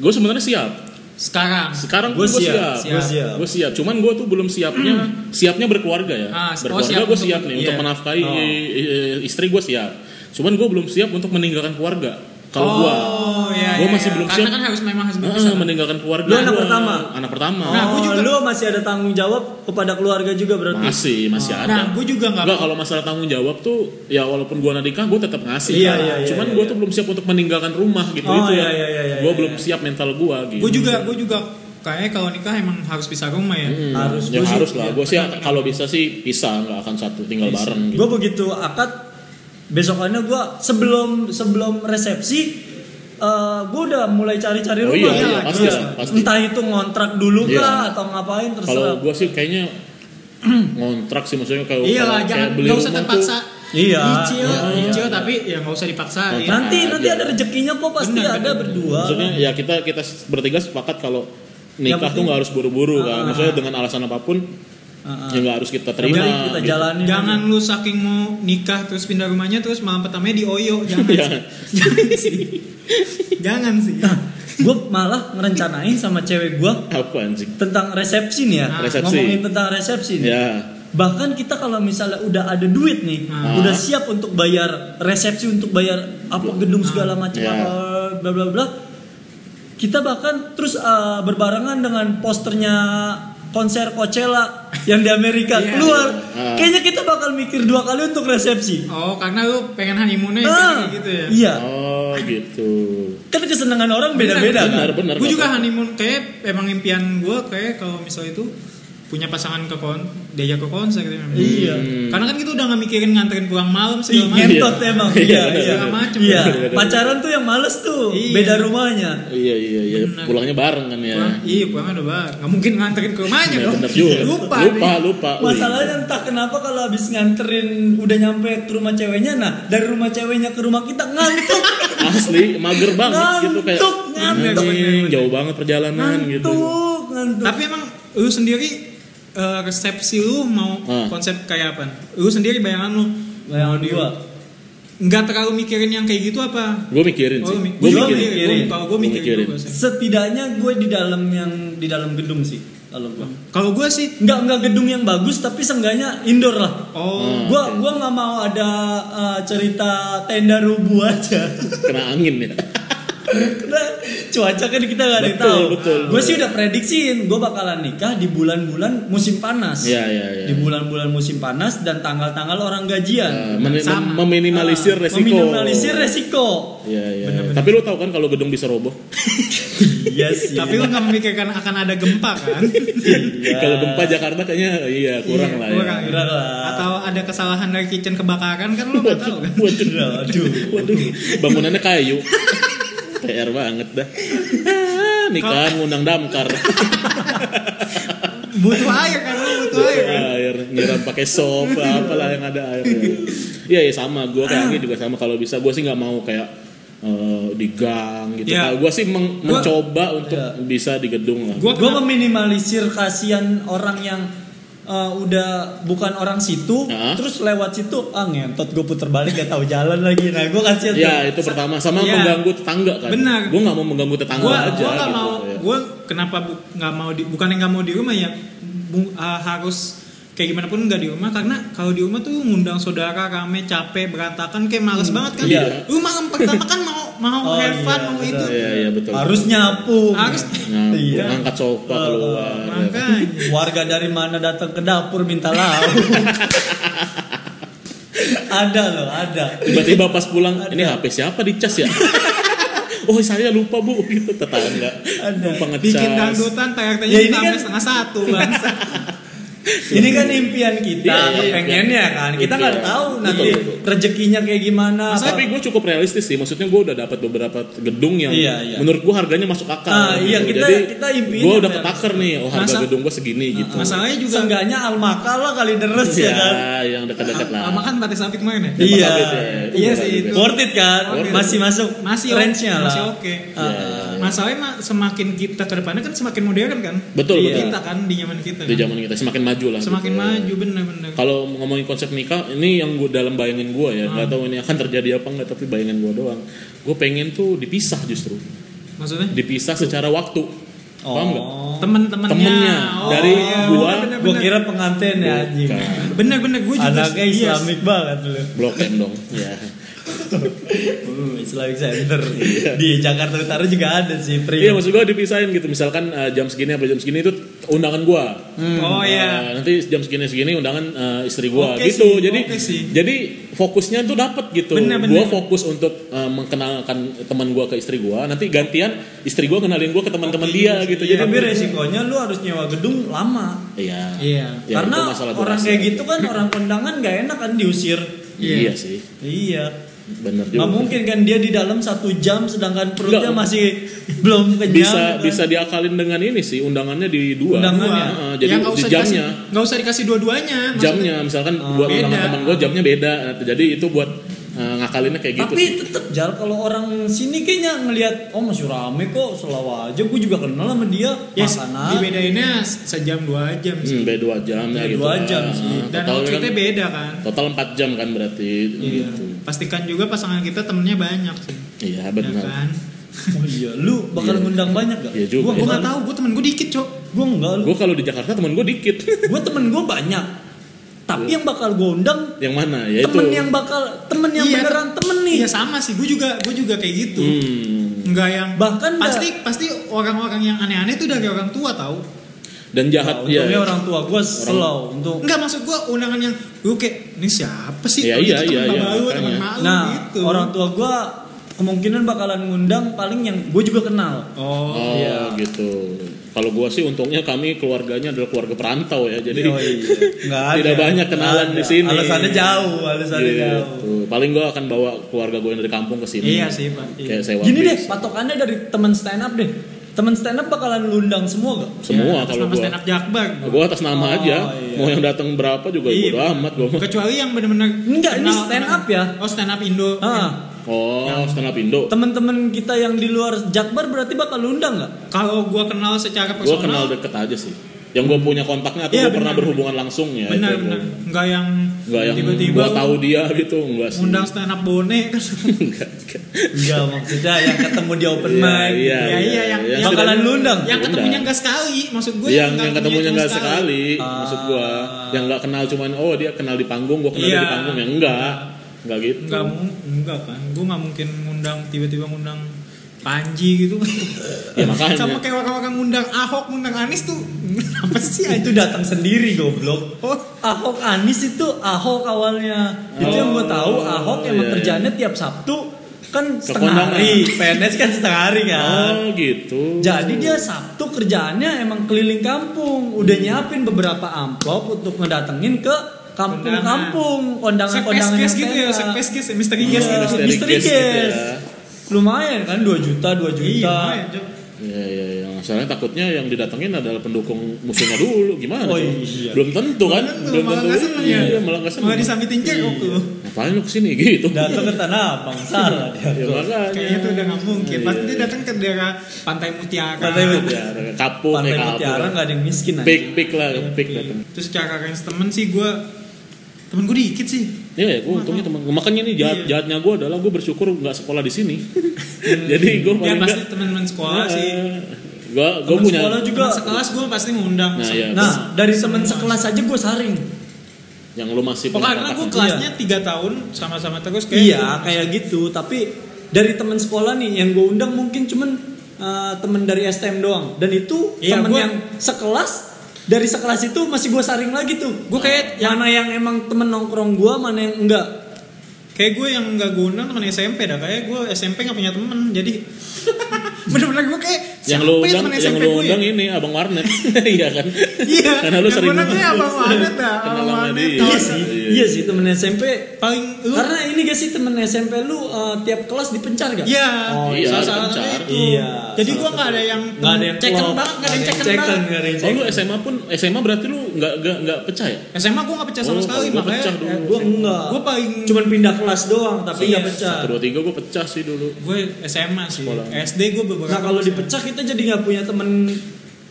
Speaker 1: gua sebenarnya siap.
Speaker 2: sekarang
Speaker 1: Sekarang gua,
Speaker 3: Gua
Speaker 1: siap.
Speaker 3: siap, gua siap.
Speaker 1: Gua siap. Cuman gua tuh belum siapnya, siapnya berkeluarga ya.
Speaker 2: Ah, oh,
Speaker 1: berkeluarga
Speaker 2: siap
Speaker 1: gua
Speaker 2: untuk-
Speaker 1: siap nih untuk
Speaker 2: iya.
Speaker 1: menafkahi
Speaker 3: Oh.
Speaker 1: eh, istri gua siap. Cuman gua belum siap untuk meninggalkan keluarga. Kalau gua,
Speaker 2: oh ya
Speaker 1: gua masih belum
Speaker 2: karena
Speaker 1: siap.
Speaker 2: kan harus memang
Speaker 1: Ah,
Speaker 2: harus berpisah
Speaker 1: meninggalkan keluarga.
Speaker 3: Lu anak
Speaker 1: gua.
Speaker 3: pertama?
Speaker 1: Anak pertama.
Speaker 2: Nah, gua
Speaker 3: oh,
Speaker 2: juga-
Speaker 3: lu masih ada tanggung jawab kepada keluarga juga berarti.
Speaker 1: masih, masih ada.
Speaker 2: nah gue juga nggak
Speaker 1: Enggak, kalau masalah tanggung jawab tuh ya walaupun gua nikah gua tetap ngasih.
Speaker 3: Iya,
Speaker 1: Kan.
Speaker 3: iya, iya,
Speaker 1: Cuman
Speaker 3: iya,
Speaker 1: gua
Speaker 3: iya.
Speaker 1: tuh belum siap untuk meninggalkan rumah gitu
Speaker 3: Oh,
Speaker 1: itu
Speaker 3: iya,
Speaker 1: ya.
Speaker 3: iya, iya, iya,
Speaker 1: gua
Speaker 3: iya.
Speaker 1: belum siap mental gua gitu.
Speaker 2: gue juga gue juga kayak kalau nikah emang harus pisah rumah ya
Speaker 1: Hmm,
Speaker 3: Harus,
Speaker 1: ya,
Speaker 3: gua sih-
Speaker 1: harus lah.
Speaker 3: ya,
Speaker 1: Gua sih kalau bisa sih pisah, nggak akan satu tinggal bareng. Gitu.
Speaker 3: Gue begitu akad besokannya gue sebelum sebelum resepsi eh, gue udah mulai cari-cari
Speaker 1: Oh iya,
Speaker 3: rumah
Speaker 1: iya, pasti
Speaker 3: Iya.
Speaker 1: lah, pasti.
Speaker 3: entah itu ngontrak dulu
Speaker 1: Iya.
Speaker 3: kah atau ngapain terserah
Speaker 1: Kalau gua sih kayaknya ngontrak sih maksudnya kalau
Speaker 2: Iya
Speaker 1: kalau
Speaker 2: lah,
Speaker 1: kayak
Speaker 2: jangan
Speaker 1: beli
Speaker 2: nggak usah
Speaker 1: rumah
Speaker 2: terpaksa.
Speaker 3: Iya.
Speaker 2: Nyicil,
Speaker 1: Iya,
Speaker 2: nyicil,
Speaker 1: iya.
Speaker 2: tapi ya nggak usah dipaksain.
Speaker 1: Nah,
Speaker 3: nanti
Speaker 1: Iya.
Speaker 3: nanti ada rezekinya kok pasti
Speaker 2: Benar,
Speaker 3: ada
Speaker 2: benar.
Speaker 3: berdua Nah,
Speaker 1: maksudnya ya kita kita bertiga sepakat kalau
Speaker 3: Yang
Speaker 1: nikah
Speaker 3: penting-
Speaker 1: tuh nggak harus buru-buru kan
Speaker 3: Ah.
Speaker 1: maksudnya dengan alasan apapun
Speaker 3: Ah, ah.
Speaker 1: ya nggak harus kita
Speaker 3: Yang
Speaker 1: terima
Speaker 3: penting kita
Speaker 1: gitu.
Speaker 3: jalanin
Speaker 2: Jangan lu saking mau nikah terus pindah rumahnya terus malam pertamanya di Oyo, jangan
Speaker 1: Iya.
Speaker 2: sih. Jangan sih. jangan sih.
Speaker 3: gue Nah, malah ngerencanain sama cewek gue
Speaker 1: apa anjing
Speaker 3: tentang resepsi nih ya
Speaker 2: Ah,
Speaker 1: resepsi.
Speaker 3: ngomongin tentang resepsi nih
Speaker 1: ya
Speaker 3: bahkan kita kalau misalnya udah ada duit nih
Speaker 2: Ah.
Speaker 3: udah siap untuk bayar resepsi untuk bayar apa gedung
Speaker 2: Hmm.
Speaker 3: segala macam
Speaker 1: Ya.
Speaker 2: Iya.
Speaker 3: apa, bla bla bla kita bahkan terus eh, berbarengan dengan posternya konser Coachella yang di Amerika
Speaker 2: Iya.
Speaker 3: keluar
Speaker 1: Ah.
Speaker 3: kayaknya kita bakal mikir dua kali untuk resepsi
Speaker 2: Oh, karena lu pengen honeymoonnya ya,
Speaker 3: Ah,
Speaker 2: kayak gitu ya.
Speaker 3: iya
Speaker 1: oh gitu
Speaker 3: kan kesenangan orang beda beda kan
Speaker 1: benar benar
Speaker 2: Gue
Speaker 1: nggak
Speaker 2: juga
Speaker 1: apa-apa.
Speaker 2: honeymoon kayak emang impian gue kayak kalau misal itu punya pasangan ke kon, diajak ke konser gitu memang.
Speaker 3: Iya.
Speaker 1: Hmm.
Speaker 2: Karena kan kita udah nggak mikirin nganterin pulang
Speaker 3: Ih,
Speaker 2: malam segala macam.
Speaker 3: ngentot
Speaker 1: Iya.
Speaker 3: emang
Speaker 1: Iya,
Speaker 3: iya
Speaker 1: benar,
Speaker 3: iya
Speaker 2: benar. Macem.
Speaker 3: iya
Speaker 1: Benar, benar.
Speaker 3: pacaran tuh yang males tuh
Speaker 2: Iya.
Speaker 3: beda rumahnya
Speaker 1: iya iya iya
Speaker 2: Benar.
Speaker 1: pulangnya bareng kan ya
Speaker 2: Pulang- Iya, pulangnya udah bar. Nggak mungkin nganterin ke rumahnya
Speaker 1: Ya,
Speaker 2: dong.
Speaker 1: benar juga.
Speaker 2: Iya, Lupa.
Speaker 1: lupa,
Speaker 2: nih.
Speaker 1: lupa. Wih.
Speaker 3: Masalahnya entah kenapa kalau habis nganterin udah nyampe ke rumah ceweknya, nah dari rumah ceweknya ke rumah kita ngantuk,
Speaker 1: asli mager banget gitu kayak
Speaker 3: Ngantuk, ngantuk.
Speaker 1: anjing, jauh banget perjalanan gitu.
Speaker 3: ngantuk, ngantuk.
Speaker 2: Tapi emang lu sendiri eh, resepsi lu mau
Speaker 1: Ah.
Speaker 2: konsep kayak apa? Lu sendiri bayangan lu
Speaker 3: Bayangan gua.
Speaker 2: nggak terlalu mikirin yang kayak gitu apa?
Speaker 1: Gue mikirin
Speaker 3: Oh,
Speaker 1: sih.
Speaker 2: mi-
Speaker 3: Iya,
Speaker 1: Gue
Speaker 2: gua
Speaker 1: mikirin.
Speaker 3: mikirin.
Speaker 2: Gua- Kalau gue
Speaker 1: Gua
Speaker 2: mikirin,
Speaker 1: mikirin.
Speaker 2: dulu sih.
Speaker 3: Setidaknya gue di dalam yang di dalam gedung sih, kalau gue.
Speaker 2: Kalau gue sih,
Speaker 3: Nggak nggak gedung yang bagus, tapi seenggaknya indoor lah.
Speaker 2: oh,
Speaker 1: Hmm.
Speaker 3: Gue gua nggak mau ada uh, cerita tenda rubuh aja.
Speaker 1: Kena angin ya.
Speaker 3: Karena cuaca kan kita nggak ada yang
Speaker 1: Betul,
Speaker 3: tahu.
Speaker 1: betul.
Speaker 3: Gue sih udah prediksiin, gue bakalan nikah di bulan-bulan musim panas.
Speaker 1: Iya iya iya.
Speaker 3: di bulan-bulan musim panas dan tanggal-tanggal orang
Speaker 1: Eh,
Speaker 3: gajian.
Speaker 1: men-
Speaker 2: Sama.
Speaker 1: mem- meminimalisir
Speaker 3: Ah,
Speaker 1: resiko.
Speaker 3: Meminimalisir resiko.
Speaker 1: Iya iya.
Speaker 2: Bener-bener.
Speaker 1: Tapi lu tahu kan kalau gedung bisa roboh?
Speaker 3: Iya sih.
Speaker 2: tapi lu nggak memikirkan akan ada gempa kan?
Speaker 3: Iya.
Speaker 1: kalau gempa Jakarta kayaknya iya kurang
Speaker 2: Iya,
Speaker 1: lah
Speaker 2: kurang.
Speaker 1: ya.
Speaker 3: Kurang lah.
Speaker 2: Atau ada kesalahan dari kitchen kebakaran kan lu nggak tahu kan?
Speaker 1: Waduh,
Speaker 3: Aduh.
Speaker 1: waduh. Bangunannya kayu. PR banget dah. Nikahan ngundang damkar.
Speaker 2: Butuh air kan lu butuh air kan?
Speaker 1: Iya, air nyiram pakai sop apalah yang ada air ya. iya iya sama gue kayak gini juga sama kalau bisa gue sih nggak mau kayak eh, di gang gitu
Speaker 2: Iya.
Speaker 1: gue sih meng-
Speaker 2: Gua-
Speaker 1: mencoba untuk
Speaker 3: Iya.
Speaker 1: bisa di gedung lah
Speaker 2: Gua
Speaker 3: Gue
Speaker 2: kenapa-
Speaker 3: meminimalisir kasihan orang yang eh, udah bukan orang situ,
Speaker 1: Nah.
Speaker 3: terus lewat situ, ah ngentot gue puter balik gak tahu jalan lagi. Nah gue kasihan. tuh.
Speaker 1: ya itu pertama sama
Speaker 2: Iya.
Speaker 1: mengganggu tetangga kan
Speaker 2: Benar.
Speaker 1: gue nggak mau mengganggu tetangga
Speaker 2: gue
Speaker 1: aja
Speaker 2: gue nggak
Speaker 1: gitu,
Speaker 2: mau Iya.
Speaker 1: kayak.
Speaker 2: gue kenapa bu- nggak mau di, bukan yang nggak mau di rumah ya bu- uh, harus kayak gimana pun nggak di rumah karena kalau di rumah tuh ngundang saudara rame capek berantakan kayak males banget kan
Speaker 1: Iya.
Speaker 2: lu malam pertama kan mau
Speaker 3: Oh,
Speaker 2: mau have fun
Speaker 3: iya,
Speaker 2: mau
Speaker 3: betul.
Speaker 2: itu
Speaker 1: Iya, iya, betul.
Speaker 3: Harus nyapu.
Speaker 2: harus
Speaker 1: Nah,
Speaker 3: Iya.
Speaker 1: ngangkat sofa
Speaker 3: Eh,
Speaker 1: keluar ya.
Speaker 2: makanya
Speaker 3: Warga dari mana datang ke dapur minta lauk. ada loh, ada.
Speaker 1: tiba-tiba pas pulang ini HP siapa dicas ya oh saya lupa bu gitu tetangga
Speaker 3: Ada.
Speaker 1: lupa ngecas
Speaker 2: bikin dangdutan TRT-nya
Speaker 3: Ya,
Speaker 2: ya,
Speaker 3: ini
Speaker 2: sampai
Speaker 3: kan-
Speaker 2: setengah satu
Speaker 1: Nah.
Speaker 2: bangsa
Speaker 3: Ini kan impian kita,
Speaker 1: Iya, iya,
Speaker 3: pengennya kan.
Speaker 1: Impian.
Speaker 3: Kita nggak tahu
Speaker 1: Betul,
Speaker 3: nanti
Speaker 1: betul.
Speaker 3: rezekinya kayak gimana.
Speaker 1: Nah, tapi gue cukup realistis sih, maksudnya gue udah dapat beberapa gedung yang
Speaker 3: Iya, iya.
Speaker 1: menurut gue harganya masuk akal. Gitu.
Speaker 3: Ah, iya, kita-
Speaker 1: Jadi
Speaker 3: kita ya. impiin
Speaker 1: gue
Speaker 3: yang
Speaker 1: udah
Speaker 3: realistis.
Speaker 1: ketakar nih, oh harga
Speaker 2: Masa-
Speaker 1: gedung gue segini
Speaker 3: Ah,
Speaker 1: gitu.
Speaker 2: masalahnya
Speaker 3: juga
Speaker 2: juga
Speaker 3: seenggaknya almaka lah kali deres
Speaker 1: ya,
Speaker 3: ya kan.
Speaker 1: yang dekat-dekat lah.
Speaker 2: makan batas sapi kemarin ya
Speaker 1: Yang
Speaker 3: Iya.
Speaker 1: pas update ya,
Speaker 2: Iya
Speaker 1: murah
Speaker 2: sih,
Speaker 1: juga.
Speaker 2: itu.
Speaker 3: Worth it kan?
Speaker 1: Worth it.
Speaker 3: Masih masuk
Speaker 2: masih oke
Speaker 3: range-nya lah.
Speaker 2: masih oke
Speaker 1: Iya,
Speaker 3: Ah,
Speaker 1: iya, iya.
Speaker 2: masalahnya mah semakin kita ke depannya kan semakin modern kan
Speaker 1: Betul,
Speaker 2: Di
Speaker 1: betul.
Speaker 2: kita kan di zaman kita
Speaker 1: Di
Speaker 2: kan?
Speaker 1: zaman kita semakin maju lah.
Speaker 2: semakin
Speaker 1: gitu.
Speaker 2: maju bener-bener
Speaker 1: Kalau ngomongin konsep nikah, ini yang gue dalam bayangan gue ya,
Speaker 3: Ah.
Speaker 1: nggak tahu ini akan terjadi apa nggak, tapi bayangan gue doang. Gue pengen tuh dipisah justru,
Speaker 2: maksudnya
Speaker 1: dipisah secara waktu. Paham nggak?
Speaker 3: Oh.
Speaker 2: temen-temennya Oh,
Speaker 1: Temennya. Dari
Speaker 2: iya,
Speaker 1: gua,
Speaker 2: bener-bener.
Speaker 3: Gua kira pengantin ya anjing.
Speaker 1: Bukan.
Speaker 2: bener-bener gue juga Iya.
Speaker 3: Anaknya
Speaker 2: yes.
Speaker 3: islamik banget lu.
Speaker 1: Blok M dong. Ya.
Speaker 3: Uh, Islamic Center di Jakarta Utara juga ada sih. Pri.
Speaker 1: Iya maksud gue dipisahin gitu, misalkan eh, jam segini apa jam segini itu undangan gue.
Speaker 2: oh ya
Speaker 1: Nah, nanti jam segini segini undangan eh, istri gua
Speaker 2: Oke
Speaker 1: gitu.
Speaker 2: sih,
Speaker 1: jadi
Speaker 2: oke sih.
Speaker 1: jadi fokusnya tuh dapat gitu.
Speaker 2: Bener,
Speaker 1: Gua
Speaker 2: bener.
Speaker 1: fokus untuk eh, mengenalkan teman gua ke istri gua. Nanti gantian istri gua kenalin gua ke teman-teman
Speaker 2: Oke,
Speaker 1: dia
Speaker 2: iya sih,
Speaker 1: gitu.
Speaker 3: Ya,
Speaker 1: Jadi
Speaker 3: tapi resikonya lu harus nyewa gedung lama.
Speaker 1: Iya.
Speaker 2: Iya.
Speaker 1: Ya, itu
Speaker 3: Karena
Speaker 1: masalah
Speaker 2: gitu,
Speaker 3: orang
Speaker 1: durasi.
Speaker 3: kayak gitu kan orang kondangan nggak enak kan diusir.
Speaker 1: Iya
Speaker 2: Iya.
Speaker 1: sih.
Speaker 3: Iya.
Speaker 1: Bener juga.
Speaker 3: Nggak mungkin kan dia di dalam satu jam sedangkan perutnya
Speaker 1: Nggak.
Speaker 3: masih belum kenyang.
Speaker 1: Bisa gitu
Speaker 3: kan.
Speaker 1: bisa diakalin dengan ini sih undangannya di dua.
Speaker 3: Undangannya.
Speaker 1: Heeh, jadi
Speaker 2: ya. nggak
Speaker 1: di
Speaker 2: usah
Speaker 1: jamnya.
Speaker 2: dikasih, nggak usah dikasih dua-duanya maksudnya.
Speaker 1: Jamnya misalkan
Speaker 3: Oh.
Speaker 1: buat
Speaker 2: beda.
Speaker 1: undangan teman gue jamnya beda. Jadi itu buat eh, ngakalinnya kayak gitu.
Speaker 3: Tapi
Speaker 1: sih.
Speaker 3: tetep jal kalau orang sini kayaknya ngelihat oh masih rame kok selawa aja gue juga kenal sama dia
Speaker 2: Yes,
Speaker 3: makan aja.
Speaker 2: dibedainnya sejam dua jam sih.
Speaker 1: Hmm, beda dua jam ya
Speaker 3: Beda
Speaker 1: gitu.
Speaker 3: dua
Speaker 1: lah.
Speaker 3: jam sih.
Speaker 2: Dan
Speaker 1: Total kan,
Speaker 2: outfitnya beda kan.
Speaker 1: total 4 jam kan berarti.
Speaker 2: Iya.
Speaker 1: Gitu.
Speaker 2: Pastikan juga pasangan kita temennya banyak sih.
Speaker 1: Iya
Speaker 2: Ya
Speaker 1: benar.
Speaker 2: kan?
Speaker 3: Oh iya, lu bakal
Speaker 1: Iya.
Speaker 3: ngundang banyak gak?
Speaker 1: Iya juga.
Speaker 2: Gua,
Speaker 1: Iya.
Speaker 2: gua nggak tahu, gua temen gua dikit cok.
Speaker 3: Gue enggak lu.
Speaker 1: Gue kalau di Jakarta teman gue dikit.
Speaker 3: Gue temen gue banyak. Tapi yang bakal gue undang
Speaker 1: yang mana? Iya. Ya itu.
Speaker 3: temen yang bakal temen yang
Speaker 2: Iya,
Speaker 3: beneran temen nih.
Speaker 2: Iya sama sih, gua juga gua juga kayak gitu.
Speaker 1: Hmm.
Speaker 2: Enggak yang
Speaker 3: Bahkan nggak-
Speaker 2: pasti pasti orang-orang yang aneh-aneh itu dari orang tua tahu.
Speaker 1: Dan
Speaker 3: Nah,
Speaker 1: jahat ya.
Speaker 3: untungnya orang tua gue slow untuk
Speaker 2: Enggak maksud gua undangan yang lu kayak ini siapa sih?
Speaker 1: Iya,
Speaker 2: Kalau
Speaker 1: iya,
Speaker 2: gitu
Speaker 1: iya, iya,
Speaker 2: temen baru,
Speaker 1: makanya.
Speaker 2: temen malu
Speaker 3: Nah,
Speaker 2: gitu.
Speaker 3: orang tua gue kemungkinan bakalan ngundang paling yang gue juga kenal.
Speaker 2: Oh,
Speaker 1: Oh
Speaker 3: Iya.
Speaker 1: gitu. Kalau gua sih untungnya kami keluarganya adalah keluarga perantau ya. Jadi
Speaker 3: Oh, iya. Nggak ada.
Speaker 1: Tidak banyak kenalan
Speaker 3: Nggak
Speaker 1: di
Speaker 3: ada.
Speaker 1: sini.
Speaker 3: Alasannya jauh, alasannya jauh.
Speaker 1: gitu. Paling gua akan bawa keluarga gue yang dari kampung ke sini.
Speaker 2: Iya sih, Pak. Iya.
Speaker 1: Kayak sewa
Speaker 3: Gini
Speaker 1: bis.
Speaker 3: deh, patokannya dari temen stand up deh. Temen stand up bakalan lu undang semua gak?
Speaker 1: Semua
Speaker 2: atas
Speaker 1: kalau
Speaker 2: nama
Speaker 1: gua.
Speaker 2: stand up Jakbar.
Speaker 1: Gua atas nama
Speaker 3: Oh,
Speaker 1: aja.
Speaker 3: iya.
Speaker 1: Mau yang datang berapa juga
Speaker 2: Iya.
Speaker 1: bodo amat gua. mah.
Speaker 2: Kecuali yang benar-benar
Speaker 3: Enggak, ini
Speaker 2: kenal-
Speaker 3: stand up ya?
Speaker 2: Oh, stand up Indo.
Speaker 3: Ah,
Speaker 1: Oh, stand up Indo.
Speaker 3: temen-temen kita yang di luar Jakbar berarti bakal lu undang gak?
Speaker 2: Kalau gua kenal secara
Speaker 1: Gua kenal
Speaker 2: personal,
Speaker 1: deket aja sih. Yang gua punya kontaknya atau
Speaker 2: Iya,
Speaker 1: gua pernah
Speaker 2: benar.
Speaker 1: berhubungan langsung ya. itu gua.
Speaker 2: benar-benar enggak yang
Speaker 1: Nggak yang
Speaker 2: tiba-tiba
Speaker 1: gua tahu dia gitu, enggak sih.
Speaker 2: undang stand up bone kan.
Speaker 1: Nggak, nggak.
Speaker 3: Enggak Iya, maksudnya yang ketemu di open
Speaker 1: Iya,
Speaker 3: mic.
Speaker 1: iya. ya.
Speaker 2: Ya, iya, yang,
Speaker 1: Yang
Speaker 2: yang
Speaker 3: Bakalan lu undang?
Speaker 2: Yang
Speaker 1: Undang.
Speaker 2: ketemunya enggak sekali, maksud gua
Speaker 1: yang
Speaker 2: nggak
Speaker 1: yang ketemunya
Speaker 2: cuma
Speaker 1: Iya, nggak sekali,
Speaker 3: Ah.
Speaker 1: maksud gua yang nggak kenal cuman oh dia kenal di panggung gua kenal dia
Speaker 2: Iya.
Speaker 1: di panggung ya enggak enggak gitu
Speaker 2: Enggak mu- enggak kan. Gua nggak mungkin ngundang tiba-tiba ngundang Panji gitu.
Speaker 1: Ya, makanya.
Speaker 2: Sama kayak orang-orang ngundang Ahok, ngundang Anies tuh apa sih
Speaker 3: Itu
Speaker 2: itu?
Speaker 3: datang sendiri goblok.
Speaker 2: Oh,
Speaker 3: Ahok Anis itu Ahok awalnya. Itu yang gue tahu Ahok
Speaker 1: iya,
Speaker 3: emang
Speaker 1: iya.
Speaker 3: kerjanya tiap Sabtu kan setengah
Speaker 1: kondangan.
Speaker 3: hari. PNS kan setengah hari kan.
Speaker 1: oh gitu
Speaker 3: Jadi dia Sabtu kerjaannya emang keliling kampung. Udah nyiapin beberapa amplop untuk ngedatengin ke kampung-kampung, kondangan-kondangan
Speaker 2: Sekpeskes
Speaker 3: yang
Speaker 2: gitu ya,
Speaker 3: pesta.
Speaker 2: sekpeskes, misteri guest
Speaker 3: Iya,
Speaker 2: gitu.
Speaker 1: Misteri
Speaker 3: Misteri
Speaker 1: guest gitu ya.
Speaker 3: guest. Lumayan kan 2 juta, 2
Speaker 2: Iya,
Speaker 3: juta.
Speaker 2: ya, Jok.
Speaker 1: ya ya ya masalahnya takutnya yang didatengin adalah pendukung musuhnya dulu gimana
Speaker 3: Oh,
Speaker 1: tuh?
Speaker 3: iya.
Speaker 1: belum tentu kan
Speaker 2: Kan lu malah nggak seneng ya.
Speaker 1: iya malah nggak seneng
Speaker 2: Malah disambitin cengok tuh.
Speaker 1: ngapain lu kesini gitu
Speaker 3: Datang ke tanah abang salah dia.
Speaker 1: ya
Speaker 2: Iya,
Speaker 1: makanya
Speaker 2: Kayaknya itu udah nggak mungkin. Pasti
Speaker 1: Iya.
Speaker 2: dia datang ke daerah Pantai Mutiara.
Speaker 3: Pantai Mutiara.
Speaker 1: ya kapung
Speaker 3: Pantai
Speaker 1: ya
Speaker 3: Mutiara
Speaker 1: kapung
Speaker 3: nggak ada yang miskin aja.
Speaker 1: pik pik lah pik
Speaker 2: Iya.
Speaker 1: datang
Speaker 2: Terus secara range temen sih gue temen gue dikit sih.
Speaker 1: Iya, ya, gue untungnya teman. Makanya nih jahat,
Speaker 2: Iya.
Speaker 1: jahatnya gue adalah gue bersyukur nggak sekolah di sini. Jadi gue
Speaker 2: Ya
Speaker 1: paling
Speaker 2: pasti
Speaker 1: nggak- Iya.
Speaker 2: temen-temen sekolah sih.
Speaker 1: Gue gue
Speaker 3: Temen
Speaker 1: punya.
Speaker 3: sekolah juga.
Speaker 2: Temen sekelas gue pasti ngundang.
Speaker 1: Nah, iya.
Speaker 3: Nah, dari temen sekelas aja gue saring.
Speaker 1: Yang lu masih punya
Speaker 2: Pokoknya gue
Speaker 1: kontak.
Speaker 2: kelasnya 3 tahun sama-sama terus kayak
Speaker 3: Iya, kayak gitu. Tapi dari temen sekolah nih yang gue undang mungkin cuman eh, temen dari STM doang. Dan itu
Speaker 2: Iya,
Speaker 3: temen
Speaker 2: gua-
Speaker 3: yang sekelas dari sekelas itu masih gue saring lagi tuh.
Speaker 2: Gua kayak
Speaker 3: mana yang emang temen nongkrong gue, mana yang enggak.
Speaker 2: kayak gue yang nggak gue undang temen SMP dah kayak gue SMP nggak punya temen jadi bener-bener gue kayak
Speaker 1: Yang
Speaker 2: siapa
Speaker 1: lu undang,
Speaker 2: ya temen
Speaker 1: yang
Speaker 2: SMP
Speaker 1: lu
Speaker 2: gue ya?
Speaker 1: undang ini abang warnet, iya kan?
Speaker 2: Iya,
Speaker 1: Karena lu
Speaker 2: yang
Speaker 1: sering
Speaker 2: gue undang kayak abang warnet dah,
Speaker 1: Kenal
Speaker 2: abang
Speaker 1: sama
Speaker 2: warnet.
Speaker 1: dia.
Speaker 2: Iya,
Speaker 3: Iya sih,
Speaker 1: Iya.
Speaker 3: iya sih temen SMP.
Speaker 2: paling lu
Speaker 3: Karena ini gak sih temen SMP lu eh, tiap kelas dipencar gak?
Speaker 2: Iya,
Speaker 1: Oh, iya,
Speaker 2: salah satunya
Speaker 1: pencar.
Speaker 2: itu.
Speaker 3: Iya,
Speaker 2: Jadi
Speaker 3: salah
Speaker 2: gue nggak ada yang
Speaker 3: Nggak ada yang
Speaker 2: ceken
Speaker 3: klop,
Speaker 2: banget, nggak ada yang ceken
Speaker 3: ceken,
Speaker 2: banget.
Speaker 3: nggak ada yang
Speaker 1: Oh lu
Speaker 3: ceken.
Speaker 1: SMA pun SMA berarti lu nggak nggak nggak pecah ya?
Speaker 2: SMA gue nggak pecah sama
Speaker 1: Oh,
Speaker 2: sekali
Speaker 1: gua
Speaker 2: makanya
Speaker 1: pecah dulu.
Speaker 3: Gue enggak.
Speaker 2: gue paling
Speaker 3: cuman pindah kelas doang tapi
Speaker 2: Iya.
Speaker 3: nggak pecah.
Speaker 1: Kedua tiga gue pecah sih dulu.
Speaker 2: gue SMA sih.
Speaker 1: Sekolah.
Speaker 2: SD gue beberapa.
Speaker 3: Nah kalau dipecah kita jadi nggak punya temen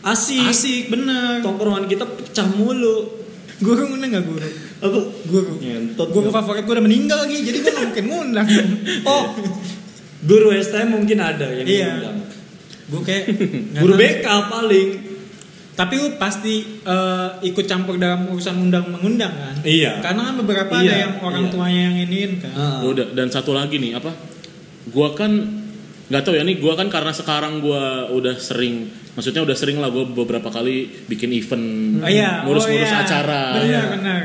Speaker 3: asik.
Speaker 2: asik bener.
Speaker 3: Tongkrongan kita pecah mulu.
Speaker 2: Guru ngundang nggak guru?
Speaker 3: Apa?
Speaker 2: Guru.
Speaker 3: Ngentot.
Speaker 2: Guru favorit gue udah meninggal lagi, jadi gue nggak mungkin ngundang.
Speaker 3: Oh, guru STM mungkin ada yang
Speaker 2: Iya.
Speaker 3: diundang.
Speaker 2: gue kayak nggak
Speaker 3: Guru
Speaker 2: tahu.
Speaker 3: BK paling.
Speaker 2: Tapi lu pasti eh, ikut campur dalam urusan undang mengundang kan?
Speaker 3: Iya.
Speaker 2: Karena kan beberapa ada
Speaker 3: Iya,
Speaker 2: yang orang
Speaker 3: iya.
Speaker 2: tuanya yang iniin kan.
Speaker 1: Lu udah dan satu lagi nih apa? Gua kan nggak tahu ya nih gua kan karena sekarang gua udah sering maksudnya udah sering lah gua beberapa kali bikin event
Speaker 2: Oh iya,
Speaker 1: ngurus-ngurus
Speaker 2: oh iya.
Speaker 1: acara
Speaker 2: Benar, benar.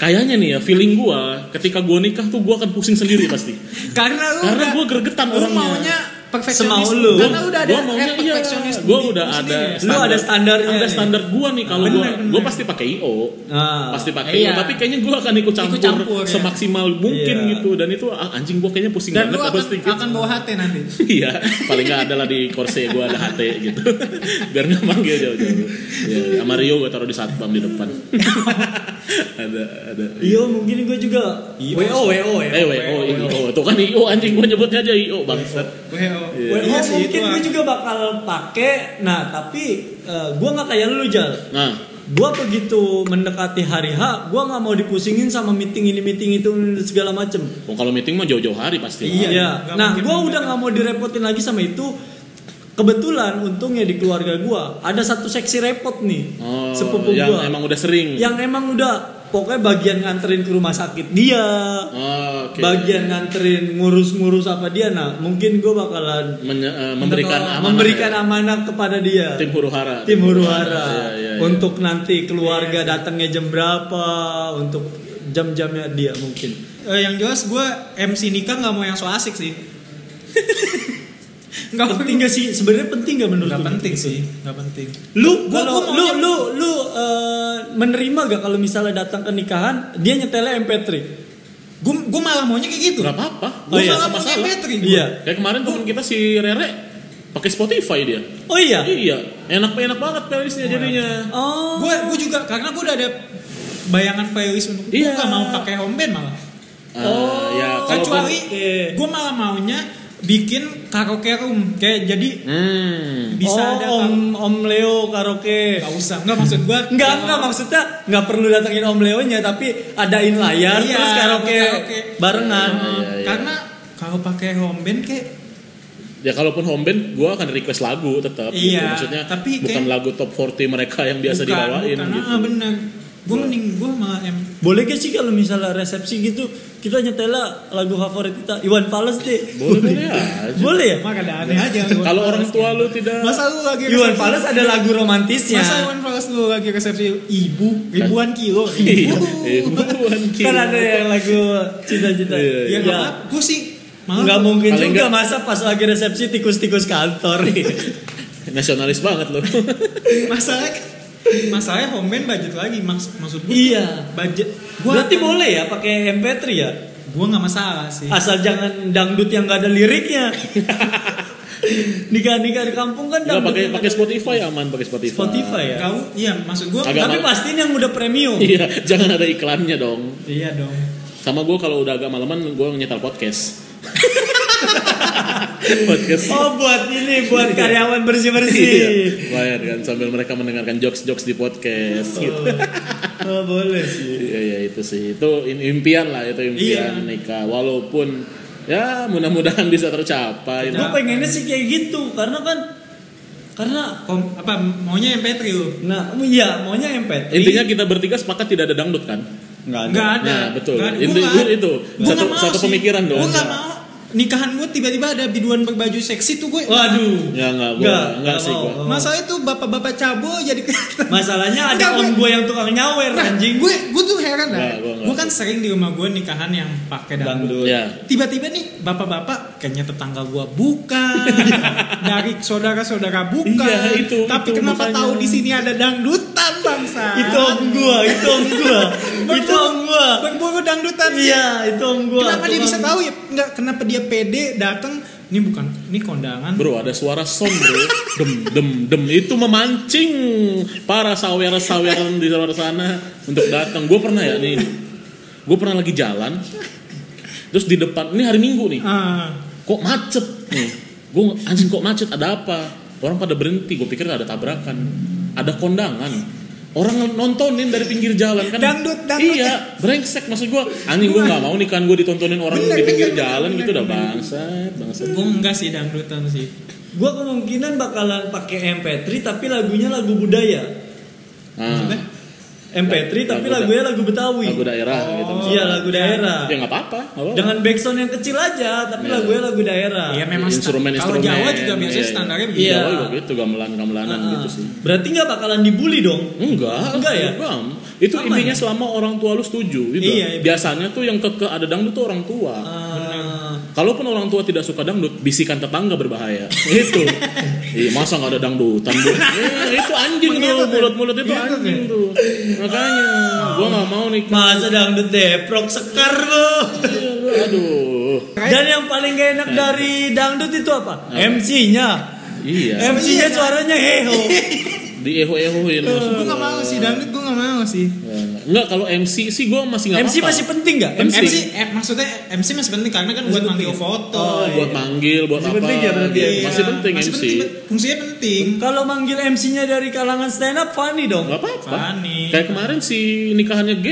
Speaker 1: kayaknya nih ya feeling gua ketika gua nikah tuh gua akan pusing sendiri pasti
Speaker 2: Karena lu
Speaker 1: Karena
Speaker 2: udah-
Speaker 1: gua gregetan
Speaker 2: lu
Speaker 1: orangnya.
Speaker 2: maunya perfeksionis
Speaker 3: Semau lu.
Speaker 2: karena udah ada
Speaker 1: Gua maunya
Speaker 2: eh,
Speaker 1: iya.
Speaker 2: perfeksionis
Speaker 1: Gua
Speaker 2: budi
Speaker 1: udah
Speaker 2: lu
Speaker 1: ada Iya,
Speaker 2: sendiri ya.
Speaker 3: Lu ada standarnya.
Speaker 1: Ada standar gua nih kalau gua
Speaker 2: Bener, bener.
Speaker 1: gua pasti pakai IO.
Speaker 3: Ah.
Speaker 1: Pasti pakai
Speaker 2: Iya.
Speaker 1: IO, tapi kayaknya gua akan ikut campur,
Speaker 2: Ikut campur, ya.
Speaker 1: semaksimal mungkin
Speaker 3: Iya.
Speaker 1: gitu dan itu ah, anjing gua kayaknya pusing
Speaker 2: dan
Speaker 1: banget
Speaker 2: lu akan
Speaker 1: pasti gitu.
Speaker 2: akan bawa hati nanti
Speaker 1: Iya, paling nggak adalah di korse gua ada HT gitu. Biar nggak manggil jauh-jauh. Ya, sama Rio gua taruh di satpam di depan. ada ada.
Speaker 3: Iya mungkin gue juga. WO WO ya.
Speaker 1: Eh, we, oh, IO. Tuh kan IO anjing gua nyebutnya aja IO bangsat.
Speaker 2: Well,
Speaker 3: WO
Speaker 2: iya sih,
Speaker 3: mungkin
Speaker 2: itu
Speaker 3: gue
Speaker 2: ah.
Speaker 3: juga bakal pakai. Nah tapi eh, gue nggak kayak lu jal.
Speaker 1: Nah,
Speaker 3: Gue begitu mendekati hari H, gue nggak mau dipusingin sama meeting ini meeting itu segala macem.
Speaker 1: oh, kalau meeting mah jauh-jauh hari pasti.
Speaker 2: Iya.
Speaker 3: Iya.
Speaker 2: nggak
Speaker 3: Nah gue
Speaker 2: mungkin mendekati.
Speaker 1: kan.
Speaker 3: udah nggak mau direpotin lagi sama itu. Kebetulan untungnya di keluarga gue ada satu seksi repot nih
Speaker 1: Oh,
Speaker 3: sepupu Iya.
Speaker 1: yang
Speaker 3: gue
Speaker 1: emang udah sering.
Speaker 3: yang emang udah pokoknya bagian nganterin ke rumah sakit dia
Speaker 1: Oh, oke.
Speaker 3: bagian nganterin ngurus-ngurus apa dia nah mungkin gue bakalan
Speaker 1: Menye- eh, memberikan
Speaker 2: Atau
Speaker 1: amanah.
Speaker 3: memberikan
Speaker 1: ya.
Speaker 3: amanah kepada dia
Speaker 1: tim huru hara.
Speaker 3: tim huru
Speaker 1: Iya,
Speaker 3: hara
Speaker 1: iya, iya.
Speaker 3: untuk nanti keluarga datangnya jam berapa untuk jam-jamnya dia mungkin
Speaker 2: Eh, yang jelas gue MC nikah nggak mau yang so asik sih nggak
Speaker 3: penting gak sih sebenarnya penting gak menurut
Speaker 2: nggak
Speaker 3: lu?
Speaker 2: penting sih nggak penting
Speaker 3: lu
Speaker 2: Gua-
Speaker 3: kalau
Speaker 2: gua
Speaker 3: lu
Speaker 2: maunya-
Speaker 3: lu lu eh, menerima gak kalau misalnya datang ke nikahan dia nyetelnya MP3
Speaker 2: gue gue malah maunya kayak gitu
Speaker 1: Gak apa-apa.
Speaker 2: gue
Speaker 3: Oh, iya.
Speaker 2: malah
Speaker 1: Nggak
Speaker 2: maunya
Speaker 1: masalah.
Speaker 2: Patrick gua.
Speaker 3: iya
Speaker 1: Kayak kemarin teman kita si Rere pakai Spotify dia.
Speaker 3: oh iya
Speaker 1: Iya, enak enak banget playlistnya jadinya.
Speaker 3: oh
Speaker 2: gue gue juga karena gue udah ada bayangan playlist untuk
Speaker 1: Iya.
Speaker 2: gue gak mau pakai home band malah
Speaker 3: Oh,
Speaker 1: Ah, ya
Speaker 3: kan
Speaker 1: kalau
Speaker 2: kecuali
Speaker 3: oke.
Speaker 2: gue malah maunya bikin karaoke room kayak jadi
Speaker 1: Hmm.
Speaker 2: bisa
Speaker 3: oh,
Speaker 2: ada
Speaker 3: om om Leo karaoke
Speaker 2: Gak usah, gak maksud gue
Speaker 3: Enggak, enggak maksudnya nggak perlu datengin Om Leonya tapi adain layar
Speaker 2: Iya,
Speaker 3: terus karaoke
Speaker 2: karaoke. Oh,
Speaker 3: barengan.
Speaker 1: Iya, iya.
Speaker 2: Karena kalau pakai home band kayak
Speaker 1: Ya kalaupun home band gua akan request lagu tetap gitu.
Speaker 2: Iya,
Speaker 1: Maksudnya
Speaker 2: tapi
Speaker 1: bukan
Speaker 2: kayak-
Speaker 1: lagu top 40 mereka yang biasa
Speaker 2: bukan,
Speaker 1: dibawain
Speaker 2: bukan.
Speaker 1: gitu. Iya.
Speaker 2: Ah, bener. Gue mending gue malah em
Speaker 3: Boleh gak sih kalau misalnya resepsi gitu kita nyetela lagu favorit kita Iwan Fales deh.
Speaker 1: Boleh, boleh aja.
Speaker 3: Boleh ya?
Speaker 2: Emang ada aneh aja
Speaker 1: Kalau orang tua lu tidak
Speaker 2: Masa lu lagi
Speaker 3: Iwan
Speaker 2: resepsi-
Speaker 3: Fales ada lagu romantisnya.
Speaker 2: Masa Iwan Fals lu lagi resepsi ibu Ribuan kilo
Speaker 1: Iya,
Speaker 2: Ibu
Speaker 1: bukan
Speaker 3: Kan ada yang lagu cinta-cinta.
Speaker 1: Iya,
Speaker 3: Iya.
Speaker 2: Ya gak apa Gue sih malah
Speaker 3: Enggak mungkin
Speaker 1: Paling
Speaker 3: juga
Speaker 1: nggak-
Speaker 3: masa pas lagi resepsi tikus-tikus kantor.
Speaker 1: Nasionalis banget lu.
Speaker 2: Masalah Masalahnya home band budget lagi Maksud, maksud gue
Speaker 3: iya.
Speaker 2: Budget gua
Speaker 3: Berarti boleh ya pakai MP3 ya?
Speaker 2: Gue gak masalah sih
Speaker 3: Iya. Asal jangan dangdut yang gak ada liriknya. Nikah-nikah di kampung kan
Speaker 1: Enggak
Speaker 3: dangdut.
Speaker 1: pakai
Speaker 3: yang
Speaker 1: pakai
Speaker 3: ada-
Speaker 1: Spotify aman pakai Spotify.
Speaker 3: Spotify ya.
Speaker 2: Kau Iya maksud gue
Speaker 1: Agak-
Speaker 3: Tapi
Speaker 1: mal-
Speaker 3: pastiin yang udah premium.
Speaker 1: Iya, jangan ada iklannya dong.
Speaker 2: Iya dong
Speaker 1: Sama gue kalau udah agak malaman gue nyetel podcast. podcast.
Speaker 3: Oh buat ini buat karyawan bersih
Speaker 1: Iya,
Speaker 3: bersih.
Speaker 1: bayar kan sambil mereka mendengarkan jokes-jokes di podcast gitu.
Speaker 3: Oh, boleh sih.
Speaker 1: Iya iya itu sih itu in- impian lah itu impian
Speaker 2: Iya.
Speaker 1: nikah walaupun ya mudah-mudahan bisa tercapai.
Speaker 3: Gue
Speaker 1: Nah,
Speaker 3: pengennya sih kayak gitu karena kan karena
Speaker 2: Kom, apa maunya MP3 lu?
Speaker 3: nah iya maunya MP3.
Speaker 1: Intinya kita bertiga sepakat tidak ada dangdut kan?
Speaker 3: nggak ada.
Speaker 2: Nggak ada.
Speaker 1: Nah, betul.
Speaker 2: Nggak ada.
Speaker 1: Itu-
Speaker 2: Gua
Speaker 1: itu-
Speaker 2: nggak-
Speaker 1: itu.
Speaker 2: gua
Speaker 1: Satu-
Speaker 2: nggak mau
Speaker 1: satu
Speaker 2: sih.
Speaker 1: pemikiran dong.
Speaker 2: Gua nggak mau nikahan gue tiba-tiba ada biduan berbaju seksi tuh gue.
Speaker 3: Waduh.
Speaker 1: Ya nggak gue
Speaker 3: Nggak,
Speaker 1: nggak,
Speaker 3: nggak
Speaker 1: sih
Speaker 3: mau.
Speaker 1: gue.
Speaker 2: Masa itu bapak-bapak cabo jadi kelihatan.
Speaker 3: Masalahnya ada om
Speaker 2: Nggak, gue-
Speaker 3: gue yang tukang nyawer
Speaker 2: Nah,
Speaker 3: anjing.
Speaker 2: gue gue tuh heran
Speaker 1: Nggak,
Speaker 2: lah.
Speaker 1: gua nggak.
Speaker 2: Gue kan sering di rumah gue nikahan yang pakai
Speaker 3: Dangdut.
Speaker 2: dangdut.
Speaker 1: Ya.
Speaker 2: Tiba-tiba nih bapak-bapak kayaknya tetangga gue bukan, dari saudara-saudara bukan.
Speaker 1: Iya, itu,
Speaker 2: Tapi
Speaker 1: itu
Speaker 2: kenapa
Speaker 1: makanya.
Speaker 2: tahu di sini ada dangdutan bangsa?
Speaker 3: Itu om gue, itu om gue, itu om gue.
Speaker 2: berburu dangdutan.
Speaker 3: Iya, itu om gue.
Speaker 2: Kenapa dia bisa tahu ya? Enggak, kenapa dia pede datang? Ini bukan, ini kondangan.
Speaker 1: Bro ada suara sound bro Dem dem dem Itu memancing Para sawer-saweran di luar sana Untuk datang Gue pernah ya nih Gue pernah lagi jalan Terus di depan Ini hari minggu nih
Speaker 2: Ah,
Speaker 1: Kok macet nih Gue anjing kok macet ada apa Orang pada berhenti Gue pikir ada tabrakan Ada kondangan Orang nontonin dari pinggir jalan kan
Speaker 2: Dangdut, dangdut.
Speaker 1: Iya brengsek Maksud gue Anjing gue gak mau nih kan Gue ditontonin orang
Speaker 2: Bener,
Speaker 1: di pinggir
Speaker 2: bener,
Speaker 1: jalan
Speaker 2: bener,
Speaker 1: gitu Udah
Speaker 2: bener.
Speaker 1: bangsat Bangsat
Speaker 2: gue enggak sih dangdutan sih.
Speaker 3: Gue kemungkinan bakalan pakai MP3 tapi lagunya lagu budaya.
Speaker 1: Nah,
Speaker 2: Maksudnya?
Speaker 3: MP3 tapi
Speaker 1: Ya, Lagu-
Speaker 3: lagunya lagu Betawi.
Speaker 1: lagu daerah gitu
Speaker 2: Oh.
Speaker 1: misalnya.
Speaker 3: Iya lagu daerah.
Speaker 1: ya nggak apa-apa nggak apa-apa.
Speaker 3: Dengan backsound yang kecil aja tapi
Speaker 1: Iya.
Speaker 3: lagunya lagu daerah.
Speaker 2: Ya memang sta- kalau
Speaker 1: instrumen-instrumen.
Speaker 2: Jawa juga biasanya
Speaker 1: Iya,
Speaker 2: standarnya
Speaker 1: iya.
Speaker 2: begitu.
Speaker 1: Jawa juga gitu gamelan gamelanan
Speaker 3: Ah,
Speaker 1: gitu sih
Speaker 3: Berarti nggak bakalan dibully dong?
Speaker 1: enggak
Speaker 3: Enggak ya?
Speaker 1: bukan. itu
Speaker 3: Aman.
Speaker 1: intinya selama orang tua lu setuju gitu
Speaker 2: Iya, iya.
Speaker 1: biasanya tuh yang keke ada dangdut tuh orang tua
Speaker 3: Ah,
Speaker 1: Kalaupun orang tua tidak suka dangdut, bisikan tetangga berbahaya. itu. Iya, masa nggak ada dangdutan, Bu? Eh, itu anjing tuh,
Speaker 2: Mengintip, ya?
Speaker 1: mulut-mulut itu
Speaker 2: Mengintip,
Speaker 1: anjing tuh. Makanya, gua nggak mau nih.
Speaker 3: Masa dangdut Deprok sekar lu.
Speaker 1: Aduh.
Speaker 3: Dan yang paling gak enak dari dangdut itu apa? MC-nya.
Speaker 1: Iya,
Speaker 3: MC-nya suaranya heho.
Speaker 1: di eho-ehoin
Speaker 2: Gue
Speaker 1: maksudnya.
Speaker 2: gak mau sih dangdut gue gak mau sih.
Speaker 1: Enggak, kalau MC sih gua masih nggak
Speaker 3: MC
Speaker 1: apa-apa.
Speaker 3: masih penting gak?
Speaker 1: MC.
Speaker 2: MC, eh, maksudnya MC masih penting karena kan buat manggil foto.
Speaker 1: buat manggil, buat
Speaker 3: Masih
Speaker 1: apa?
Speaker 3: penting ya, berarti ya?
Speaker 1: Iya, Oh, Masih penting
Speaker 2: Masih
Speaker 1: MC.
Speaker 2: penting, fungsinya penting.
Speaker 3: Kalau manggil MC-nya dari kalangan stand up funny dong.
Speaker 1: Gak apa-apa.
Speaker 2: Funny.
Speaker 1: Kayak kemarin si nikahannya G,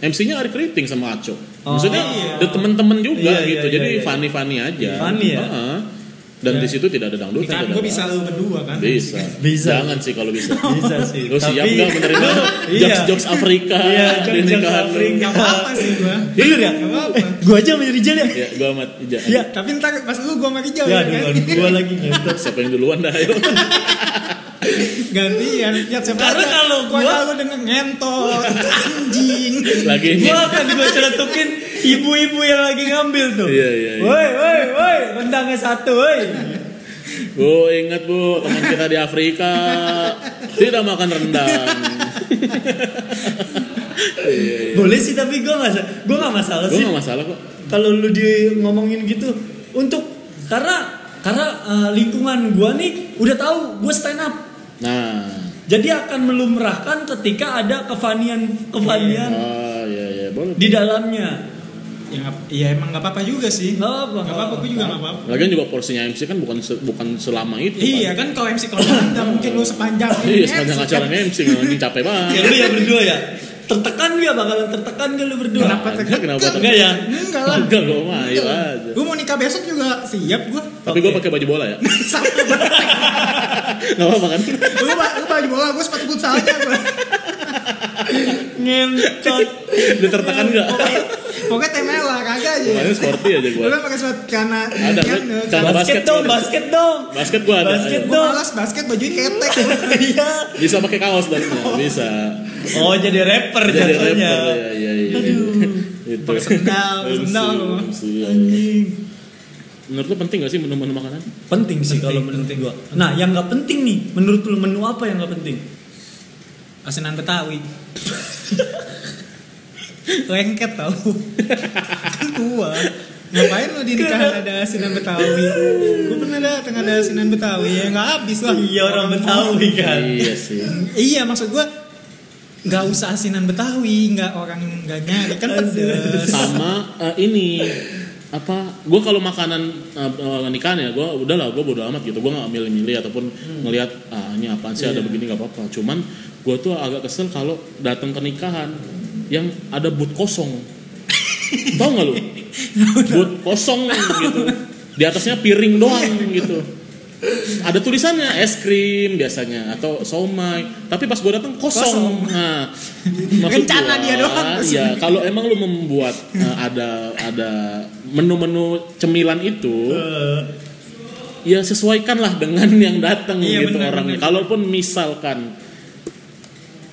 Speaker 1: MC-nya Ari Keriting sama Aco.
Speaker 3: Oh,
Speaker 1: Maksudnya
Speaker 2: iya.
Speaker 1: ada temen-temen juga
Speaker 3: Iya, iya,
Speaker 1: gitu.
Speaker 3: iya,
Speaker 1: Jadi
Speaker 3: iya.
Speaker 1: funny-funny aja.
Speaker 3: Funny ya? Iya.
Speaker 1: Heeh. Dan di situ tidak ada dangdut.
Speaker 2: Nikahan gue bisa lu berdua kan.
Speaker 1: Bisa.
Speaker 3: Bisa.
Speaker 1: Jangan sih kalau bisa.
Speaker 3: Bisa sih.
Speaker 1: Lu siap
Speaker 3: Tapi-
Speaker 1: gak menerima
Speaker 3: Iya.
Speaker 1: jokes-jokes Afrika
Speaker 3: Iya,
Speaker 1: di
Speaker 3: jokes-jokes
Speaker 1: nikahan lu?
Speaker 3: Afrika.
Speaker 2: Gak apa-apa sih gue.
Speaker 3: Bener ya?
Speaker 2: Gak apa-apa.
Speaker 3: Gua aja menjadi jeli.
Speaker 1: Ya, gua amat. Ya,
Speaker 3: Iya.
Speaker 2: Tapi ntar pas lu gue mati jauh
Speaker 1: iya.
Speaker 3: Ya,
Speaker 2: ya,
Speaker 3: dengan
Speaker 2: kan.
Speaker 3: gua lagi ngentot.
Speaker 1: Siapa yang duluan dah? Ayo.
Speaker 2: Gantian. Ya, siapa
Speaker 3: Karena
Speaker 2: ada.
Speaker 3: kalau
Speaker 2: Gua
Speaker 3: gua-
Speaker 2: kalau denger ngentot anjing.
Speaker 1: Lagi ini.
Speaker 3: gua akan gua celetukin ibu-ibu yang lagi ngambil tuh.
Speaker 1: Iya, iya, iya.
Speaker 3: Woi, woi, woi, rendangnya satu, woi.
Speaker 1: Bu, ingat bu, teman kita di Afrika tidak makan rendang.
Speaker 3: Boleh sih tapi gua nggak sa- gua nggak masalah
Speaker 1: Gue
Speaker 3: sih.
Speaker 1: gak masalah kok.
Speaker 3: Kalau lu di ngomongin gitu untuk karena karena eh, lingkungan gua nih udah tahu gua stand up.
Speaker 1: Nah,
Speaker 3: Jadi akan melumrahkan ketika ada kefanian kefanian
Speaker 1: ah, ya ya boleh.
Speaker 3: di dalamnya.
Speaker 2: Ya, nggak- ya emang gak apa-apa juga sih.
Speaker 3: Nggak apa-apa.
Speaker 2: Gak apa-apa gue juga gak apa-apa.
Speaker 1: Lagian juga porsinya MC kan bukan se- bukan selama itu.
Speaker 2: Iya
Speaker 1: kan.
Speaker 2: kan kalau MC kalau nggak mungkin lu sepanjang
Speaker 1: Iya,
Speaker 2: MC,
Speaker 1: sepanjang
Speaker 2: kan?
Speaker 1: acara MC anjing capek
Speaker 3: Ya
Speaker 1: banget.
Speaker 3: lu ya berdua ya. Tertekan gak bakalan tertekan gak lu berdua?
Speaker 2: Kenapa
Speaker 1: Enggak,
Speaker 2: tekan?
Speaker 1: kenapa tekan?
Speaker 3: Enggak ya?
Speaker 2: Enggak lah.
Speaker 1: Enggak gue mah, ayo aja.
Speaker 2: Gue mau nikah besok juga siap gue.
Speaker 1: Tapi gue pakai baju bola ya.
Speaker 2: Sama banget.
Speaker 1: Enggak apa-apa kan?
Speaker 2: Lu ba- lu baju bola, gue sepatu futsalnya gue.
Speaker 3: Ngentot.
Speaker 1: Dia tertekan enggak?
Speaker 2: Pokoknya temel lah, kagak aja.
Speaker 1: Pokoknya sporty aja gua.
Speaker 2: Lu kan pakai sepatu karena
Speaker 1: Ada,
Speaker 2: kan,
Speaker 1: gua-
Speaker 2: eh,
Speaker 1: celana
Speaker 3: Basket,
Speaker 1: basket
Speaker 3: dong,
Speaker 1: gua ada.
Speaker 3: basket dong.
Speaker 1: Basket gue ada.
Speaker 3: Basket
Speaker 1: ayo.
Speaker 2: Gua
Speaker 3: dong.
Speaker 2: malas basket bajunya ketek.
Speaker 3: Iya.
Speaker 1: Bisa pakai kaos dan nah, bisa.
Speaker 3: Oh jadi rapper
Speaker 1: Jadi rapper
Speaker 3: jadinya.
Speaker 1: ya, ya, ya. Itu.
Speaker 2: Sendal, sendal. lu.
Speaker 1: MC, ya. Menurut lo penting gak sih menu-menu makanan?
Speaker 3: Penting sih kalau menurut gua. Nah, yang nggak penting nih, menurut lu menu apa yang nggak penting?
Speaker 2: Asinan Betawi. Lengket tau. kan tua. Ngapain lu di nikahan ada asinan Betawi? Gue pernah datang ada asinan Betawi ya nggak habis lah.
Speaker 3: Iya orang Betawi kan.
Speaker 1: Iya sih.
Speaker 2: Iya maksud gue nggak usah asinan Betawi, nggak orang nggak nyari kan pedes.
Speaker 1: sama eh, ini apa gue kalau makanan eh, eh, nikahan ya gue udahlah gue bodo amat gitu gue nggak milih-milih ataupun ngelihat ah ini apaan sih ada begini nggak apa-apa cuman gue tuh agak kesel kalau datang ke nikahan yang ada but kosong tau nggak lu but kosong gitu di atasnya piring doang gitu ada tulisannya es krim biasanya atau somai tapi pas gue datang kosong, nah maksud
Speaker 2: Rencana
Speaker 1: gua,
Speaker 2: dia doang.
Speaker 1: iya kalau emang lu membuat eh, ada ada menu-menu cemilan itu
Speaker 3: Eh,
Speaker 1: ya sesuaikanlah dengan yang datang
Speaker 2: Iya,
Speaker 1: gitu
Speaker 2: benar,
Speaker 1: orangnya
Speaker 2: benar.
Speaker 1: kalaupun misalkan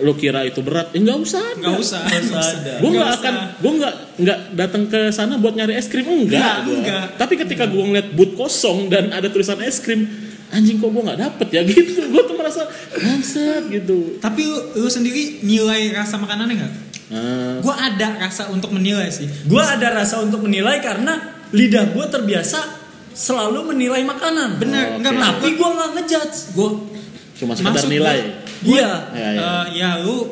Speaker 1: lu kira itu berat ya nggak usah ada.
Speaker 2: Nggak usah.
Speaker 3: Nggak usah ada.
Speaker 1: gue nggak
Speaker 2: Nggak
Speaker 1: akan
Speaker 2: usah.
Speaker 1: gue nggak nggak datang ke sana buat nyari es krim enggak,
Speaker 2: Nggak,
Speaker 1: gua.
Speaker 2: nggak.
Speaker 1: tapi ketika gue ngeliat booth kosong dan ada tulisan es krim anjing kok gue nggak dapet ya gitu gue tuh merasa bangsat gitu
Speaker 2: Tapi lu, lu sendiri nilai rasa makanannya nggak?
Speaker 1: Ah,
Speaker 2: Gue ada rasa untuk menilai sih.
Speaker 3: gua ada rasa untuk menilai karena lidah gua terbiasa selalu menilai makanan.
Speaker 1: Oh,
Speaker 2: Bener, nggak
Speaker 1: oke.
Speaker 2: maksud
Speaker 3: Tapi gua nggak ngejudge.
Speaker 2: Gue,
Speaker 1: cuma sekedar
Speaker 2: Maksud gua-
Speaker 1: nilai
Speaker 3: Iya.
Speaker 1: ya, ya.
Speaker 2: ya lu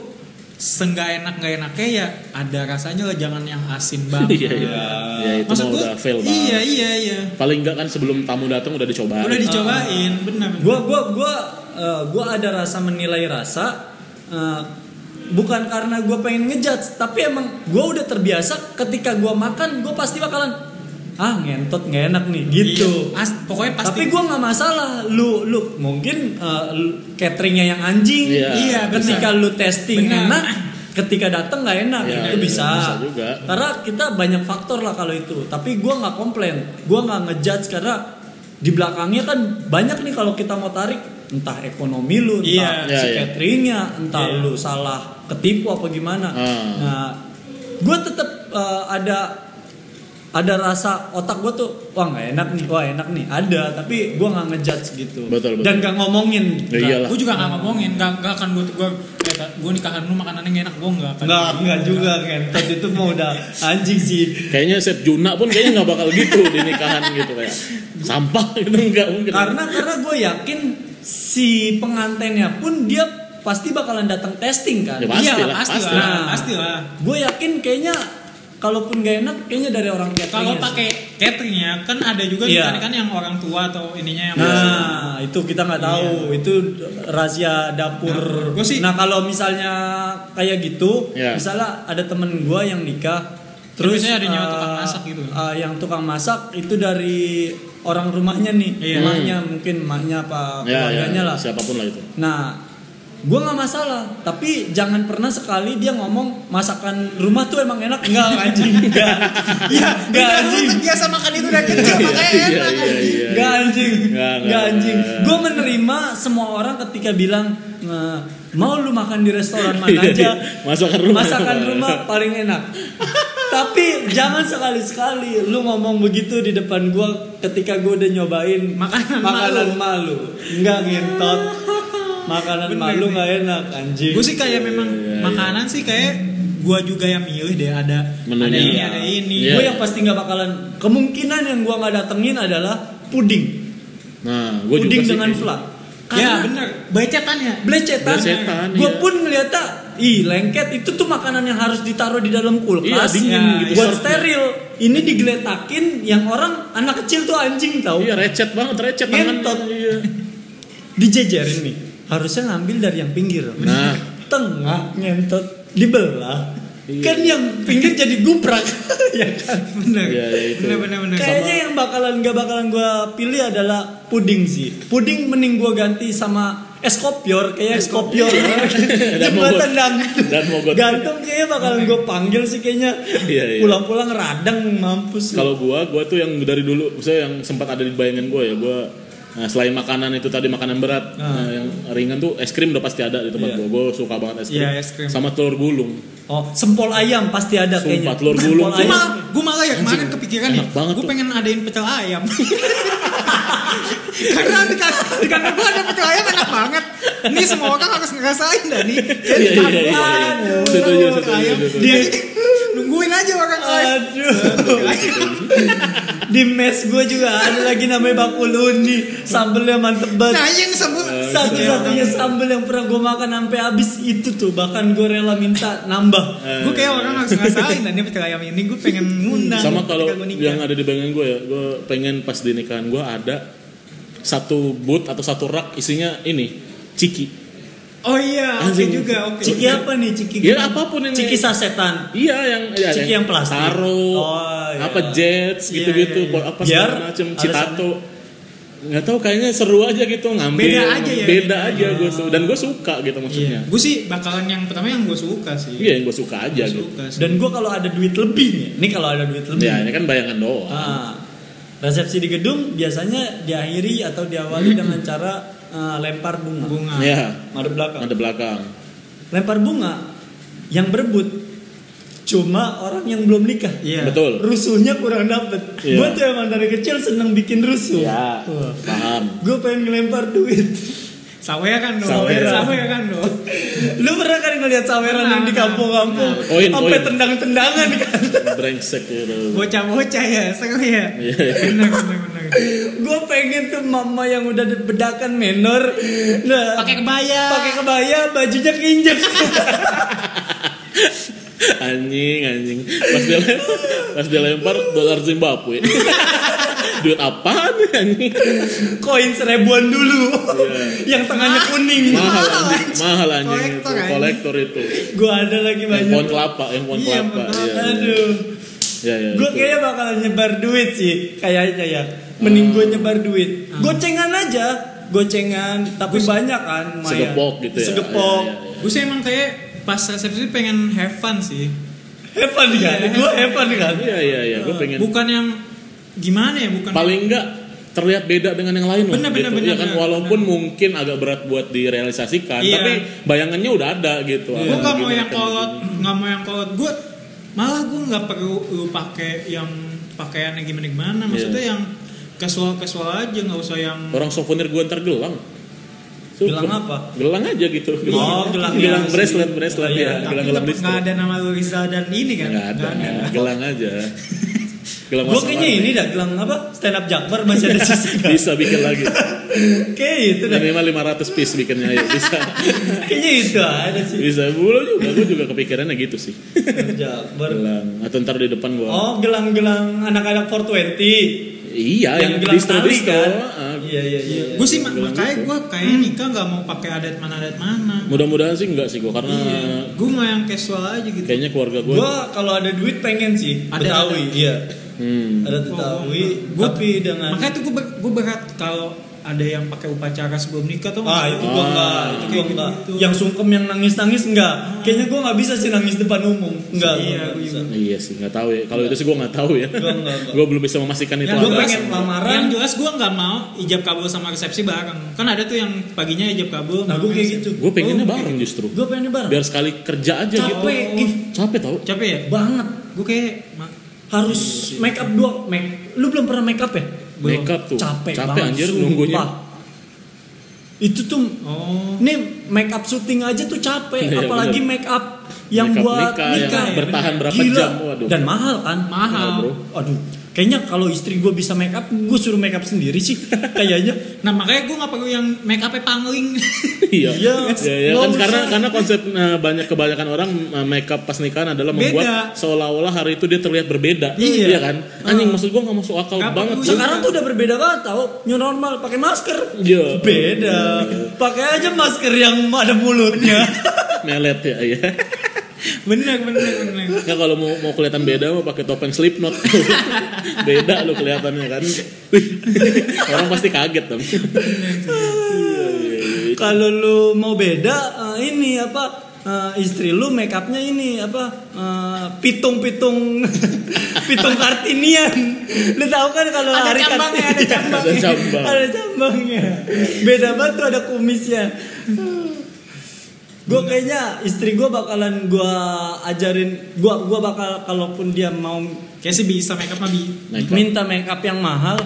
Speaker 2: senggak enak nggak enaknya ya ada rasanya lah jangan yang asin banget.
Speaker 1: Iya, iya. Ya, itu mah
Speaker 2: gua-
Speaker 1: udah fail banget. Nah, eh,
Speaker 2: Iya iya iya.
Speaker 1: paling nggak kan sebelum tamu datang udah dicoba
Speaker 2: Udah dicobain, benar. benar.
Speaker 3: Gua gua gua eh, gua ada rasa menilai rasa eh, bukan karena gua pengen ngejudge, tapi emang gua udah terbiasa ketika gua makan gua pasti bakalan ah ngentot nggak enak nih gitu.
Speaker 2: Iya, as- pokoknya pasti.
Speaker 3: Tapi gua nggak masalah. Lu lu mungkin eh, lu- cateringnya yang anjing.
Speaker 1: Iya,
Speaker 2: Iya,
Speaker 1: bisa.
Speaker 3: ketika lu testing
Speaker 2: Benar.
Speaker 3: enak, ketika datang nggak enak,
Speaker 1: Iya,
Speaker 3: itu
Speaker 1: iya,
Speaker 3: bisa.
Speaker 1: bisa juga.
Speaker 3: Karena kita banyak faktor lah kalau itu. Tapi gua nggak komplain, gua nggak ngejudge karena di belakangnya kan banyak nih kalau kita mau tarik entah ekonomi lu,
Speaker 1: Iya.
Speaker 3: entah
Speaker 1: Iya,
Speaker 3: si
Speaker 1: iya.
Speaker 3: cateringnya, entah
Speaker 2: Iya.
Speaker 1: Ah.
Speaker 3: lu Nah, salah ketipu apa gimana.
Speaker 1: Hmm.
Speaker 3: Nah, gue tetap eh, ada ada rasa otak gue tuh wah nggak enak nih wah enak nih ada tapi gue nggak ngejudge gitu
Speaker 1: Betul, betul.
Speaker 3: dan gak ngomongin
Speaker 1: Ya iyalah.
Speaker 2: Gue juga gak ngomongin, gak, gak akan eh, gue gue gue nikahan lu makanannya gak enak gue gak akan.
Speaker 3: nggak nggak juga kan tadi itu mau udah anjing sih
Speaker 1: Kayaknya Sep Juna pun kayaknya nggak bakal gitu di nikahan gitu kayak sampah gitu nggak mungkin.
Speaker 3: karena karena gue yakin si pengantennya pun dia pasti bakalan datang testing kan
Speaker 1: Ya, pasti
Speaker 2: Iya,
Speaker 1: lah,
Speaker 2: pasti
Speaker 1: pasti.
Speaker 2: lah,
Speaker 3: Nah.
Speaker 2: pasti lah.
Speaker 3: gue yakin kayaknya kalaupun gak enak kayaknya dari orang
Speaker 2: Kalau
Speaker 3: cateringnya sih.
Speaker 2: pakai cateringnya kan ada juga
Speaker 3: Iya.
Speaker 2: nikahan kan yang orang tua atau ininya yang
Speaker 3: Nah, itu kita nggak tahu. Itu rahasia dapur.
Speaker 2: Dapur. Iya. Gua sih- Iya.
Speaker 3: Nah, kalau misalnya kayak gitu,
Speaker 1: Ya.
Speaker 3: misalnya ada temen gua yang nikah, terus
Speaker 2: biasanya ada nyawa
Speaker 3: eh,
Speaker 2: tukang masak gitu.
Speaker 3: eh, yang tukang masak itu dari orang rumahnya nih,
Speaker 2: Iya.
Speaker 3: rumahnya mungkin emaknya
Speaker 1: Ya,
Speaker 3: apa
Speaker 1: ya,
Speaker 3: keluarganya lah.
Speaker 1: siapapun lah itu.
Speaker 3: Nah, gua nggak masalah, tapi jangan pernah sekali dia ngomong masakan rumah tuh emang enak nggak anjing nggak, ya nggak
Speaker 2: Iya, lu
Speaker 3: anjing.
Speaker 2: terbiasa makan itu dari kecil makanya
Speaker 1: Iya,
Speaker 2: enak.
Speaker 1: iya, iya.
Speaker 3: Gak anjing,
Speaker 1: Nggak,
Speaker 3: gak
Speaker 1: nggak.
Speaker 3: anjing. Gue menerima semua orang ketika bilang "Nge- mau lu makan di restoran mana
Speaker 1: Iya, iya.
Speaker 3: aja,
Speaker 1: Masakan rumah.
Speaker 3: masakan rumah paling enak. Tapi jangan sekali-sekali lu ngomong begitu di depan gue ketika gue udah nyobain
Speaker 2: Makanan
Speaker 3: makanan malu. Enggak ngintot. Makanan
Speaker 2: Bener
Speaker 3: malu
Speaker 2: nih.
Speaker 3: gak enak anjing.
Speaker 2: Gue sih kayak memang
Speaker 1: Iya, iya.
Speaker 2: makanan sih kayak gue juga yang milih deh ada
Speaker 1: Menunya.
Speaker 2: ada ini
Speaker 1: Iya.
Speaker 2: ada ini.
Speaker 1: Iya.
Speaker 3: Gue yang pasti nggak bakalan kemungkinan yang gue nggak datengin adalah puding,
Speaker 1: Nah, gue juga
Speaker 3: puding
Speaker 1: sih
Speaker 3: dengan
Speaker 1: kayak gitu. Iya,
Speaker 3: fla.
Speaker 2: Ya
Speaker 3: Karena
Speaker 2: bener, ya? becetannya.
Speaker 3: Belecetan.
Speaker 1: Belecetan,
Speaker 3: Gue
Speaker 1: iya.
Speaker 3: pun ngeliatnya, ih lengket itu tuh makanan yang harus ditaruh di dalam
Speaker 1: Iya,
Speaker 3: kulkas.
Speaker 1: dingin
Speaker 2: Ya,
Speaker 1: gitu.
Speaker 3: buat
Speaker 1: serve.
Speaker 3: steril. Ini digeletakin yang orang anak kecil tuh anjing tau.
Speaker 1: Iya, recet banget, recet tangan.
Speaker 3: Ngentot.
Speaker 1: Iya.
Speaker 3: Dijejerin nih. Harusnya ngambil dari yang pinggir.
Speaker 1: Nah,
Speaker 3: Tengah ngentot dibelah.
Speaker 1: Iya.
Speaker 3: Kan yang pinggir jadi guprak. ya kan?
Speaker 2: Bener.
Speaker 1: Iya, iya, itu.
Speaker 2: bener bener bener.
Speaker 3: Kayaknya yang bakalan gak bakalan gue pilih adalah puding sih. Puding mending gue ganti sama es kopior, kayak es kopior.
Speaker 1: Dan
Speaker 3: Jembatan
Speaker 1: mogot.
Speaker 3: dang.
Speaker 1: Dan mogot.
Speaker 3: Gantung kayaknya bakalan gue panggil sih kayaknya.
Speaker 1: Iya, iya.
Speaker 3: Pulang-pulang radang mampus.
Speaker 1: kalau gua gua tuh yang dari dulu saya yang sempat ada di bayangan gua ya gua nah, selain makanan itu tadi makanan berat nah, yang ringan tuh es krim udah pasti ada di tempat
Speaker 3: Iya.
Speaker 1: gua gua suka banget es krim,
Speaker 2: Iya, es krim.
Speaker 1: sama telur gulung
Speaker 3: Oh, sempol ayam pasti ada
Speaker 1: Sumpah,
Speaker 3: kayaknya.
Speaker 1: telur gulung tuh.
Speaker 3: Sempol ayam.
Speaker 2: Cuma gue malah ya kemarin kepikiran ya,
Speaker 1: enak banget
Speaker 2: gue
Speaker 1: tuh.
Speaker 2: pengen adain pecel ayam. Karena di kantor, di kantor gue ada pecel ayam enak banget. Ini semua orang harus ngerasain dah nih. Kayak
Speaker 1: Iya,
Speaker 2: di
Speaker 1: iya,
Speaker 2: kantor,
Speaker 1: iya, iya.
Speaker 2: aduh,
Speaker 1: Setuju,
Speaker 2: pecel
Speaker 1: setuju,
Speaker 2: ayam.
Speaker 1: setuju.
Speaker 2: Dia nungguin aja orang lain.
Speaker 3: Aduh. Di mes gue juga ada lagi namanya bakul uni. Sambelnya mantep banget.
Speaker 2: Nah, yang sebut
Speaker 3: Satu-satunya sambel yang pernah gue makan sampai habis itu tuh bahkan gue rela minta nambah.
Speaker 2: Gue kayak orang harus ngerasain dan ini pecel ayam ini gue pengen ngundang.
Speaker 1: sama kalau
Speaker 2: ketika gua nikah.
Speaker 1: yang ada di bayangan gua ya gua pengen pas di nikahan gua ada satu boot atau satu rak isinya ini ciki
Speaker 2: Oh iya, oke
Speaker 1: Anjing.
Speaker 2: juga, oke.
Speaker 3: Ciki apa nih ciki?
Speaker 1: ya apapun yang
Speaker 3: Ciki sasetan.
Speaker 1: Iya yang iya,
Speaker 3: Ciki yang plastik.
Speaker 1: Taro,
Speaker 3: Oh, iya.
Speaker 1: apa jets
Speaker 2: Iya,
Speaker 1: gitu-gitu,
Speaker 2: iya, iya.
Speaker 1: apa
Speaker 3: Biar
Speaker 1: segala macem,
Speaker 3: alasannya-
Speaker 1: citato. Nggak tahu kayaknya seru aja gitu ngambil.
Speaker 2: Beda aja ya,
Speaker 1: Beda
Speaker 2: beda.
Speaker 1: aja gue su- dan gue suka gitu maksudnya.
Speaker 2: Gue Iya. sih bakalan yang pertama yang gue suka sih.
Speaker 1: Iya yang gue suka aja
Speaker 2: Gua
Speaker 1: gitu.
Speaker 2: suka sih.
Speaker 3: Dan gue kalau ada duit lebih nih, ini kalau ada duit lebih.
Speaker 1: Ya ini kan bayangan doang.
Speaker 3: Ah, resepsi di gedung biasanya diakhiri atau diawali
Speaker 1: Hmm.
Speaker 3: dengan cara eh, lempar bunga.
Speaker 2: bunga.
Speaker 1: Ya
Speaker 3: Madep belakang.
Speaker 1: ada belakang.
Speaker 3: Lempar bunga yang berebut cuma orang yang belum nikah.
Speaker 2: Iya.
Speaker 1: Betul.
Speaker 3: Rusuhnya kurang dapet.
Speaker 1: Iya.
Speaker 3: Gue tuh emang dari kecil seneng bikin rusuh.
Speaker 1: Ya paham.
Speaker 3: Gue pengen ngelempar duit.
Speaker 2: Sawera kan dong.
Speaker 1: Sawera.
Speaker 2: Sawera kan dong.
Speaker 3: Lu pernah kan ngeliat saweran
Speaker 2: Pernah,
Speaker 3: yang di
Speaker 2: pernah.
Speaker 3: kampung-kampung
Speaker 1: Pernah. Oin,
Speaker 3: sampai
Speaker 1: oin.
Speaker 3: tendang-tendangan kan.
Speaker 1: Brengsek gitu.
Speaker 2: Bocah-bocah ya, seru ya.
Speaker 1: Iya.
Speaker 2: Benar benar benar.
Speaker 3: Gue pengen tuh mama yang udah bedakan menor. Nah,
Speaker 2: Pakai kebaya.
Speaker 3: pakai kebaya, bajunya keinjek.
Speaker 1: Anjing anjing. Pas dia lempar, pas dia lempar dolar Zimbabwe. Duit apaan nih, anjing?
Speaker 3: Koin seribuan dulu. yang tengahnya
Speaker 1: Iya.
Speaker 3: kuning.
Speaker 1: Mahal anjing, mahal anjing. itu.
Speaker 2: Kolektor, anjing.
Speaker 1: Kolektor itu.
Speaker 3: Gue ada lagi
Speaker 1: yang pohon
Speaker 3: banyak.
Speaker 1: kelapa yang pohon
Speaker 2: Iya,
Speaker 1: kelapa
Speaker 2: pohon
Speaker 1: iya
Speaker 3: Aduh.
Speaker 1: iya iya
Speaker 3: Gue
Speaker 1: itu.
Speaker 3: kayaknya bakalan nyebar duit sih kayaknya ya. Mending
Speaker 1: Ah.
Speaker 3: gue nyebar duit.
Speaker 2: Ah.
Speaker 3: Gocengan aja, gocengan tapi banyak kan lumayan.
Speaker 1: Segepok gitu ya.
Speaker 3: Segepok.
Speaker 1: Iya, iya,
Speaker 2: Gue sih emang kayak pas resepsi pengen have fun sih.
Speaker 3: Heaven kan?
Speaker 2: Iya.
Speaker 3: Gue heaven kan?
Speaker 1: iya iya iya gue pengen
Speaker 2: Bukan yang gimana ya, bukan.
Speaker 1: paling enggak terlihat beda dengan yang lain lah,
Speaker 2: Bener, bener,
Speaker 1: gitu.
Speaker 2: bener,
Speaker 1: ya kan
Speaker 2: bener.
Speaker 1: walaupun mungkin agak berat buat direalisasikan
Speaker 2: Iya.
Speaker 1: tapi bayangannya udah ada gitu
Speaker 2: Gue
Speaker 1: Ah,
Speaker 2: gak mau
Speaker 1: gimana
Speaker 2: yang
Speaker 1: kan,
Speaker 2: kolot, gak mau yang kolot. Gue malah gue nggak perlu lu pakai yang pakaiannya gimana
Speaker 1: Iya.
Speaker 2: gimana maksudnya yang casual casual aja nggak usah yang
Speaker 1: Orang souvenir gue ntar gelang.
Speaker 3: Gelang apa?
Speaker 1: Gelang aja gitu.
Speaker 3: Oh, gelang.
Speaker 1: Gelang
Speaker 3: Iya,
Speaker 1: bracelet,
Speaker 3: sih.
Speaker 1: bracelet
Speaker 3: Oh, iya.
Speaker 1: ya. Gelang
Speaker 2: ya. tapi
Speaker 1: gelang
Speaker 2: tetap nggak
Speaker 1: bracelet.
Speaker 2: ada nama Rizal dan ini kan
Speaker 1: Nggak ada.
Speaker 2: Nggak
Speaker 1: Gelang aja. Gelang
Speaker 3: Gue
Speaker 1: masa
Speaker 3: kayaknya
Speaker 1: lalu.
Speaker 3: ini dah gelang apa? Stand up Jakbar masih ada sisa.
Speaker 1: Bisa bikin lagi.
Speaker 3: Kayak itu dah.
Speaker 1: Minimal 500 piece bikinnya ya bisa.
Speaker 3: Kayaknya itu ada sih.
Speaker 1: Bisa belum juga. Gue juga kepikirannya gitu sih.
Speaker 3: Stand Up Jakbar.
Speaker 1: Gelang. Atau ntar di depan gue.
Speaker 3: Oh, gelang-gelang anak-anak 420.
Speaker 1: Iya, yang,
Speaker 3: gelang
Speaker 1: distro
Speaker 3: tali
Speaker 1: distro.
Speaker 3: kan?
Speaker 1: Ah,
Speaker 3: Iya, iya, iya.
Speaker 2: gue sih mak-
Speaker 1: Gelang
Speaker 2: makanya
Speaker 1: gitu.
Speaker 2: gue kayak
Speaker 3: Hmm.
Speaker 2: nikah nggak mau pakai adat mana adat mana
Speaker 1: Mudah-mudahan sih enggak sih gue karena
Speaker 3: Iya.
Speaker 2: gue mau yang casual aja gitu
Speaker 1: kayaknya keluarga gue.
Speaker 3: Gue kalau ada duit pengen sih.
Speaker 2: Ada,
Speaker 3: Betawi,
Speaker 2: ada.
Speaker 3: iya.
Speaker 1: Hmm.
Speaker 3: Ada Betawi, tapi dengan
Speaker 2: Oh, makanya tuh gue gue berat kalau ada yang pakai upacara sebelum nikah tuh
Speaker 3: Ah itu gua
Speaker 1: Ah.
Speaker 3: enggak, itu gua
Speaker 2: Kayak
Speaker 3: enggak.
Speaker 2: gitu.
Speaker 3: Yang sungkem yang nangis-nangis enggak. Kayaknya gua nggak bisa sih nangis depan umum. Enggak,
Speaker 2: Iya,
Speaker 3: gua enggak
Speaker 2: gua
Speaker 3: bisa.
Speaker 2: juga.
Speaker 1: Iya sih, nggak tahu ya. Kalau itu sih gue nggak tahu ya.
Speaker 3: Gua nggak, nggak.
Speaker 1: Gue belum bisa memastikan itu.
Speaker 2: yang
Speaker 3: gua
Speaker 1: ada.
Speaker 2: jelas,
Speaker 3: pengen lamaran.
Speaker 2: yang jelas gue nggak mau ijab kabul sama resepsi bareng kan ada tuh yang paginya ijab kabul
Speaker 3: Nah, gua
Speaker 2: malamnya
Speaker 3: kayak
Speaker 2: resepsi.
Speaker 3: gitu.
Speaker 1: Gue pengennya
Speaker 2: Oh,
Speaker 1: bareng justru.
Speaker 3: Gua pengen bareng.
Speaker 1: Biar sekali kerja aja gitu.
Speaker 3: Capek, Gif.
Speaker 1: Capek tau?
Speaker 2: capek ya
Speaker 3: banget.
Speaker 2: gue kayak ma-
Speaker 3: Harus make up dua make. Lu belum pernah make up ya?
Speaker 1: Belum. Iya. Make up tuh.
Speaker 3: Capek,
Speaker 1: Capek
Speaker 3: banget,
Speaker 1: anjir
Speaker 3: sumpah.
Speaker 1: nunggunya.
Speaker 3: Itu tuh
Speaker 2: oh
Speaker 3: Nih make up syuting aja tuh capek,
Speaker 1: Iya,
Speaker 3: apalagi
Speaker 1: bener.
Speaker 3: make up yang
Speaker 1: Make up
Speaker 3: buat
Speaker 1: nikah,
Speaker 3: nikah,
Speaker 1: yang
Speaker 2: ya,
Speaker 1: bertahan
Speaker 2: bener.
Speaker 1: berapa
Speaker 3: Gila.
Speaker 1: jam? Waduh.
Speaker 3: Dan mahal kan?
Speaker 1: Iya, bro.
Speaker 2: mahal
Speaker 3: Aduh, kayaknya kalau istri gue bisa make up, gue suruh make up sendiri sih, kayaknya.
Speaker 2: nah makanya gue nggak perlu yang make up pangling
Speaker 1: iya.
Speaker 3: Iya.
Speaker 1: Iya, iya, kan
Speaker 3: Nggak usah.
Speaker 1: karena karena konsep eh, banyak kebanyakan orang eh, makeup pas nikahan adalah membuat
Speaker 2: Beda.
Speaker 1: seolah-olah hari itu dia terlihat berbeda.
Speaker 3: Iya.
Speaker 1: kan? Anjing maksud gue nggak masuk akal
Speaker 2: Nggak
Speaker 1: banget.
Speaker 2: peduli.
Speaker 1: cuy.
Speaker 3: Sekarang tuh udah berbeda banget tau, new normal pakai masker.
Speaker 1: Iya.
Speaker 3: Beda. Pakai aja masker yang ada mulutnya.
Speaker 1: Melet ya, iya.
Speaker 2: bener bener bener
Speaker 1: Ya kalau mau mau kelihatan beda mau pakai topeng Slipknot. beda lu kelihatannya kan. Wih. Orang pasti kaget dong. Iya, iya, iya.
Speaker 3: kalau lu mau beda, eh, ini apa? eh, istri lu make upnya ini apa eh, pitung-pitung pitung kartinian lu tahu kan kalau
Speaker 2: Ada
Speaker 3: hari
Speaker 2: cambangnya,
Speaker 3: Kartini-
Speaker 2: ada
Speaker 1: cambangnya. Ada cambang.
Speaker 3: Ada cambangnya beda banget tuh ada kumisnya gue kayaknya istri gue bakalan gue ajarin gue gua bakal kalaupun dia mau
Speaker 2: kayak sih bisa make up mah bi
Speaker 1: Makeup.
Speaker 3: minta make up yang mahal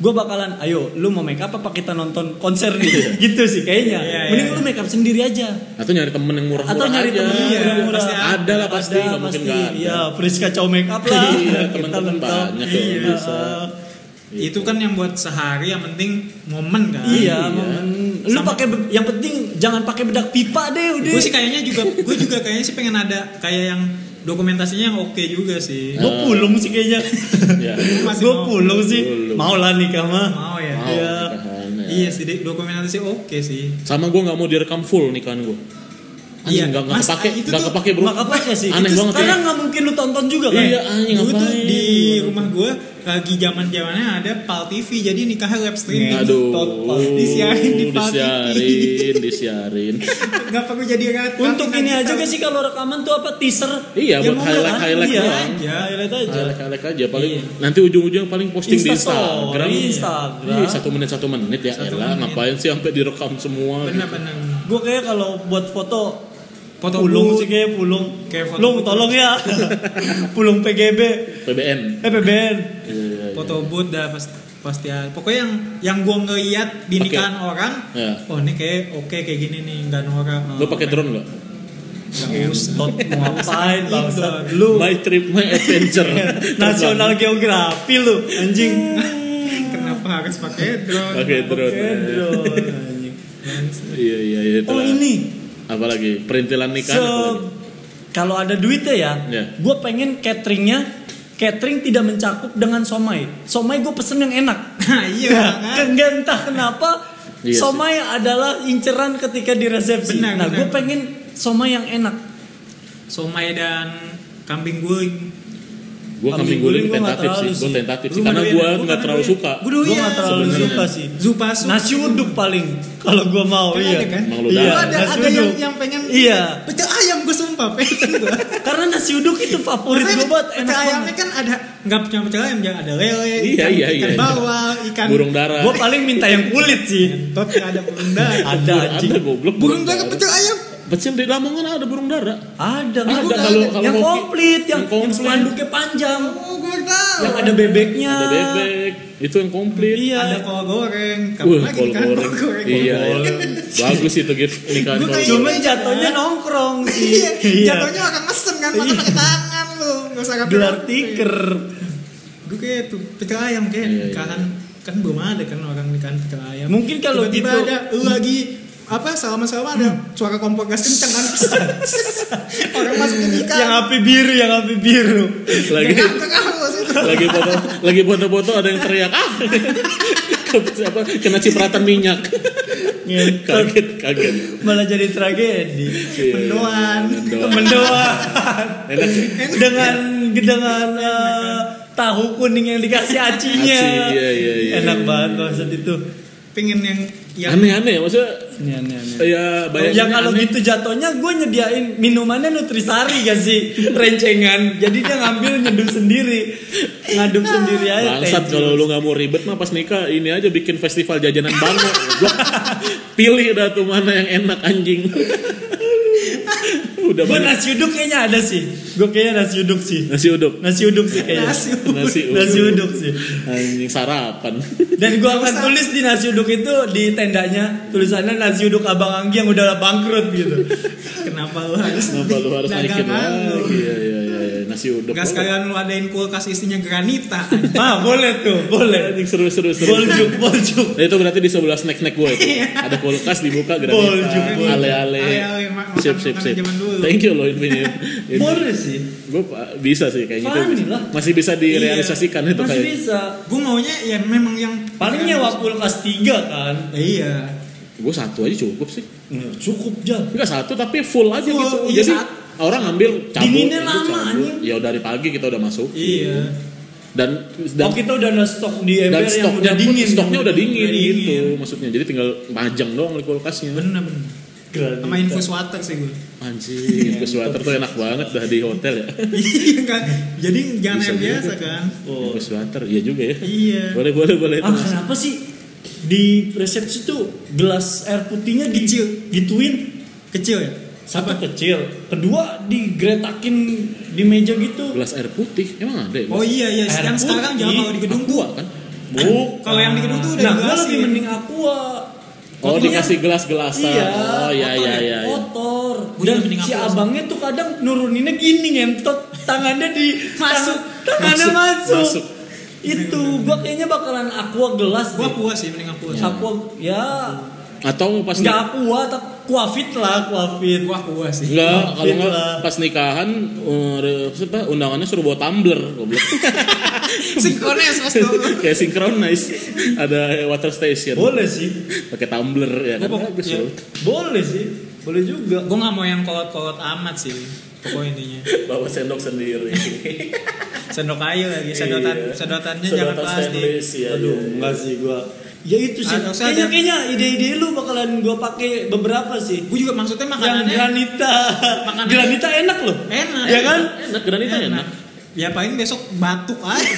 Speaker 3: gue bakalan ayo lu mau make up apa kita nonton konser nih gitu sih kayaknya
Speaker 2: Iya, iya,
Speaker 3: mending
Speaker 2: iya.
Speaker 3: lu make up sendiri aja
Speaker 1: Atau nyari temen yang murah-murah
Speaker 3: atau nyari
Speaker 1: aja.
Speaker 3: temen yang
Speaker 2: Iya,
Speaker 3: murah-murah
Speaker 2: pasti
Speaker 1: ada lah pasti, nggak mungkin nggak ada.
Speaker 3: ya Friska cow make up lah
Speaker 1: Iya,
Speaker 3: Kita
Speaker 1: temen-temen
Speaker 3: nonton.
Speaker 1: banyak tuh yang
Speaker 3: Iya.
Speaker 1: bisa.
Speaker 2: itu kan yang buat sehari yang penting momen kan
Speaker 1: Iya.
Speaker 3: iya momen lu pakai be- yang penting jangan pakai bedak pipa deh udah
Speaker 2: gue sih kayaknya juga gue juga kayaknya sih pengen ada kayak yang dokumentasinya yang oke juga sih
Speaker 3: gue pulung sih kayaknya
Speaker 1: Iya.
Speaker 2: Masih
Speaker 3: gue
Speaker 2: mau.
Speaker 3: pulung sih
Speaker 1: Pulung.
Speaker 3: mau lah nikah mah
Speaker 2: mau ya
Speaker 1: Mau
Speaker 3: Iya.
Speaker 1: nikahan, ya.
Speaker 2: iya sih Dik. dokumentasi oke sih
Speaker 1: Sama gue nggak mau direkam full nikahan gue. Anjing
Speaker 2: Iya.
Speaker 1: nggak nggak
Speaker 2: Mas,
Speaker 1: kepake,
Speaker 2: itu
Speaker 1: nggak
Speaker 2: tuh
Speaker 1: kepake bro.
Speaker 3: Nggak kepake sih
Speaker 1: Aneh
Speaker 3: Itu
Speaker 1: banget
Speaker 3: sekarang
Speaker 1: ya.
Speaker 3: nggak mungkin lu tonton juga kan
Speaker 1: Iya, anjing
Speaker 2: Dulu tuh
Speaker 1: ngapain?
Speaker 2: di rumah gue lagi zaman zamannya ada pal TV jadi nikahnya web
Speaker 1: Iya,
Speaker 2: streaming
Speaker 1: Aduh,
Speaker 2: Disiarin di Pal TV.
Speaker 1: disiarin, disiarin.
Speaker 2: nggak perlu jadi rat-
Speaker 3: Untuk
Speaker 2: rapi-
Speaker 3: ini
Speaker 2: rapi-
Speaker 3: aja
Speaker 2: rapi.
Speaker 3: gak sih kalau rekaman tuh apa teaser?
Speaker 1: Iya,
Speaker 3: Ya,
Speaker 1: buat
Speaker 3: mau
Speaker 1: highlight-
Speaker 3: kan?
Speaker 1: highlight
Speaker 3: Iya,
Speaker 1: doang.
Speaker 3: iya, highlight aja.
Speaker 1: Alek-alek aja paling
Speaker 2: Iya.
Speaker 1: nanti ujung-ujung paling posting di
Speaker 3: Instastory,
Speaker 1: Instagram.
Speaker 3: Instagram.
Speaker 1: Iya, satu menit satu menit ya.
Speaker 2: Satu
Speaker 1: Elah,
Speaker 2: menit.
Speaker 1: ngapain sih sampai direkam semua?
Speaker 2: bener
Speaker 1: gitu.
Speaker 2: bener
Speaker 3: Gue kayak kalau buat foto
Speaker 2: Foto
Speaker 3: pulung sih
Speaker 2: booth.
Speaker 3: kayak pulung.
Speaker 2: Kayak foto
Speaker 3: Pulung
Speaker 2: booth.
Speaker 3: tolong ya. pulung PGB,
Speaker 1: PBN.
Speaker 3: eh PBN.
Speaker 1: Iya, iya, iya.
Speaker 2: foto booth dah pasti pasti ada. pokoknya yang yang gue ngeliat di
Speaker 1: Oke.
Speaker 2: nikahan orang
Speaker 1: Iya.
Speaker 2: oh ini kayak oke kayak gini nih nggak norak
Speaker 1: Lo pakai drone nggak?
Speaker 2: nggak usah
Speaker 3: Tot mau ngapain
Speaker 2: Itu.
Speaker 3: bangsat lu?
Speaker 1: My trip, my adventure.
Speaker 3: National Geography lu anjing.
Speaker 2: kenapa harus pakai drone
Speaker 1: Pakai drone.
Speaker 3: Oke, drone, anjing.
Speaker 1: Iya iya iya.
Speaker 3: Oh
Speaker 1: itulah.
Speaker 3: ini
Speaker 1: Apalagi perintilan
Speaker 3: se
Speaker 1: nikahan. apalagi?
Speaker 3: kalau ada duitnya ya,
Speaker 1: Iya.
Speaker 3: gue pengen cateringnya catering tidak mencakup dengan somai. Somai gue pesen yang enak.
Speaker 2: Nah, iya
Speaker 3: Ke-
Speaker 2: kan
Speaker 3: nggak entah kenapa
Speaker 1: Iya sih.
Speaker 3: somai adalah inceran ketika di resepsi.
Speaker 2: Benar,
Speaker 3: nah,
Speaker 2: benar.
Speaker 3: gue pengen somai yang enak.
Speaker 2: somai dan kambing guling
Speaker 1: Gue kambing guling tentatif sih. Gue tentatif sih. Karena gue nggak terlalu suka.
Speaker 2: gue
Speaker 3: Gue nggak terlalu
Speaker 1: sebenarnya.
Speaker 3: suka sih.
Speaker 2: Zupasu
Speaker 3: Nasi uduk paling kalau gue mau
Speaker 2: Kan
Speaker 3: iya.
Speaker 2: ada kan?
Speaker 1: Emang lu
Speaker 3: Iya,
Speaker 1: dah.
Speaker 2: ada
Speaker 3: nasi
Speaker 2: ada yang
Speaker 3: uduk.
Speaker 2: yang pengen
Speaker 3: Iya.
Speaker 2: pecel ayam gue sumpah pengen gue
Speaker 3: Karena nasi uduk itu favorit gue buat enak
Speaker 2: pecel ayamnya
Speaker 3: banget.
Speaker 2: kan ada nggak punya pecel ayam ya ada lele
Speaker 1: Iya,
Speaker 2: ikan,
Speaker 1: iya,
Speaker 2: ikan
Speaker 1: iya.
Speaker 2: bawal ikan
Speaker 1: Burung darah.
Speaker 3: Gue paling minta yang kulit sih.
Speaker 2: tot nggak ada burung darah
Speaker 3: Ada anjing.
Speaker 1: Ada goblok.
Speaker 2: burung darah pecel ayam
Speaker 1: Kecil di Lamongan ada burung dara.
Speaker 3: Ada,
Speaker 1: Ada,
Speaker 3: ada,
Speaker 1: kalau- kalau
Speaker 3: yang
Speaker 1: mau-
Speaker 3: komplit, yang,
Speaker 1: yang komplit.
Speaker 3: yang spanduknya panjang,
Speaker 2: Oh, gue tahu.
Speaker 3: yang ada bebeknya.
Speaker 1: Ada bebek. Itu yang komplit.
Speaker 3: Ah. Iya.
Speaker 2: Ada kol goreng. Kapan
Speaker 1: Wah,
Speaker 2: lagi
Speaker 1: kol
Speaker 2: nih kan
Speaker 1: goreng. Iya. iya. Bagus itu gift nikahan
Speaker 2: Gua
Speaker 1: kol
Speaker 2: kayak-
Speaker 1: goreng.
Speaker 3: Cuma jatuhnya nongkrong sih.
Speaker 2: Iya, jatuhnya orang mesen kan makan pakai tangan lu. Enggak usah pakai
Speaker 3: gelar
Speaker 2: roti.
Speaker 3: tiker.
Speaker 2: Gue kayak tuh pecel ayam kayak
Speaker 1: Iya, iya.
Speaker 2: nikahan kan belum ada kan orang nikahan pecel ayam.
Speaker 3: Mungkin kalau gitu-
Speaker 2: Tiba-tiba ada lu lagi apa sama-sama ada suara kompor gas kencang kan orang masuk ke nikah
Speaker 3: Yang api biru, yang api biru.
Speaker 1: Lagi
Speaker 2: Iya, Nggak nggak, nggak, maksudnya.
Speaker 1: lagi foto lagi foto-foto ada yang teriak ah Ke- apa, kena cipratan minyak
Speaker 3: Ngentot.
Speaker 1: kaget kaget
Speaker 3: Malah jadi tragedi.
Speaker 1: Iya.
Speaker 2: mendoan
Speaker 1: Mendoan.
Speaker 3: Mendoan
Speaker 1: enak
Speaker 3: dengan dengan eh, tahu kuning yang dikasih acinya.
Speaker 1: Aci, iya, iya, iya.
Speaker 3: Enak banget konsep itu.
Speaker 2: pengen yang yang
Speaker 1: aneh-aneh ya maksudnya
Speaker 3: Ini aneh, aneh.
Speaker 1: ya banyak
Speaker 3: Iya, ya kalau gitu jatuhnya gue nyediain minumannya nutrisari gak sih rencengan jadi dia ngambil nyeduh sendiri ngadup sendiri aja
Speaker 1: bangsat
Speaker 3: teh.
Speaker 1: kalau lu nggak mau ribet mah pas nikah ini aja bikin festival jajanan bango Gua pilih dah tuh mana yang enak anjing udah
Speaker 3: Gue
Speaker 1: banyak
Speaker 3: nasi uduk kayaknya ada sih. Gue kayaknya nasi uduk sih.
Speaker 1: nasi uduk
Speaker 3: Nasi uduk sih kayaknya.
Speaker 2: Nasi uduk.
Speaker 1: Nasi uduk.
Speaker 3: Nasi uduk sih.
Speaker 1: anjing sarapan
Speaker 3: Dan gue akan
Speaker 2: usah.
Speaker 3: tulis di nasi uduk itu di tendanya tulisannya nasi uduk Abang Anggi yang udah bangkrut gitu.
Speaker 2: kenapa lu harus
Speaker 1: kenapa lu harus naikin
Speaker 2: dagangan lu?
Speaker 1: lagi ya ya ya, ya. nasi uduk
Speaker 2: Gak sekalian lu adain kulkas isinya granita
Speaker 3: Ah boleh tuh, boleh.
Speaker 1: anjing seru seru seru
Speaker 3: Boljuk, boljuk.
Speaker 1: Nah, itu berarti di sebelah snack-snack gue itu. Ada kulkas dibuka
Speaker 3: Iya. Boleh
Speaker 1: granita,
Speaker 3: juga.
Speaker 1: ale-ale.
Speaker 2: Ale-ale, ma- makan-
Speaker 1: Sip, sip,
Speaker 2: makanan
Speaker 1: sip.
Speaker 2: zaman dulu.
Speaker 1: Thank you loh Infinity.
Speaker 3: Boleh sih.
Speaker 1: gue bisa sih kayaknya itu
Speaker 3: Funny
Speaker 1: bisa.
Speaker 3: lah. Iya.
Speaker 1: masih bisa direalisasikan kan itu
Speaker 3: Masih
Speaker 1: kayak
Speaker 3: bisa.
Speaker 2: gue maunya ya memang yang
Speaker 3: Paling nyewa kulkas tiga kan.
Speaker 2: iya
Speaker 1: gue satu aja cukup sih
Speaker 3: Ya, Cukup jam.
Speaker 1: enggak satu tapi full aja
Speaker 2: Full,
Speaker 1: gitu
Speaker 2: iya,
Speaker 1: jadi
Speaker 2: saat-
Speaker 1: orang ambil cabut
Speaker 3: Dinginnya
Speaker 1: ambil
Speaker 3: lama,
Speaker 1: cabut.
Speaker 3: anjing.
Speaker 1: ya dari pagi kita udah masuk
Speaker 2: iya
Speaker 1: dan dan
Speaker 3: Oh kita udah ada stok di ember
Speaker 1: dan
Speaker 3: yang
Speaker 1: stoknya
Speaker 3: udah
Speaker 1: pun-
Speaker 3: dingin.
Speaker 1: stoknya udah dingin,
Speaker 2: Udah dingin.
Speaker 1: gitu maksudnya jadi tinggal majang doang di kulkasnya
Speaker 2: bener bener
Speaker 3: Granita.
Speaker 2: sama infus water sih gue
Speaker 3: Iya,
Speaker 1: anjing ke sweater
Speaker 3: gitu.
Speaker 1: tuh enak banget dah di hotel ya
Speaker 2: iya kan jadi jangan
Speaker 1: Bisa
Speaker 2: yang
Speaker 1: juga.
Speaker 2: biasa kan
Speaker 1: oh. sweater iya juga ya
Speaker 2: iya
Speaker 1: boleh boleh boleh itu
Speaker 3: Ah kenapa sih di resepsi tuh gelas air putihnya di-
Speaker 2: Kecil.
Speaker 3: gituin
Speaker 2: kecil ya
Speaker 3: satu kecil kedua digretakin di meja gitu
Speaker 1: gelas air putih emang ada ya
Speaker 2: oh iya iya
Speaker 3: Air
Speaker 2: yang sekarang jangan
Speaker 3: putih.
Speaker 2: kalau di gedung
Speaker 1: Aqua
Speaker 2: gua
Speaker 1: kan
Speaker 3: Bukan.
Speaker 2: Kalau yang di gedung tuh udah
Speaker 3: nah, gua
Speaker 2: digelasin.
Speaker 3: lebih mending aqua
Speaker 1: oh
Speaker 3: Kotornya-
Speaker 1: dikasih gelas gelasan oh
Speaker 3: iya
Speaker 1: iya
Speaker 3: kotor
Speaker 1: iya
Speaker 3: ya,
Speaker 1: iya iya.
Speaker 3: kotor
Speaker 2: Gua
Speaker 3: dan
Speaker 2: juga mending
Speaker 3: si
Speaker 2: aqua sih.
Speaker 3: abangnya tuh kadang nuruninnya gini ngentot tangannya di
Speaker 2: Masuk.
Speaker 3: tangan- tangannya
Speaker 1: Masuk,
Speaker 3: masuk,
Speaker 1: masuk.
Speaker 3: itu gua kayaknya bakalan aqua gelas
Speaker 2: gua
Speaker 3: deh.
Speaker 2: puas sih mending aku puas
Speaker 3: aqua ya
Speaker 1: atau pas
Speaker 3: Nggak aqua, tapi kuafit lah, kuafit.
Speaker 2: gua puas sih
Speaker 1: Enggak,
Speaker 3: Maafin
Speaker 1: kalau enggak
Speaker 3: lah.
Speaker 1: pas nikahan eh, re- apa, undangannya suruh bawa tumbler, goblok.
Speaker 2: sinkronis mas tuh
Speaker 1: Kayak synchronize. Ada water station
Speaker 3: Boleh sih,
Speaker 1: pakai tumbler ya kan.
Speaker 2: Gua pokok-
Speaker 1: Bagus
Speaker 2: iya.
Speaker 1: loh.
Speaker 3: boleh sih, boleh juga.
Speaker 2: gua nggak mau yang kolot-kolot amat sih pokoknya intinya
Speaker 1: Bawa sendok sendiri.
Speaker 2: sendok kayu lagi sedotan
Speaker 1: Iya.
Speaker 2: sedotannya jangan
Speaker 1: Sedotan
Speaker 2: plastik
Speaker 1: stainless ya.
Speaker 3: Aduh,
Speaker 1: iya.
Speaker 3: enggak sih gua. Ya itu sih.
Speaker 2: Ada-
Speaker 3: Kayaknya
Speaker 2: ada-
Speaker 3: kayaknya ide-ide lu bakalan gua pakai beberapa sih.
Speaker 2: gua juga maksudnya
Speaker 3: Yang
Speaker 2: makanannya
Speaker 3: granita.
Speaker 2: Makanannya-
Speaker 3: Granita enak loh.
Speaker 2: enak
Speaker 3: Ya kan?
Speaker 1: Enak granita enak.
Speaker 2: ya paling besok batuk aja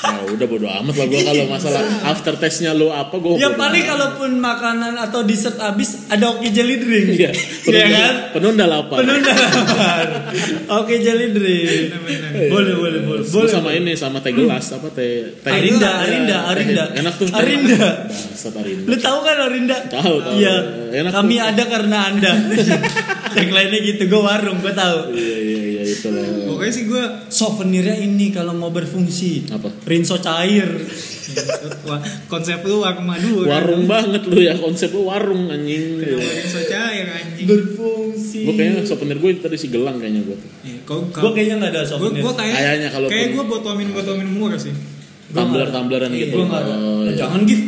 Speaker 1: Ya udah bodo amat lah gua kalau masalah after testnya lo apa gua.
Speaker 3: Ya
Speaker 1: bodo
Speaker 3: paling
Speaker 1: amat.
Speaker 3: kalaupun makanan atau dessert habis ada oke jelly drink.
Speaker 1: Iya,
Speaker 3: ya
Speaker 1: penunda,
Speaker 3: kan?
Speaker 1: penunda lapar.
Speaker 3: Penunda lapar. Oke jelly drink.
Speaker 2: Bener-bener.
Speaker 3: Boleh, boleh, boleh.
Speaker 1: Terus
Speaker 3: Boleh.
Speaker 1: Iya. sama ini sama teh gelas apa teh teh
Speaker 3: Arinda,
Speaker 1: Ya,
Speaker 3: Arinda,
Speaker 1: teh-
Speaker 3: Arinda.
Speaker 1: Enak tuh.
Speaker 3: Arinda.
Speaker 1: Bangsat Arinda.
Speaker 3: Lu tahu kan Orinda?
Speaker 1: Tahu, tahu.
Speaker 3: Iya.
Speaker 1: Enak
Speaker 3: Kami
Speaker 1: tuh.
Speaker 3: ada karena Anda. Tagline-nya gitu, gue warung, gue tahu.
Speaker 1: Iya iya iya itu lah.
Speaker 2: pokoknya sih gua
Speaker 3: Souvenirnya ini kalau mau berfungsi.
Speaker 1: Apa?
Speaker 3: Rinso cair.
Speaker 2: Wah, konsep lu warung madu
Speaker 1: Warung banget lu ya konsep lu warung anjing.
Speaker 2: Kenapa warung soca yang anjing
Speaker 3: berfungsi.
Speaker 1: Gue kayaknya souvenir gue tadi si gelang kayaknya gue tuh.
Speaker 2: Eh, kau
Speaker 3: Gua
Speaker 2: kau
Speaker 3: kayaknya nggak ada
Speaker 2: gue
Speaker 3: souvenir.
Speaker 2: gue kayak
Speaker 1: Kayaknya kalau
Speaker 2: kayak
Speaker 1: pun-
Speaker 2: gue botomin botomin murah sih
Speaker 1: Tumbler-tumbleran
Speaker 3: Iya,
Speaker 1: gitu.
Speaker 3: gua nggak ada.
Speaker 1: Oh, iya.
Speaker 3: Jangan gift.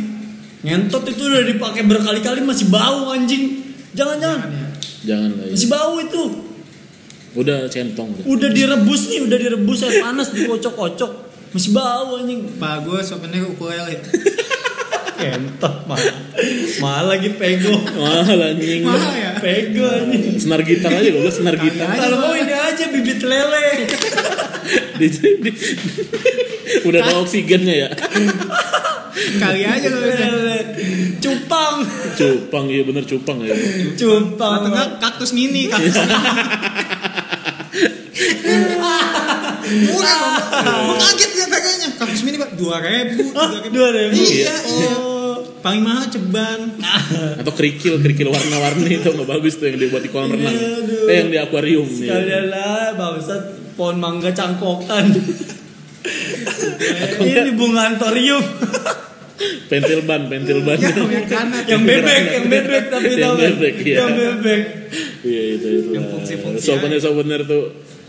Speaker 3: Ngentot itu udah dipakai berkali-kali masih bau anjing.
Speaker 2: Kan
Speaker 3: Jangan-jangan
Speaker 2: ya.
Speaker 1: Jangan lah. ya.
Speaker 3: masih bau itu.
Speaker 1: Udah centong. udah.
Speaker 3: Udah direbus nih, udah direbus air panas dikocok-kocok. Masih bau anjing.
Speaker 2: pak gue souvenir ya. ukulele
Speaker 3: Kentot malah. Malah lagi pego.
Speaker 1: Mahal anjing.
Speaker 2: mahal ya
Speaker 3: Pego anjing.
Speaker 1: Senar gitar aja gue senar gitar.
Speaker 2: Kagak.
Speaker 3: Kalau mau ini aja bibit lele.
Speaker 1: Di- di- Udah ada oksigennya ya.
Speaker 2: Kali aja lu bisa.
Speaker 3: Iya. Cupang.
Speaker 1: Cupang iya bener cupang ya.
Speaker 3: Cupang.
Speaker 2: Kalau tengah kaktus nini, kaktus murah banget. Gua kaget ya harganya. Kaktus nini pak dua ribu,
Speaker 3: Ah, Dua ribu. Oh.
Speaker 2: Iya, iya. Paling mahal ceban.
Speaker 1: Atau kerikil kerikil warna-warni itu nggak bagus tuh yang dibuat di kolam renang.
Speaker 3: Aduh.
Speaker 1: Eh yang di akuarium nih.
Speaker 3: Sekalian lah bangsat pohon mangga cangkokan. Ini bunga antorium
Speaker 1: Pentil ban, pentil ban.
Speaker 2: Ya, yang kanan.
Speaker 3: yang bebek, yang bebek
Speaker 1: Iya,
Speaker 3: tapi
Speaker 1: Yang
Speaker 3: tau kan?
Speaker 1: bebek, iya.
Speaker 3: Yang bebek.
Speaker 1: Iya itu itu.
Speaker 2: Yang fungsi-fungsi
Speaker 1: Souvenir souvenir tuh.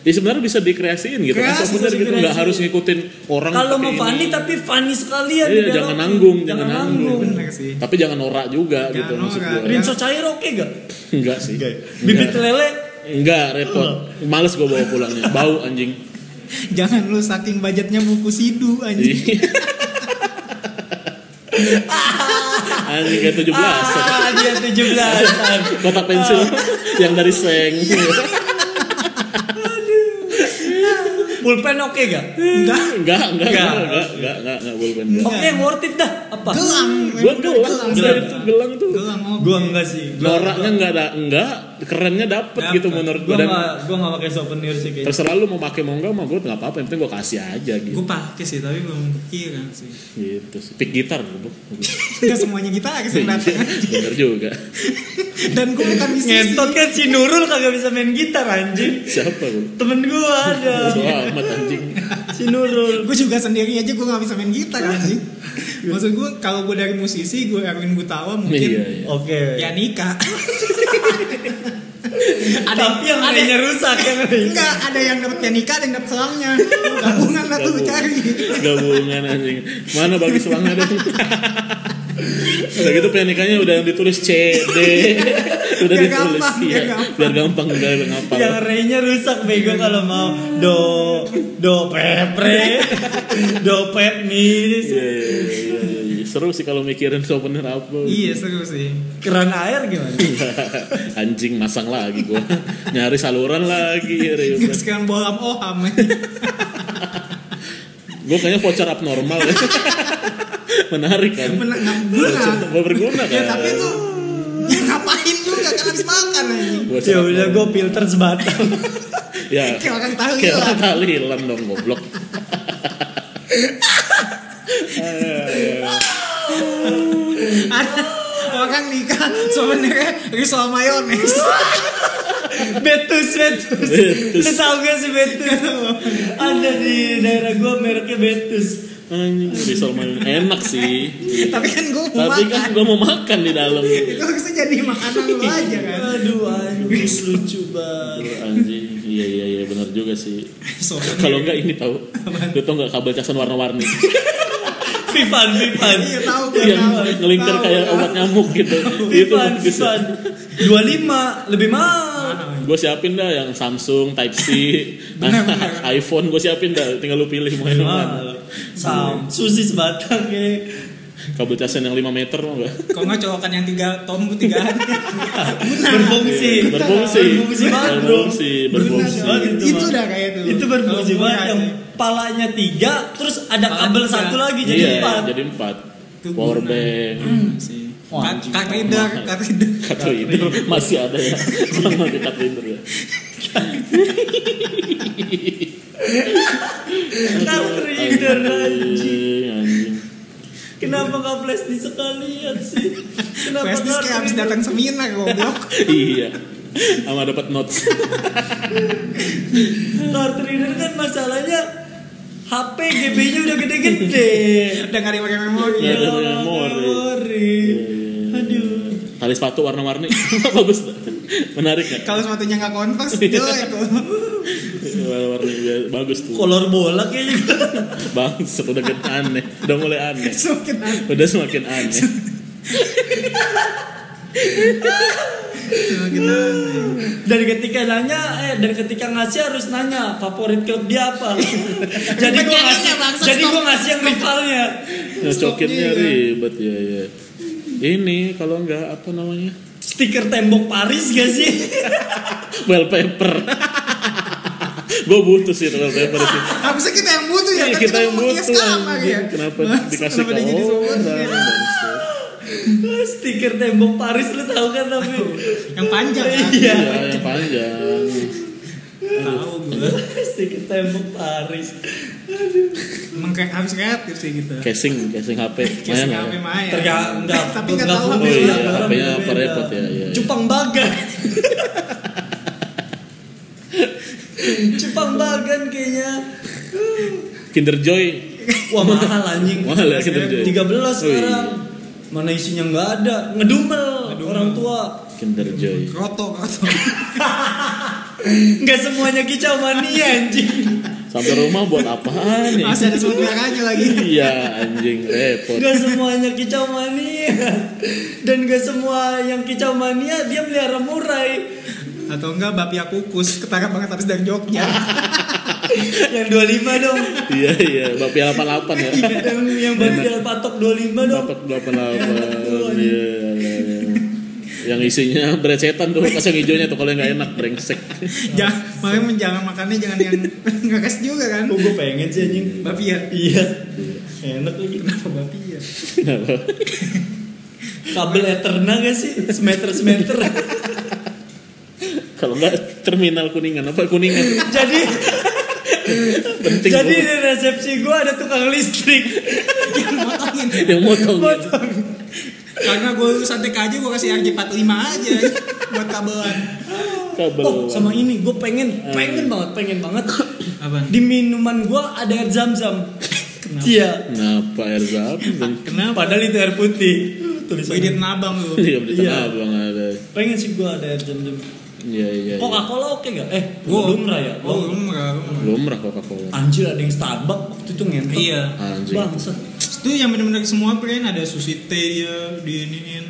Speaker 1: Ya sebenarnya bisa dikreasiin gitu. kan.
Speaker 2: Kreasi,
Speaker 1: Souvenir
Speaker 3: bisa
Speaker 1: gitu nggak
Speaker 3: dikreasiin.
Speaker 1: harus ngikutin orang.
Speaker 3: Kalau
Speaker 1: pakai
Speaker 3: mau
Speaker 1: ini.
Speaker 3: funny tapi funny sekalian
Speaker 1: Iya,
Speaker 3: di dalam.
Speaker 1: jangan nanggung, jangan nanggung.
Speaker 2: Bener sih.
Speaker 1: Tapi jangan norak juga
Speaker 2: Jangan
Speaker 1: gitu maksud
Speaker 2: norak.
Speaker 1: gue.
Speaker 3: Rinso cair oke gak?
Speaker 1: Iya. Enggak sih.
Speaker 3: Bibit
Speaker 1: Enggak,
Speaker 3: lele
Speaker 1: enggak repot. Males gue bawa pulangnya. Bau anjing.
Speaker 2: Jangan lu saking budgetnya buku sidu anjing.
Speaker 1: Iya. Anjing kayak 17
Speaker 3: Ah, dia 17-an.
Speaker 1: Kotak pensil yang dari seng.
Speaker 3: Pulpen oke gak?
Speaker 1: Iya.
Speaker 2: Enggak.
Speaker 1: Enggak, enggak, enggak,
Speaker 3: Enggak.
Speaker 1: enggak, enggak, enggak, enggak pulpen.
Speaker 2: Enggak.
Speaker 3: Oke, worth it dah. Apa?
Speaker 2: Gelang.
Speaker 1: Gua gelang, gelang,
Speaker 3: gelang.
Speaker 1: itu gelang tuh.
Speaker 2: Gelang oh. mau.
Speaker 3: Gua enggak sih. Gua
Speaker 1: Noraknya enggak ada, enggak, kerennya dapet
Speaker 2: Dapet.
Speaker 1: gitu menurut
Speaker 3: gua
Speaker 1: gue dan
Speaker 3: enggak gua enggak pakai souvenir sih kayaknya.
Speaker 1: terserah lu mau pakai mau enggak mau gue enggak apa-apa, yang penting gue kasih aja gitu.
Speaker 2: Gue pakai sih tapi belum kepikiran sih.
Speaker 1: Gitu sih. Pick gitar lu.
Speaker 2: Enggak semuanya kita sih yang datang.
Speaker 1: Bener juga.
Speaker 2: Dan gue bukan musisi.
Speaker 3: Ngentot kan si Nurul kagak bisa main gitar anjing.
Speaker 1: Siapa lu?
Speaker 3: Temen gua ada.
Speaker 1: Bodoh amat anjing.
Speaker 3: Si Nurul.
Speaker 2: gue juga sendiri aja gue gak bisa main gitar anjing maksud gue kalau gue dari musisi gue Erwin Gutawa
Speaker 1: Iya,
Speaker 2: mungkin
Speaker 1: iya.
Speaker 3: Oke.
Speaker 2: ya nikah
Speaker 3: Tapi yang lainnya rusak kan? yang lainnya.
Speaker 2: enggak ada yang dapat pianika ada yang dapat selangnya gabungan lah tuh
Speaker 1: Gabungan.
Speaker 2: cari
Speaker 1: Gabungan anjing. Mana bagi selangnya dong? Udah gitu pernikahannya udah yang ditulis C, D. udah
Speaker 2: Biar
Speaker 1: ditulis
Speaker 2: gampang,
Speaker 1: iya.
Speaker 2: biar gampang.
Speaker 1: Biar gampang udah biar ngapal.
Speaker 3: Yang renya rusak bego kalau mau do do pepre do pep
Speaker 1: Iya,
Speaker 3: mis
Speaker 1: iya, iya, iya, iya. Seru sih kalau mikirin souvenir apa.
Speaker 2: iya seru sih
Speaker 3: keran air gimana?
Speaker 1: Anjing masang lagi gua. Nyari saluran lagi ya, ribet.
Speaker 2: sekarang bolam oham
Speaker 1: Gua kayaknya voucher abnormal ya. Menarik kan?
Speaker 2: menang guna
Speaker 1: Gua berguna kan.
Speaker 2: ya tapi itu ya ngapain juga kan habis makan anjing
Speaker 1: Voucher
Speaker 3: Ya udah
Speaker 1: abnormal.
Speaker 3: gua filter sebatang.
Speaker 1: Ya.
Speaker 2: kayak orang tahu
Speaker 1: Kayak
Speaker 2: lah
Speaker 1: orang tahlilan dong goblok.
Speaker 2: ada orang nikah sebenarnya risol mayones
Speaker 3: Betus, Betus.
Speaker 1: Betus.
Speaker 3: Lu tau gak sih Betus? Ada di daerah gua mereknya Betus.
Speaker 1: Anjing, risol mayones. enak sih.
Speaker 2: tapi kan gue mau
Speaker 1: Tapi kan
Speaker 2: makan
Speaker 1: gua mau makan di dalam.
Speaker 2: itu harusnya jadi makanan lu aja kan
Speaker 3: Aduh, anjing lucu banget.
Speaker 1: Anjing, iya iya iya benar juga sih.
Speaker 2: Soalnya-
Speaker 1: Kalau enggak ini tahu. Lu tau enggak kabel casan warna-warni?
Speaker 3: Vivan, Vivan.
Speaker 2: Iya tahu gue
Speaker 1: yang
Speaker 2: tahu.
Speaker 1: ngelingkar
Speaker 2: Tahu,
Speaker 1: kayak
Speaker 2: tahu.
Speaker 1: obat nyamuk gitu. Itu
Speaker 3: Vivan,
Speaker 1: bisa.
Speaker 3: Vivan. 25 lebih mahal.
Speaker 1: Gue siapin dah yang Samsung Type C,
Speaker 2: Benar, benar.
Speaker 1: iPhone gue siapin dah. Tinggal lu pilih mau yang mana.
Speaker 3: Mahal. Sam, susi sebatang ya.
Speaker 1: Kabel casan yang 5 meter mau enggak?
Speaker 2: Kalau nggak colokan yang tiga tombu tiga hari.
Speaker 3: Berfungsi.
Speaker 1: Iya, Berfungsi.
Speaker 3: Iya, Berfungsi banget, bro.
Speaker 1: Berfungsi, berfungsi.
Speaker 2: Benar,
Speaker 3: Berfungsi.
Speaker 2: itu mah. dah kayak itu.
Speaker 3: Itu berfungsi
Speaker 2: Kalau
Speaker 3: banget
Speaker 2: murah
Speaker 3: yang
Speaker 2: aja.
Speaker 3: palanya tiga terus ada
Speaker 2: Pala
Speaker 3: kabel
Speaker 2: tiga.
Speaker 3: satu lagi
Speaker 1: Iya,
Speaker 3: jadi empat
Speaker 1: Jadi 4.
Speaker 2: Itu
Speaker 1: Power
Speaker 2: guna.
Speaker 1: bank.
Speaker 2: sih.
Speaker 3: Wah,
Speaker 2: Cut-
Speaker 3: anjing.
Speaker 2: Cut reader, cut reader.
Speaker 1: Kartu itu masih ada ya. Sama di kartu itu ya.
Speaker 3: card reader anjing.
Speaker 1: Anjing, anjing.
Speaker 3: Kenapa gak flash disk sekalian sih? Kenapa
Speaker 2: Flash disk
Speaker 3: nggak
Speaker 2: kayak habis
Speaker 3: reader?
Speaker 2: datang seminar goblok.
Speaker 1: Iya. Sama dapat notes.
Speaker 3: Card reader kan masalahnya HP GB-nya udah gede-gede.
Speaker 2: Udah nggak ada yang pakai memori.
Speaker 1: Iya. ada
Speaker 3: Ya,
Speaker 1: memori.
Speaker 3: memori. Aduh.
Speaker 1: Tali sepatu warna-warni. Bagus. dah. Menarik ya.
Speaker 2: Kalau sepatunya nggak converse, jelek tuh.
Speaker 1: Warna-warni biar- bagus tuh.
Speaker 3: Kolor bola kayaknya.
Speaker 1: Bang, udah gede aneh, udah mulai aneh,
Speaker 2: Semakin
Speaker 1: udah semakin aneh. gitu,
Speaker 2: semakin aneh.
Speaker 3: Dan ketika nanya, eh dan ketika ngasih harus nanya favorit klub dia apa. jadi gua
Speaker 2: Jangan
Speaker 3: ngasih,
Speaker 2: ya, bangsa,
Speaker 3: jadi gua
Speaker 2: stop.
Speaker 3: ngasih yang rivalnya.
Speaker 1: Nyocoknya
Speaker 2: Stopnya, ya.
Speaker 1: ribet ya ya. Ini kalau enggak apa namanya?
Speaker 3: Stiker tembok Paris gak sih?
Speaker 1: Wallpaper. gue butuh sih toilet paper sih
Speaker 2: Harusnya kita yang butuh ya,
Speaker 1: Iya,
Speaker 2: kan
Speaker 1: kita yang
Speaker 2: ngomongnya
Speaker 1: butuh
Speaker 2: sekarang
Speaker 1: anjing. Kenapa
Speaker 2: Masa
Speaker 1: dikasih ke
Speaker 2: iya. kenapa dia jadi
Speaker 1: orang? Iya,
Speaker 2: seorang?
Speaker 1: Bangsat.
Speaker 3: Stiker tembok Paris lu tahu kan tapi.
Speaker 2: Yang panjang kan?
Speaker 1: Iya, yang panjang.
Speaker 2: Tahu gue.
Speaker 3: Stiker tembok Paris.
Speaker 2: Emang kayak harus kreatif sih gitu.
Speaker 1: Casing, casing HP.
Speaker 2: Kayak
Speaker 1: Mayan
Speaker 2: HP
Speaker 1: nggak ya?
Speaker 2: Maya.
Speaker 3: Terga enggak,
Speaker 2: Eh, tapi enggak
Speaker 3: enggak
Speaker 2: tahu
Speaker 1: Oh
Speaker 2: apa
Speaker 3: fungsi,
Speaker 1: iya,
Speaker 2: ya.
Speaker 3: orang
Speaker 1: HP-nya
Speaker 3: beda-beda.
Speaker 1: apa repot ya, iya, iya.
Speaker 3: Cupang bagan. Cupang bagan kayaknya.
Speaker 1: Kinder Joy.
Speaker 3: Wah mahal anjing.
Speaker 1: Mahal ya Kinder Joy.
Speaker 3: 13 sekarang.
Speaker 1: Wih,
Speaker 3: Mana isinya nggak ada. Ngedumel, orang tua.
Speaker 1: Kinder Joy.
Speaker 2: Roto, roto.
Speaker 3: Enggak semuanya kicau mania anjing.
Speaker 1: Sampai rumah buat apaan ya?
Speaker 2: Masih ada semut merahnya lagi.
Speaker 1: Iya, anjing repot.
Speaker 3: Gak semuanya kicau mania Dan gak semua yang kicau mania Dia melihara murai
Speaker 2: Atau enggak bapia kukus ketangkap banget habis dari Jogja.
Speaker 3: Yang 25 dong
Speaker 1: Iya, iya, Bapak 88 ya.
Speaker 3: Yang, yang baru dia patok 25 dong
Speaker 1: Bapak 88. Iya, iya, iya. Yang isinya berecetan tuh, pas yang hijaunya tuh kalau yang nggak enak brengsek.
Speaker 2: Jangan, makanya jangan makannya jangan yang ngekas juga kan.
Speaker 1: Iya.
Speaker 3: Kok gue pengen sih anjing
Speaker 2: Bapia.
Speaker 3: Iya Enak lagi
Speaker 2: Kenapa bapia?
Speaker 3: Kabel Eterna gak sih? Semeter-semeter
Speaker 1: Kalau nggak terminal kuningan apa kuningan
Speaker 3: Jadi
Speaker 1: penting.
Speaker 3: Jadi
Speaker 1: tuh.
Speaker 3: di resepsi gue ada tukang listrik
Speaker 2: Yang motongin.
Speaker 1: yang motong. ya,
Speaker 2: Karena gue santai aja gue kasih RJ45 aja buat kabelan.
Speaker 1: Kabel.
Speaker 3: Oh sama ini gue pengen
Speaker 1: Eh.
Speaker 3: Pengen banget Pengen banget
Speaker 2: Apaan?
Speaker 3: Di minuman gue ada air zam-zam Iya
Speaker 1: Kenapa air zam?
Speaker 2: Kenapa?
Speaker 3: Padahal itu air putih.
Speaker 2: Wih dia
Speaker 3: Tulisannya.
Speaker 2: nabang lu.
Speaker 1: Iya beli
Speaker 3: Iya.
Speaker 1: tanah abang ada.
Speaker 3: Pengen sih gua ada air jam-jam.
Speaker 1: Iya iya.
Speaker 3: Coca
Speaker 1: iya.
Speaker 3: Cola oke nggak? Eh,
Speaker 2: Gua
Speaker 3: gua lumrah ya.
Speaker 2: Oh,
Speaker 3: Lo
Speaker 2: lumrah.
Speaker 1: Lumrah
Speaker 2: Ah.
Speaker 1: Coca-Cola.
Speaker 3: anjir ada yang Starbucks waktu itu ngentot.
Speaker 2: Iya.
Speaker 1: Anjing.
Speaker 3: Bangsat.
Speaker 2: Itu yang benar-benar semua brand ada sushi ya, teh dia diinin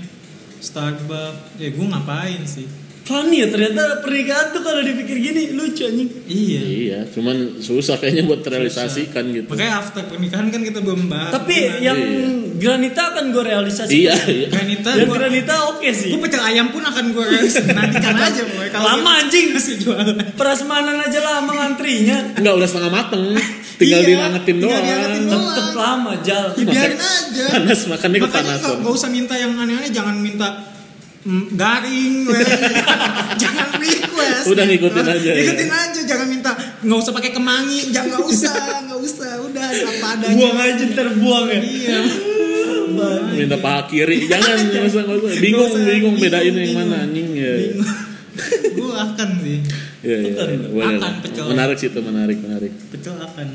Speaker 2: Starbucks. Ya gue ngapain sih?
Speaker 3: Funny ya ternyata pernikahan tuh kalau dipikir gini lucu anjing.
Speaker 2: Iya.
Speaker 1: Iya, cuman susah kayaknya buat terrealisasikan gitu.
Speaker 2: Makanya after pernikahan kan kita belum bahas. Kan
Speaker 3: Tapi ya- yang
Speaker 1: Iya.
Speaker 3: Granita akan gua realisasi.
Speaker 1: Iya, iya.
Speaker 2: Granita
Speaker 3: Yang
Speaker 2: kan gua-
Speaker 3: Granita oke sih.
Speaker 2: Gue pecel ayam pun akan gue nantikan aja boy. Kalau gitu,
Speaker 3: Lama anjing.
Speaker 2: masih jualan.
Speaker 3: Prasmanan aja lama ngantrinya.
Speaker 1: Enggak udah setengah mateng, tinggal
Speaker 2: Iya,
Speaker 1: dilangetin
Speaker 2: tinggal
Speaker 1: doang.
Speaker 2: diangetin doang.
Speaker 3: Tetep lama jal.
Speaker 2: Ya, biarin
Speaker 1: Makan-
Speaker 2: aja.
Speaker 1: panas, makannya
Speaker 2: Makanya
Speaker 1: kepanasan.
Speaker 2: nggak- nggak usah minta yang aneh-aneh, jangan minta mm, garing, weh. jangan request.
Speaker 1: Udah, ngikutin aja, ya.
Speaker 2: Ikutin aja, jangan minta nggak usah pakai kemangi, jangan nggak usah, nggak usah, udah ada apa adanya.
Speaker 3: Buang aja terbuang ya.
Speaker 2: Iya.
Speaker 1: Minta paha kiri, jangan nggak usah nggak usah. Bingung
Speaker 2: Nggak usah,
Speaker 1: bingung bedain
Speaker 2: bingung,
Speaker 1: yang mana
Speaker 2: bingung.
Speaker 1: anjing ya.
Speaker 2: Gue akan sih,
Speaker 1: Iya iya.
Speaker 3: Bukan,
Speaker 1: Bener.
Speaker 2: akan pecel.
Speaker 1: Menarik sih itu menarik menarik.
Speaker 2: pecel akan.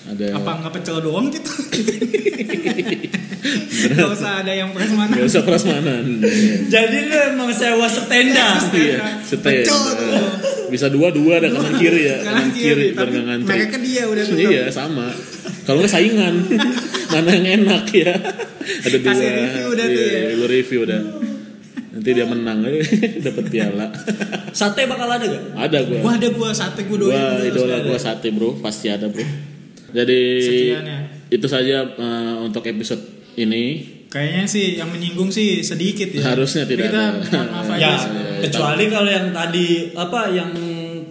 Speaker 1: Ada.
Speaker 2: Apa nggak pecel doang gitu? Gak usah ada yang press mana.
Speaker 1: Gak usah prasmanan. Iya.
Speaker 3: Jadi lu emang sewa setenda.
Speaker 1: Iya, setel.
Speaker 2: Pecel tuh.
Speaker 1: Bisa dua dua ada kanan kiri ya, kanan kiri biar
Speaker 2: tapi
Speaker 1: nggak ngantri.
Speaker 2: mereka dia udah tuh.
Speaker 1: Iya sama. Kalau nggak saingan, mana yang enak ya? Ada dua.
Speaker 2: Kasih review udah tuh
Speaker 1: Iya,
Speaker 2: ya.
Speaker 1: lu review udah. Nanti dia menang, dapat piala.
Speaker 3: Sate bakal ada gak?
Speaker 1: Ada gua.
Speaker 2: Gua ada gua sate gua doyan. ya.
Speaker 1: Gua
Speaker 2: gua
Speaker 1: idola
Speaker 2: harus
Speaker 1: gua
Speaker 2: ada.
Speaker 1: sate bro, pasti ada bro. Jadi
Speaker 2: Sekian ya.
Speaker 1: itu saja eh, untuk episode ini.
Speaker 2: Kayaknya sih yang menyinggung sih sedikit ya.
Speaker 1: Harusnya tidak
Speaker 2: Kita
Speaker 1: ada.
Speaker 2: mohon maaf aja.
Speaker 3: ya
Speaker 2: sih.
Speaker 3: kecuali kalau yang tadi apa yang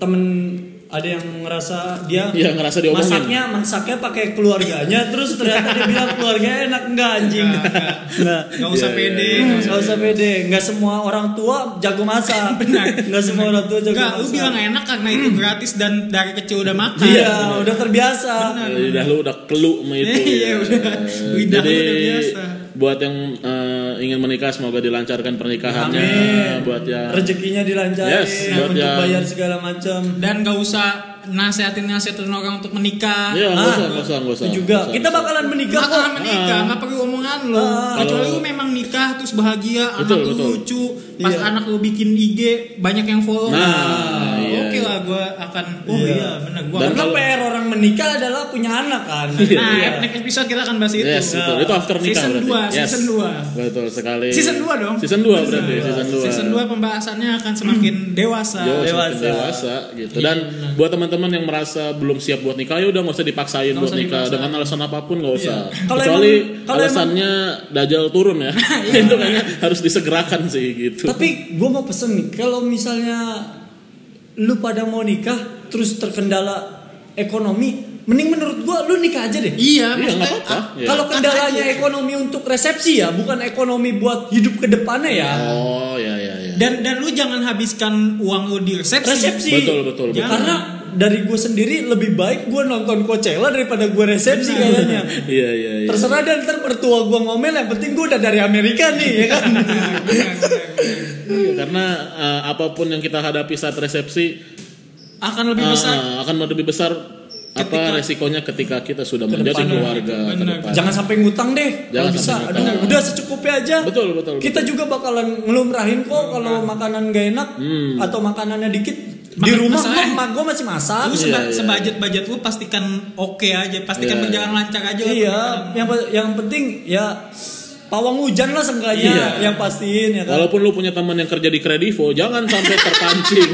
Speaker 3: temen ada yang ngerasa dia
Speaker 1: Iya, ngerasa diomongin.
Speaker 3: masaknya masaknya pakai keluarganya terus ternyata dia bilang keluarganya enak enggak anjing
Speaker 2: Nggak, nggak.
Speaker 3: nggak Hmm,
Speaker 2: Nggak usah
Speaker 1: Iya,
Speaker 2: pede.
Speaker 1: iya.
Speaker 2: nggak usah-
Speaker 3: nggak usah pede nggak semua orang tua jago masak nggak semua orang tua jago
Speaker 2: Nggak,
Speaker 3: masak
Speaker 2: lu bilang enak karena itu
Speaker 1: Hmm.
Speaker 2: gratis dan dari kecil udah makan.
Speaker 3: iya udah terbiasa
Speaker 1: Eh, Lidah lu udah kelu sama itu.
Speaker 2: Iya, udah.
Speaker 1: Eh,
Speaker 2: Lidah lu
Speaker 1: Jadi
Speaker 2: udah biasa.
Speaker 1: buat yang eh, ingin menikah semoga dilancarkan pernikahannya.
Speaker 3: Amin.
Speaker 1: Iya, Buat yang
Speaker 3: rezekinya dilancarin
Speaker 1: Yes, buat ya.
Speaker 3: untuk
Speaker 1: yang-
Speaker 3: bayar segala macam
Speaker 2: Dan gak usah nasehatin nasehatin orang untuk menikah.
Speaker 1: Iya, nggak
Speaker 3: Ah,
Speaker 1: usah, nggak usah, nggak usah.
Speaker 3: itu juga
Speaker 1: Nggak usah,
Speaker 3: kita
Speaker 1: nggak usah.
Speaker 3: bakalan menikah
Speaker 2: Gak
Speaker 3: kok
Speaker 2: akan menikah, gak perlu omongan lo.
Speaker 3: Ah.
Speaker 2: Kecuali
Speaker 1: Kalau-
Speaker 2: lu memang nikah terus bahagia, anak
Speaker 1: Betul,
Speaker 2: lu
Speaker 1: betul.
Speaker 2: lucu, pas
Speaker 3: Iya.
Speaker 2: anak lu bikin IG banyak yang follow.
Speaker 1: Nah, iya,
Speaker 2: oke
Speaker 1: iya.
Speaker 2: lah gue akan. Oh
Speaker 3: Iya.
Speaker 2: iya, bener gue.
Speaker 1: Dan
Speaker 3: Karena
Speaker 2: akan-
Speaker 1: kalau-
Speaker 3: PR orang menikah adalah punya anak kan.
Speaker 1: Iya.
Speaker 2: Nah, next episode kita akan bahas itu.
Speaker 1: Yes, betul. Itu after nikah
Speaker 2: Season
Speaker 1: berarti.
Speaker 2: dua,
Speaker 1: Yes.
Speaker 2: season dua.
Speaker 1: Betul sekali.
Speaker 2: Season 2 dong.
Speaker 1: Season 2 berarti, season 2.
Speaker 2: Season 2 pembahasannya akan semakin dewasa. Iya,
Speaker 1: Yo,
Speaker 3: Dewasa.
Speaker 1: semakin dewasa gitu. Dan buat teman-teman yang merasa belum siap buat nikah, ya udah nggak usah dipaksain
Speaker 2: Nggak
Speaker 1: buat
Speaker 2: usah
Speaker 1: nikah
Speaker 2: dipaksa.
Speaker 1: dengan alasan apapun nggak usah.
Speaker 3: Kalau
Speaker 1: Kecuali
Speaker 3: emang- kalau
Speaker 1: alasannya dajal turun ya, itu kayaknya harus disegerakan sih gitu.
Speaker 3: Tapi gue mau pesen nih, kalau misalnya lu pada mau nikah, terus terkendala ekonomi mending menurut gua lu nikah aja deh
Speaker 4: Iya,
Speaker 1: Iya,
Speaker 4: maksudnya
Speaker 1: nggak apa-apa.
Speaker 4: ah,
Speaker 1: Iya.
Speaker 3: Kalau kendalanya ekonomi untuk resepsi ya, bukan ekonomi buat hidup ke depannya ya.
Speaker 1: Oh ya ya ya.
Speaker 2: Dan dan lu jangan habiskan uang lu di resepsi.
Speaker 3: Resepsi. Ya,
Speaker 1: Betul betul betul.
Speaker 2: Jangan.
Speaker 3: Karena dari gue sendiri lebih baik gue nonton Coachella daripada gue resepsi kayaknya.
Speaker 1: Iya iya iya.
Speaker 3: Terserah dan ntar mertua gue ngomel yang penting gue udah dari Amerika nih ya kan.
Speaker 1: Iya, Karena eh, apapun yang kita hadapi saat resepsi
Speaker 2: Akan lebih
Speaker 1: eh,
Speaker 2: besar.
Speaker 1: akan lebih besar
Speaker 2: Ketika-
Speaker 1: apa resikonya ketika kita sudah menjadi
Speaker 3: depannya.
Speaker 1: keluarga ke
Speaker 2: Benar.
Speaker 1: depan.
Speaker 3: Jangan sampai ngutang deh.
Speaker 1: Jangan
Speaker 3: Jangan bisa.
Speaker 1: sampai
Speaker 3: Aduh,
Speaker 1: ngutang.
Speaker 3: udah secukupnya aja.
Speaker 1: Betul, betul, betul.
Speaker 3: Kita juga bakalan ngelumrahin kok kalau makanan gak enak
Speaker 1: Hmm.
Speaker 3: atau makanannya ddikit. Di
Speaker 2: Makan
Speaker 3: rumah
Speaker 2: masalah.
Speaker 3: mak gue masih masak.
Speaker 2: Lu
Speaker 1: Iya,
Speaker 2: seba-
Speaker 1: iya.
Speaker 2: sebudget-budget lu pastikan oke aja, pastikan
Speaker 1: Iya,
Speaker 2: berjalan
Speaker 1: iya.
Speaker 2: lancar aja.
Speaker 3: Iya, yang pe- yang penting ya pawang hujan lah seenggaknya
Speaker 1: Iya.
Speaker 3: yang pastiin ya kan.
Speaker 1: Walaupun lu punya teman yang kerja di Kredivo, jangan sampai terpancing.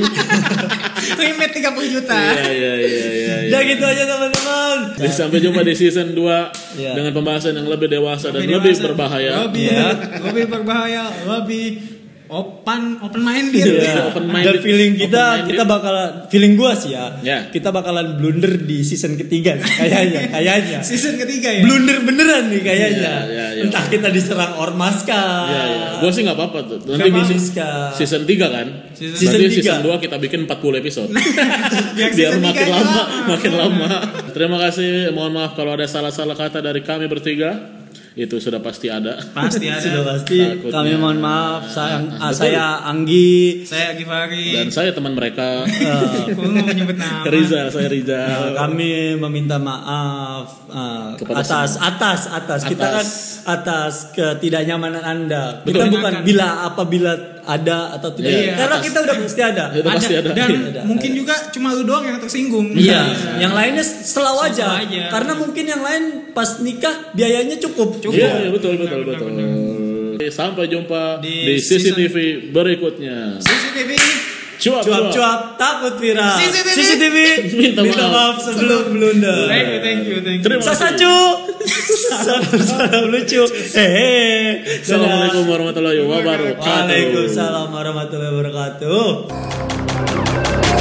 Speaker 2: Limit 30 juta.
Speaker 1: Iya iya iya iya.
Speaker 3: Ya
Speaker 1: iya.
Speaker 3: gitu aja teman-teman.
Speaker 1: Jadi sampai jumpa di season 2
Speaker 3: Iya.
Speaker 1: dengan pembahasan yang lebih dewasa dan lebih berbahaya.
Speaker 2: Lebih,
Speaker 3: Iya.
Speaker 2: lebih berbahaya, lebih open open
Speaker 1: Iya.
Speaker 2: minded.
Speaker 1: Open minded.
Speaker 3: Dan feeling
Speaker 1: Open
Speaker 3: kita
Speaker 1: minded.
Speaker 3: kita bakalan feeling gua sih ya.
Speaker 1: Ya.
Speaker 3: Kita bakalan blunder di season ketiga sih, kayaknya, kayaknya.
Speaker 2: Season ketiga ya.
Speaker 3: Blunder beneran nih kayaknya.
Speaker 1: Iya, iya, iya.
Speaker 3: Entah kita diserang ormas kah?
Speaker 1: Iya, iya. Gue sih nggak apa-apa tuh. Nanti
Speaker 3: Kenapa?
Speaker 1: bisa season 3 kan?
Speaker 2: Season-
Speaker 1: Berarti
Speaker 3: Season
Speaker 1: season
Speaker 3: tiga.
Speaker 1: 2 kita bikin 40 episode.
Speaker 2: Biar
Speaker 1: Biar,
Speaker 2: season
Speaker 1: makin
Speaker 2: tiga
Speaker 1: lama,
Speaker 2: lama.
Speaker 1: makin lama. Terima kasih. Mohon maaf kalau ada salah-salah kata dari kami bertiga. Itu sudah pasti ada.
Speaker 2: Pasti
Speaker 3: Sudah
Speaker 2: ada.
Speaker 3: pasti.
Speaker 1: Takutnya.
Speaker 3: Kami mohon maaf. Saya ah,
Speaker 1: Betul.
Speaker 3: saya Anggi.
Speaker 2: Saya Givari.
Speaker 1: Dan saya teman mereka.
Speaker 3: Eh,
Speaker 2: Aku nggak mau nyebut nama.
Speaker 1: Rizal, saya Iya, Rizal.
Speaker 3: kami meminta maaf eh,
Speaker 1: Kepada
Speaker 3: atas, atas atas kita kan
Speaker 1: Atas.
Speaker 3: atas ketidaknyamanan Anda.
Speaker 1: Betul.
Speaker 3: Kita bukan
Speaker 2: Akan.
Speaker 3: bila apabila ada atau tidak.
Speaker 1: Iya,
Speaker 3: Karena
Speaker 1: atas.
Speaker 3: kita udah pasti ada.
Speaker 1: Itu pasti ada. Iya.
Speaker 2: Dan
Speaker 3: Ada.
Speaker 2: mungkin juga cuma lu doang yang tersinggung.
Speaker 3: Iya, yang lainnya selalu aja.
Speaker 2: aja.
Speaker 3: Karena mungkin yang lain pas nikah biayanya cukup.
Speaker 2: Cukup.
Speaker 1: Iya, iya, betul, betul,
Speaker 2: Benar,
Speaker 1: betul.
Speaker 2: benar,
Speaker 1: Oke, Sampai jumpa di,
Speaker 2: Di
Speaker 1: CCTV berikutnya.
Speaker 2: CCTV.
Speaker 1: Cuap-cuap.
Speaker 3: Cuap-cuap takut viral.
Speaker 2: CCTV.
Speaker 3: CCTV.
Speaker 1: Minta
Speaker 3: maaf sebelum blunder.
Speaker 2: Thank you, thank you, thank you.
Speaker 1: Terima kasih.
Speaker 3: Sasacu. Salam lucu. Eh.
Speaker 1: Assalamualaikum warahmatullahi wabarakatuh.
Speaker 3: Waalaikumsalam warahmatullahi wabarakatuh.